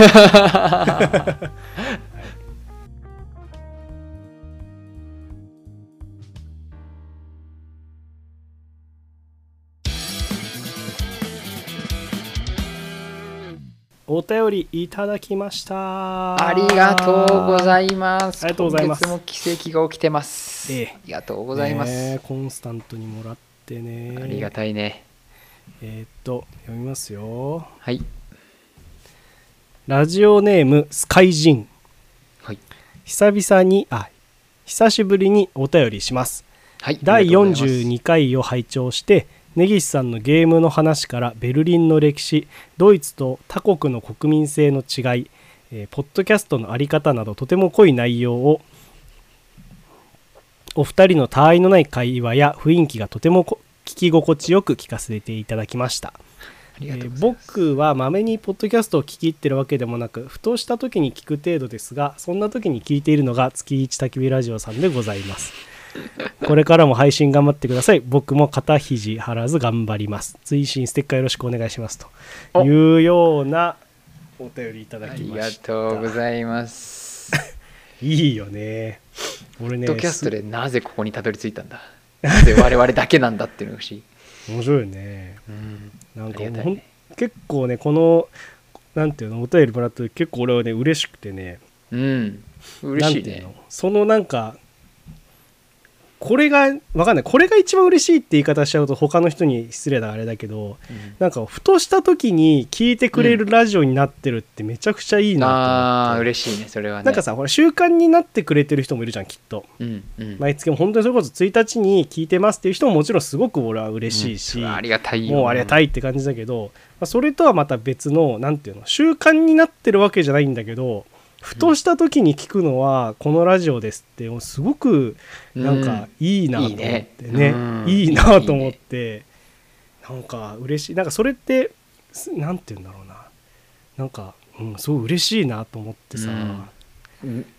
S2: お便りいただきました
S1: ありがとうご
S2: い
S1: ざいます
S2: ありがとうございます
S1: 今月も奇跡が起きてます、
S2: ええ
S1: ありがとうございます、
S2: コンスタントにもらってね
S1: ありがたいね
S2: えーっと読みますよ
S1: はい
S2: ラジオネームスカイジン
S1: はい
S2: 久々にあ久しぶりにお便りします
S1: はい
S2: 第
S1: 42
S2: 42回を拝聴して根岸さんのゲームの話からベルリンの歴史ドイツと他国の国民性の違い、えーポッドキャストの在り方などとても濃い内容をお二人の他愛のない会話や雰囲気がとてもこ聞き心地よく聞かせていただきました
S1: ありがとうございます、
S2: えー僕はまめにポッドキャストを聞き入ってるわけでもなくふとした時に聞く程度ですがそんな時に聞いているのが月一焚き火ラジオさんでござい
S1: [LAUGHS]
S2: ますこれからも配信頑張ってください僕も肩肘張らず頑張ります追伸ステッカーよろしくお願いしますというようなお便りいただ
S1: あ
S2: き
S1: り
S2: ま
S1: が
S2: した
S1: とうございます。
S2: いいよね俺
S1: ポ
S2: ね
S1: ッドキャストでなぜここにたどり着いたん
S2: [LAUGHS]
S1: だ。なぜ我々だけなんだっていうのが不思議。
S2: す面白いよね
S1: うん、
S2: なんか
S1: ありが
S2: もう
S1: た
S2: ほ
S1: い
S2: ん
S1: ね
S2: 結構ねこのなんていうのお便りもらって結構俺はね嬉しくてね
S1: うん、嬉しい
S2: なんてう
S1: ね
S2: の。そのなんかこれがわかんないこれが一番嬉しいって言い方しちゃうと他の人に失礼だあれだけど
S1: うん
S2: なんかふとした時に聞いてくれるラジオになってるってめちゃくちゃいいな
S1: ああー
S2: と思って、
S1: 嬉しいねそれはね。
S2: なんかさほら習慣になってくれてる人もいるじゃんきっと
S1: うんうん、
S2: 毎月も本当にそれこそ1日に聞いてますっていう人ももちろんすごく俺は嬉しいし、
S1: うんそれはありがたいよ。
S2: もうありがた
S1: い。
S2: いって感じだけど、まあそれとはまた別のなんていうの習慣になってるわけじゃないんだけどふとした時に聞くのはこのラジオですってもうすごくなんかいいなと思ってね,、
S1: いいねうん
S2: いいなと思ってなんか嬉しいなんかそれってすなんて言うんだろうななんか、うん、すごい嬉しいなと思ってさ、
S1: うんうん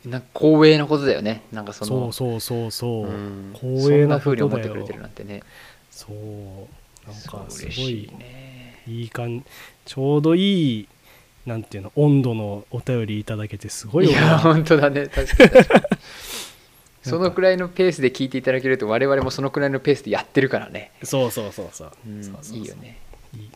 S1: なんか光栄なことだよね。なんかそ
S2: そう
S1: の
S2: そうそうそう、
S1: うん
S2: 光栄な
S1: そんな風
S2: こ
S1: に
S2: と
S1: 思っ
S2: だ
S1: てくれ
S2: よ
S1: てるなんてね。
S2: そうなん
S1: そう
S2: かすご
S1: 嬉
S2: い
S1: しいね。
S2: いい感ちょうどいいなんていうの温度のお便りいただけてすごい
S1: い
S2: 俺
S1: や
S2: は
S1: 本当だね確かに確かにそのくらいのペースで聞いていただけると我々もそのくらいのペースでやってるからね、
S2: そうそうそうそう,、
S1: うん
S2: そうそうそう
S1: いいよね
S2: いい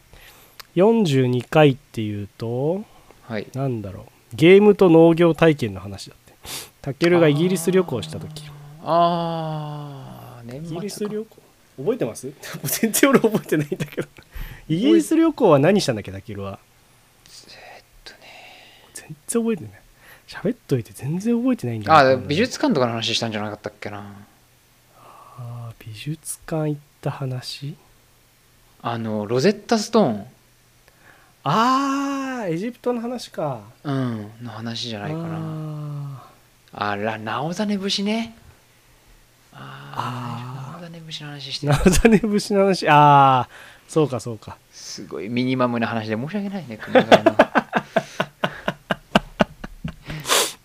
S2: 42回っていうと
S1: はい
S2: なんだろうゲームと農業体験の話だってタケルがイギリス旅行した時
S1: ああ年
S2: イ
S1: 末か
S2: ギリス旅行覚えてます [LAUGHS] もう全然俺覚えてないんだけどイギリス旅行は何したんだっけタケルは
S1: えっとね
S2: 全然覚えてない喋っといて全然覚えてないんだ
S1: あ美術館とかの話したんじゃなかったっけな
S2: あー美術館行った話
S1: あのロゼッタストーン、
S2: あーエジプトの話か
S1: うん、の話じゃないかな
S2: な
S1: あら直実節ねあ
S2: あー
S1: あ直実節の話して
S2: な
S1: る
S2: ざね節の話ああそうかそうか
S1: すごいミニマムな話で申し訳ないね熊谷
S2: [LAUGHS]
S1: の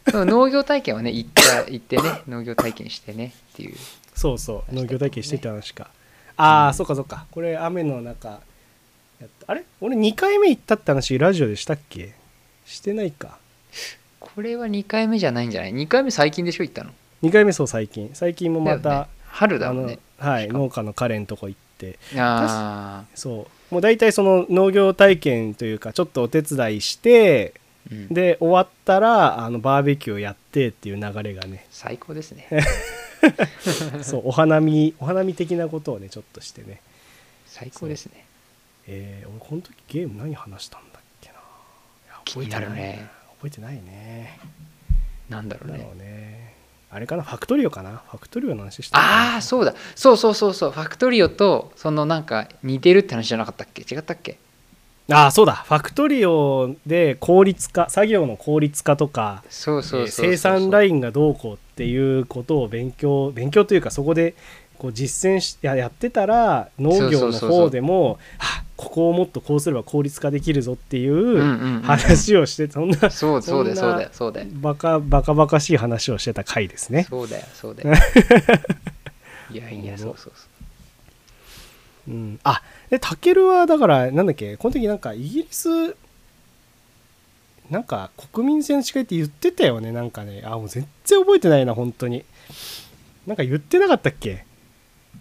S1: でも農業体験はね行った行ってね農業体験してねっていう
S2: そうそう農業体験してた話か、
S1: う
S2: ああ
S1: ん
S2: そうかそうかこれ雨の中やったあれ俺2回目行ったって話ラジオでしたっけしてないか
S1: これは2回目じゃないんじゃない2回目最近でしょ行ったの
S2: 2回目そう最近最近もま
S1: だよ
S2: た、
S1: ね、春だ
S2: あ
S1: もん
S2: の
S1: ね
S2: はい
S1: しかも
S2: 農家の彼のとこ行っって
S1: あ
S2: そうもう大体その農業体験というかちょっとお手伝いして
S1: ー、うん、
S2: で終わったらあのバーベキューをやってっていう流れが
S1: [LAUGHS]
S2: ね
S1: 最高ですね
S2: [LAUGHS] そうお花見お花見的なことをねちょっとしてね
S1: 最高ですね
S2: えー、俺この時ゲーム何話したんだっけないや
S1: 気になるね
S2: 覚えてないね
S1: なんだろう
S2: なんだ
S1: ね
S2: ろうねあれかなファクトリオかなファクトリオの話したかな
S1: ああそうだそうそうそうそうファクトリオとそのなんか似てるって話じゃなかったっけ違ったっけ
S2: あーそうだファクトリオで効率化作業の効率化とか
S1: そうそうそうそう、
S2: えー生産ラ
S1: イ
S2: インがどうこうっていうことを勉強勉強というかそこでこう実践しややってたら農業の
S1: そうそうそうそ
S2: 方
S1: う
S2: でもはっここをもっとこうすれば効率化できるぞってい
S1: ンうん
S2: う [LAUGHS]
S1: うんうん、
S2: 話をしてそんな
S1: そうそうだよ
S2: そ
S1: そ
S2: ん
S1: う
S2: な
S1: だよそうだよ
S2: バカバカバカしい話をしてた回ですね。
S1: そうだよそうだ
S2: [LAUGHS]
S1: よいやいやそうそうそう
S2: うん、あでタケルはだからなんだっけこの時なんかイギリスなんか国民性の違いって言ってたよねなんかねあもう全然覚えてないな本当になんか言ってなかったっけ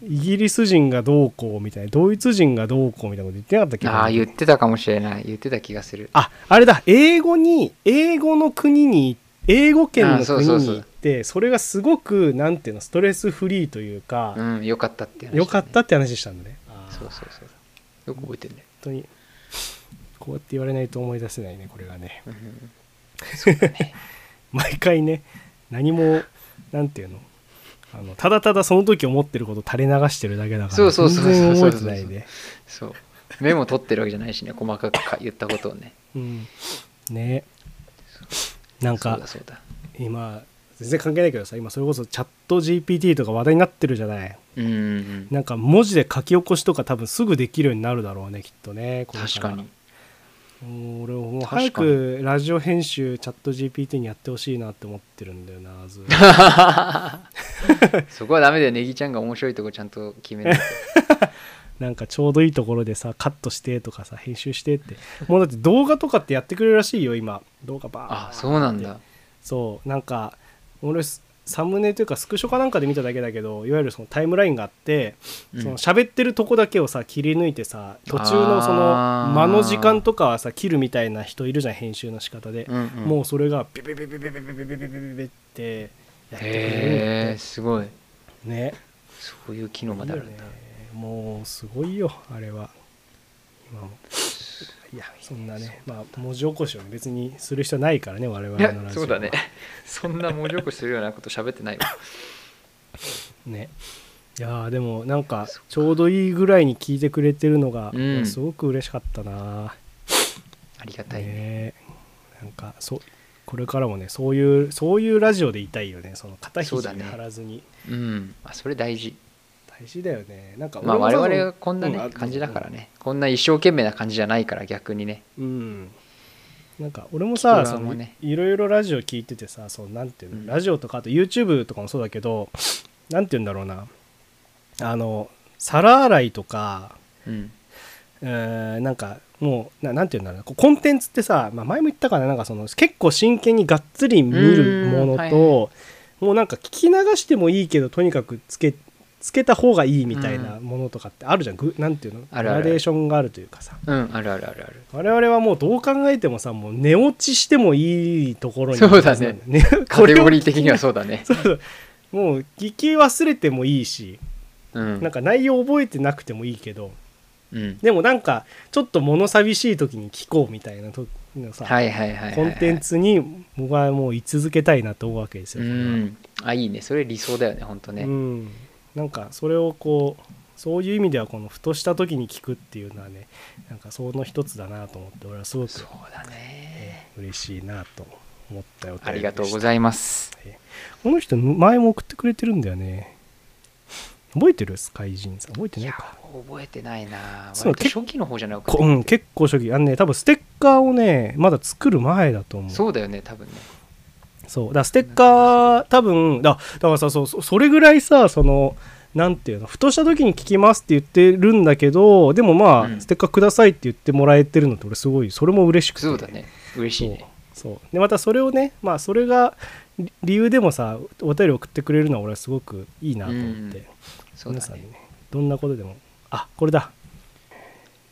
S2: イギリス人がどうこうみたいなドイツ人がどうこうみたいなこと言ってなかったっけ
S1: ああ言ってたかもしれない言ってた気がする
S2: ああれだ英語に英語の国に英語圏の
S1: あそう
S2: 国
S1: そうそう
S2: に行ってそれがすごくなんていうのストレスフリーというか、
S1: うんよかったって話だね、
S2: 良かったって話したんだねあー
S1: そうそうそうよく覚えてるね、
S2: 本当にこうやって言われないと思い出せないねこれがね [LAUGHS]
S1: うん
S2: 毎回ね何もなんていうのあのただただその時思ってることを垂れ流してるだけだか
S1: そ
S2: ら
S1: うそうそう
S2: 全
S1: そう
S2: 然覚えてないで、
S1: そうメモ取ってるわけじゃないしね細かくか言ったことをね
S2: うん、ねなん
S1: そう
S2: か
S1: だそうだ
S2: 今全然関係ないけどさ今それこそチャット GPT とか話題になってるじゃない
S1: うんうんうん
S2: なんか文字で書き起こしとか多分すぐできるようになるだろうねきっとねこれら
S1: 確かに
S2: もう俺もう
S1: 確かに
S2: 早くラジオ編集チャット GPT にやってほしいなって思ってるんだよなずっと
S1: そこはダメだよネギちゃんが面白いとこちゃんと決 [LAUGHS] めないと
S2: なんかちょうどいいところでさカットしてとかさ編集してってもうだって動画とかってやってくれるらしいよ今動画バーン
S1: あそうなんだ
S2: そうなんか俺スサムネというかスクショかなんかで見ただけだけどいわゆるそのタイムラインがあって、
S1: うん
S2: その喋ってるとこだけをさ切り抜いてさ途中のその
S1: あー
S2: 間の時間とかはさ切るみたいな人いるじゃん編集の仕方で、
S1: うんうん
S2: もうそれがビビビビビビビビビビビビってやってくれ
S1: へ
S2: る
S1: えすごい
S2: のね
S1: そういう機能まであるんだ
S2: いいよねもうすごいよあれは今もいやそんなねまあ文字起こしをね別にする人はないからね我々の
S1: いや
S2: ラジオは
S1: そうだねそんな文字起こしするようなこと喋ってないわ
S2: ねいやーでもなんか
S1: そっか
S2: ちょうどいいぐらいに聞いてくれてるのが、
S1: うん
S2: いやすごく嬉しかったな、
S1: ありがたいね
S2: ねなんかそうこれからもねそういうそういうラジオでいたいよねその肩
S1: そう
S2: 肘
S1: だ
S2: に
S1: ね
S2: 張らずに、
S1: うんあそれ大事
S2: 大事だよねなんか
S1: まあ我
S2: 俺もさ
S1: 々はこんな
S2: うんあ
S1: ね感じだからねこんな一生懸命な感じじゃないから逆にね
S2: うん、なんか俺もさ
S1: 聞く
S2: そ
S1: 側も
S2: の
S1: ね
S2: いろいろラジオ聞いててさそうなんていうの、
S1: うん
S2: ラジオとかあと YouTube とかもそうだけどなんていうんだろうなあの皿洗いとか、
S1: うん
S2: えーなんかもうななんていうんだろうなこうコンテンツってさ、まあ、前も言ったかななんかその結構真剣にがっつり見る
S1: う
S2: ものと、
S1: んはいはい
S2: もうなんか聞き流してもいいけどとにかくつけつけた方がいいみたいなものとかってあるじゃん、ぐなんていうの
S1: あるある
S2: グラデーションがあるというかさ
S1: うんあるあるあるある
S2: 我々はもうどう考えてもさもう寝落ちしてもいいところに
S1: そうだね
S2: ね
S1: [LAUGHS] カテゴリ
S2: こ
S1: ー的にはそうだね
S2: れをそうもう聞き忘れてもいいし
S1: うん
S2: なんか内容覚えてなくてもいいけど
S1: うん
S2: でもなんかちょっと物寂しい時に聞こうみたいな時のさ、
S1: はいはいはいはいはい
S2: コンテンツに僕はもう居続けたいなと思うわけです
S1: う
S2: よ、これは
S1: んあいいねそれ理想だよね本当
S2: う
S1: ね
S2: ん、なんかそれをこうそういう意味ではこのふとした時に聞くっていうのはねなんかその一つだなと思って俺はすごく
S1: そうだね
S2: 嬉しいなと思ったよ
S1: ありがとうご
S2: い
S1: ざいます
S2: ますこの人前も送ってくれてるんだよね覚えてるスカイジンさん覚えて
S1: い
S2: ない
S1: や
S2: か
S1: 覚えてないな
S2: そう
S1: 割と初期の方じゃない
S2: こうん結構初期あのね多分ステッカーをねまだ作る前だと思うそう
S1: そうだよね多分ね
S2: だからステッカー多分だだからさそうそそれぐらいさそのなんていうのふとした時に聞きますって言ってるんだけどでもまあ、
S1: うん
S2: ステッカーくださいって言ってもらえてるのって俺すごいそれも嬉しくて
S1: そうだね嬉しいね
S2: そうそうでまたそれをねまあそれが理理由でもさお便り送ってくれるのは俺はすごくいいなと思って、
S1: うんそう
S2: 皆
S1: だ
S2: さん
S1: ね
S2: にねどんなことでもあこれだ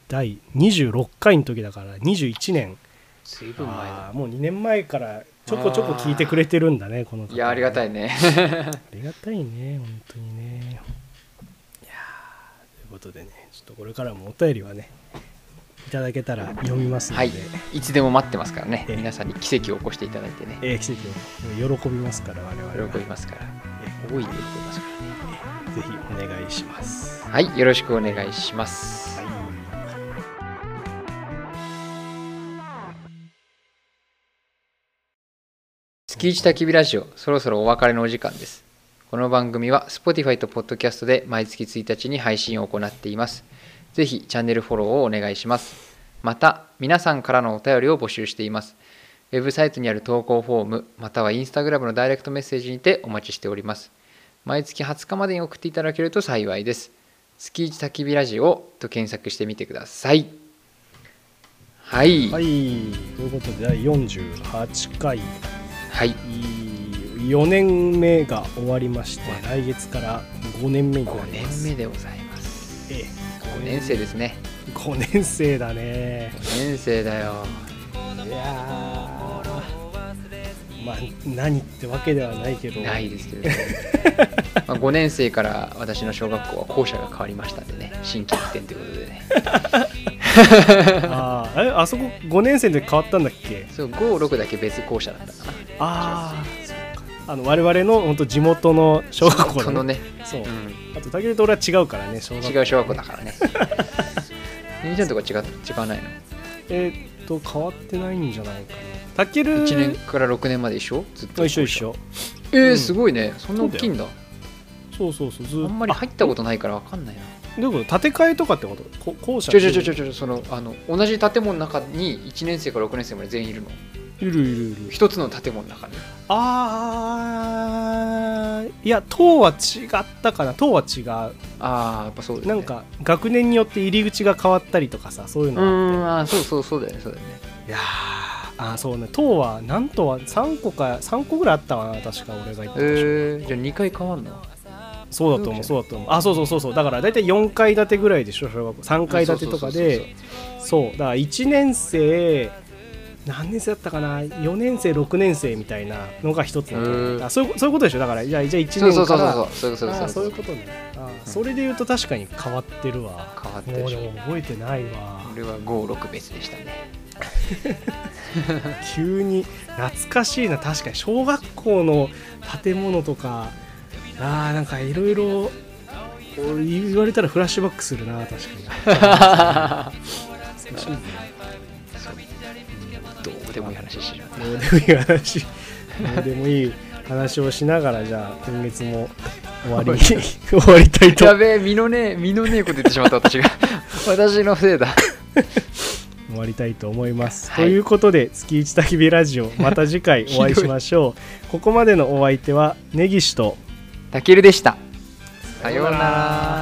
S2: 第26回の時だから21年
S1: ずいぶん前
S2: あ
S1: だ
S2: ーもう2年前からちょこちょこ聞いてくれてるんだねこの方
S1: いやありがた
S2: い
S1: いね
S2: ありがたいね本当にねいやーということでねちょっとこれからもお便りはねいただけたら読みますので、
S1: はいいつでも待ってますからね
S2: ええ
S1: 皆さんに奇跡を起こしていただいてね
S2: えー奇跡を喜びますから我々は
S1: 喜びますから
S2: え
S1: 大いに喜びますからね
S2: ーぜひお願いします、
S1: はいよろしくお願いします
S2: はい
S1: 月一焚き火ラジオそろそろお別れのお時間ですこの番組は Spotify と Podcast で毎月1日に配信を行っていますぜひチャンネルフォローをお願いしますまた皆さんからのお便りを募集していますウェブサイトにある投稿フォームまたは Instagram のダイレクトメッセージにてお待ちしております毎月20日までに送っていただけると幸いです月一焚き火ラジオと検索してみてくださいはい
S2: は
S1: はい、
S2: い、ということで第48回4年目が終わりまして来月から5年目にな
S1: 5
S2: ります
S1: 年目でございます
S2: え
S1: 5年生ですね
S2: 5年生だね
S1: 5年生だよ
S2: いやーまあ何ってわけではないけど
S1: ないですけれど
S2: [LAUGHS]
S1: もまあ5年生から私の小学校は校舎が変わりましたんでね新規一点ということでね
S2: あーえあそこ5年生で変わったんだっけ
S1: そう56だけ別校舎だったかな
S2: ああそっかあの我々の本当地元の小学校
S1: そ
S2: だ
S1: の
S2: ね
S1: ね、
S2: そう
S1: う
S2: あとだけど俺は違うからね小学
S1: ん、
S2: 校
S1: 違う小学校だからね兄ちゃんとか違う違わないの
S2: えーっと変わってないんじゃないかなたける
S1: 1年から6年まで一緒ずっと
S2: 一緒一緒
S1: えー
S2: うん
S1: すごいねそんな大きいんだ
S2: そうそうそうずーっ
S1: あ
S2: と
S1: んまり入ったことないから分かんないな
S2: あどういうこと建て替えとかってことこ校舎
S1: ちょちょちょちょちょそのあの同じ建物の中に1年生から6年生まで全員いるの
S2: いるいるいる
S1: 一つの建物の中に
S2: あーいや党は違ったかな党は違う
S1: ああやっぱそうですね
S2: なんか学年によって入り口が変わったりとかさそういう
S1: う
S2: のが
S1: ーんあーそうそうそうだよねそうだよね
S2: いやーあーそうね党は何とは3個か三個ぐらいあったかな確か俺が行った場所
S1: えー、じゃあ2回変わんの
S2: そうだと思うそうだと思うあそうそうそうそうだから大体4階建てぐらいでしょ小学校3階建てとかで
S1: そうそう
S2: そうだから1年生何年生だったかな4年生6年生みたいなのが一つだと思
S1: へ
S2: う
S1: ー
S2: あそういうそういうことでしょだからじゃあじゃあ1年
S1: そうそうそうそうそうそう
S2: か
S1: そ
S2: ら
S1: うそうそうそう
S2: あーそういうことねあーそれで言うと確かに変わってるわ
S1: 変わって
S2: も
S1: る
S2: う
S1: し
S2: でも覚えてないわ
S1: 俺は56別でしたね
S2: 急に懐かしいな確かに小学校の建物とかあーなんかいろいろ言われたらフラッシュバックするな確かに懐かしいね
S1: そうどうでもいい話してる
S2: どうでもいい話どうでもいい話をしながらじゃあ今月も終わりに [LAUGHS] 終わりたいと
S1: やべえ身のねえ身のねえこと言ってしまった私が [LAUGHS] 私のせいだ
S2: 終わりたいと思います、
S1: はい
S2: ということで月一焚き火ラジオまた次回お会いしま [LAUGHS] しょうここまでのお相手は根岸と
S1: たけるでしたさような
S2: さような
S1: ら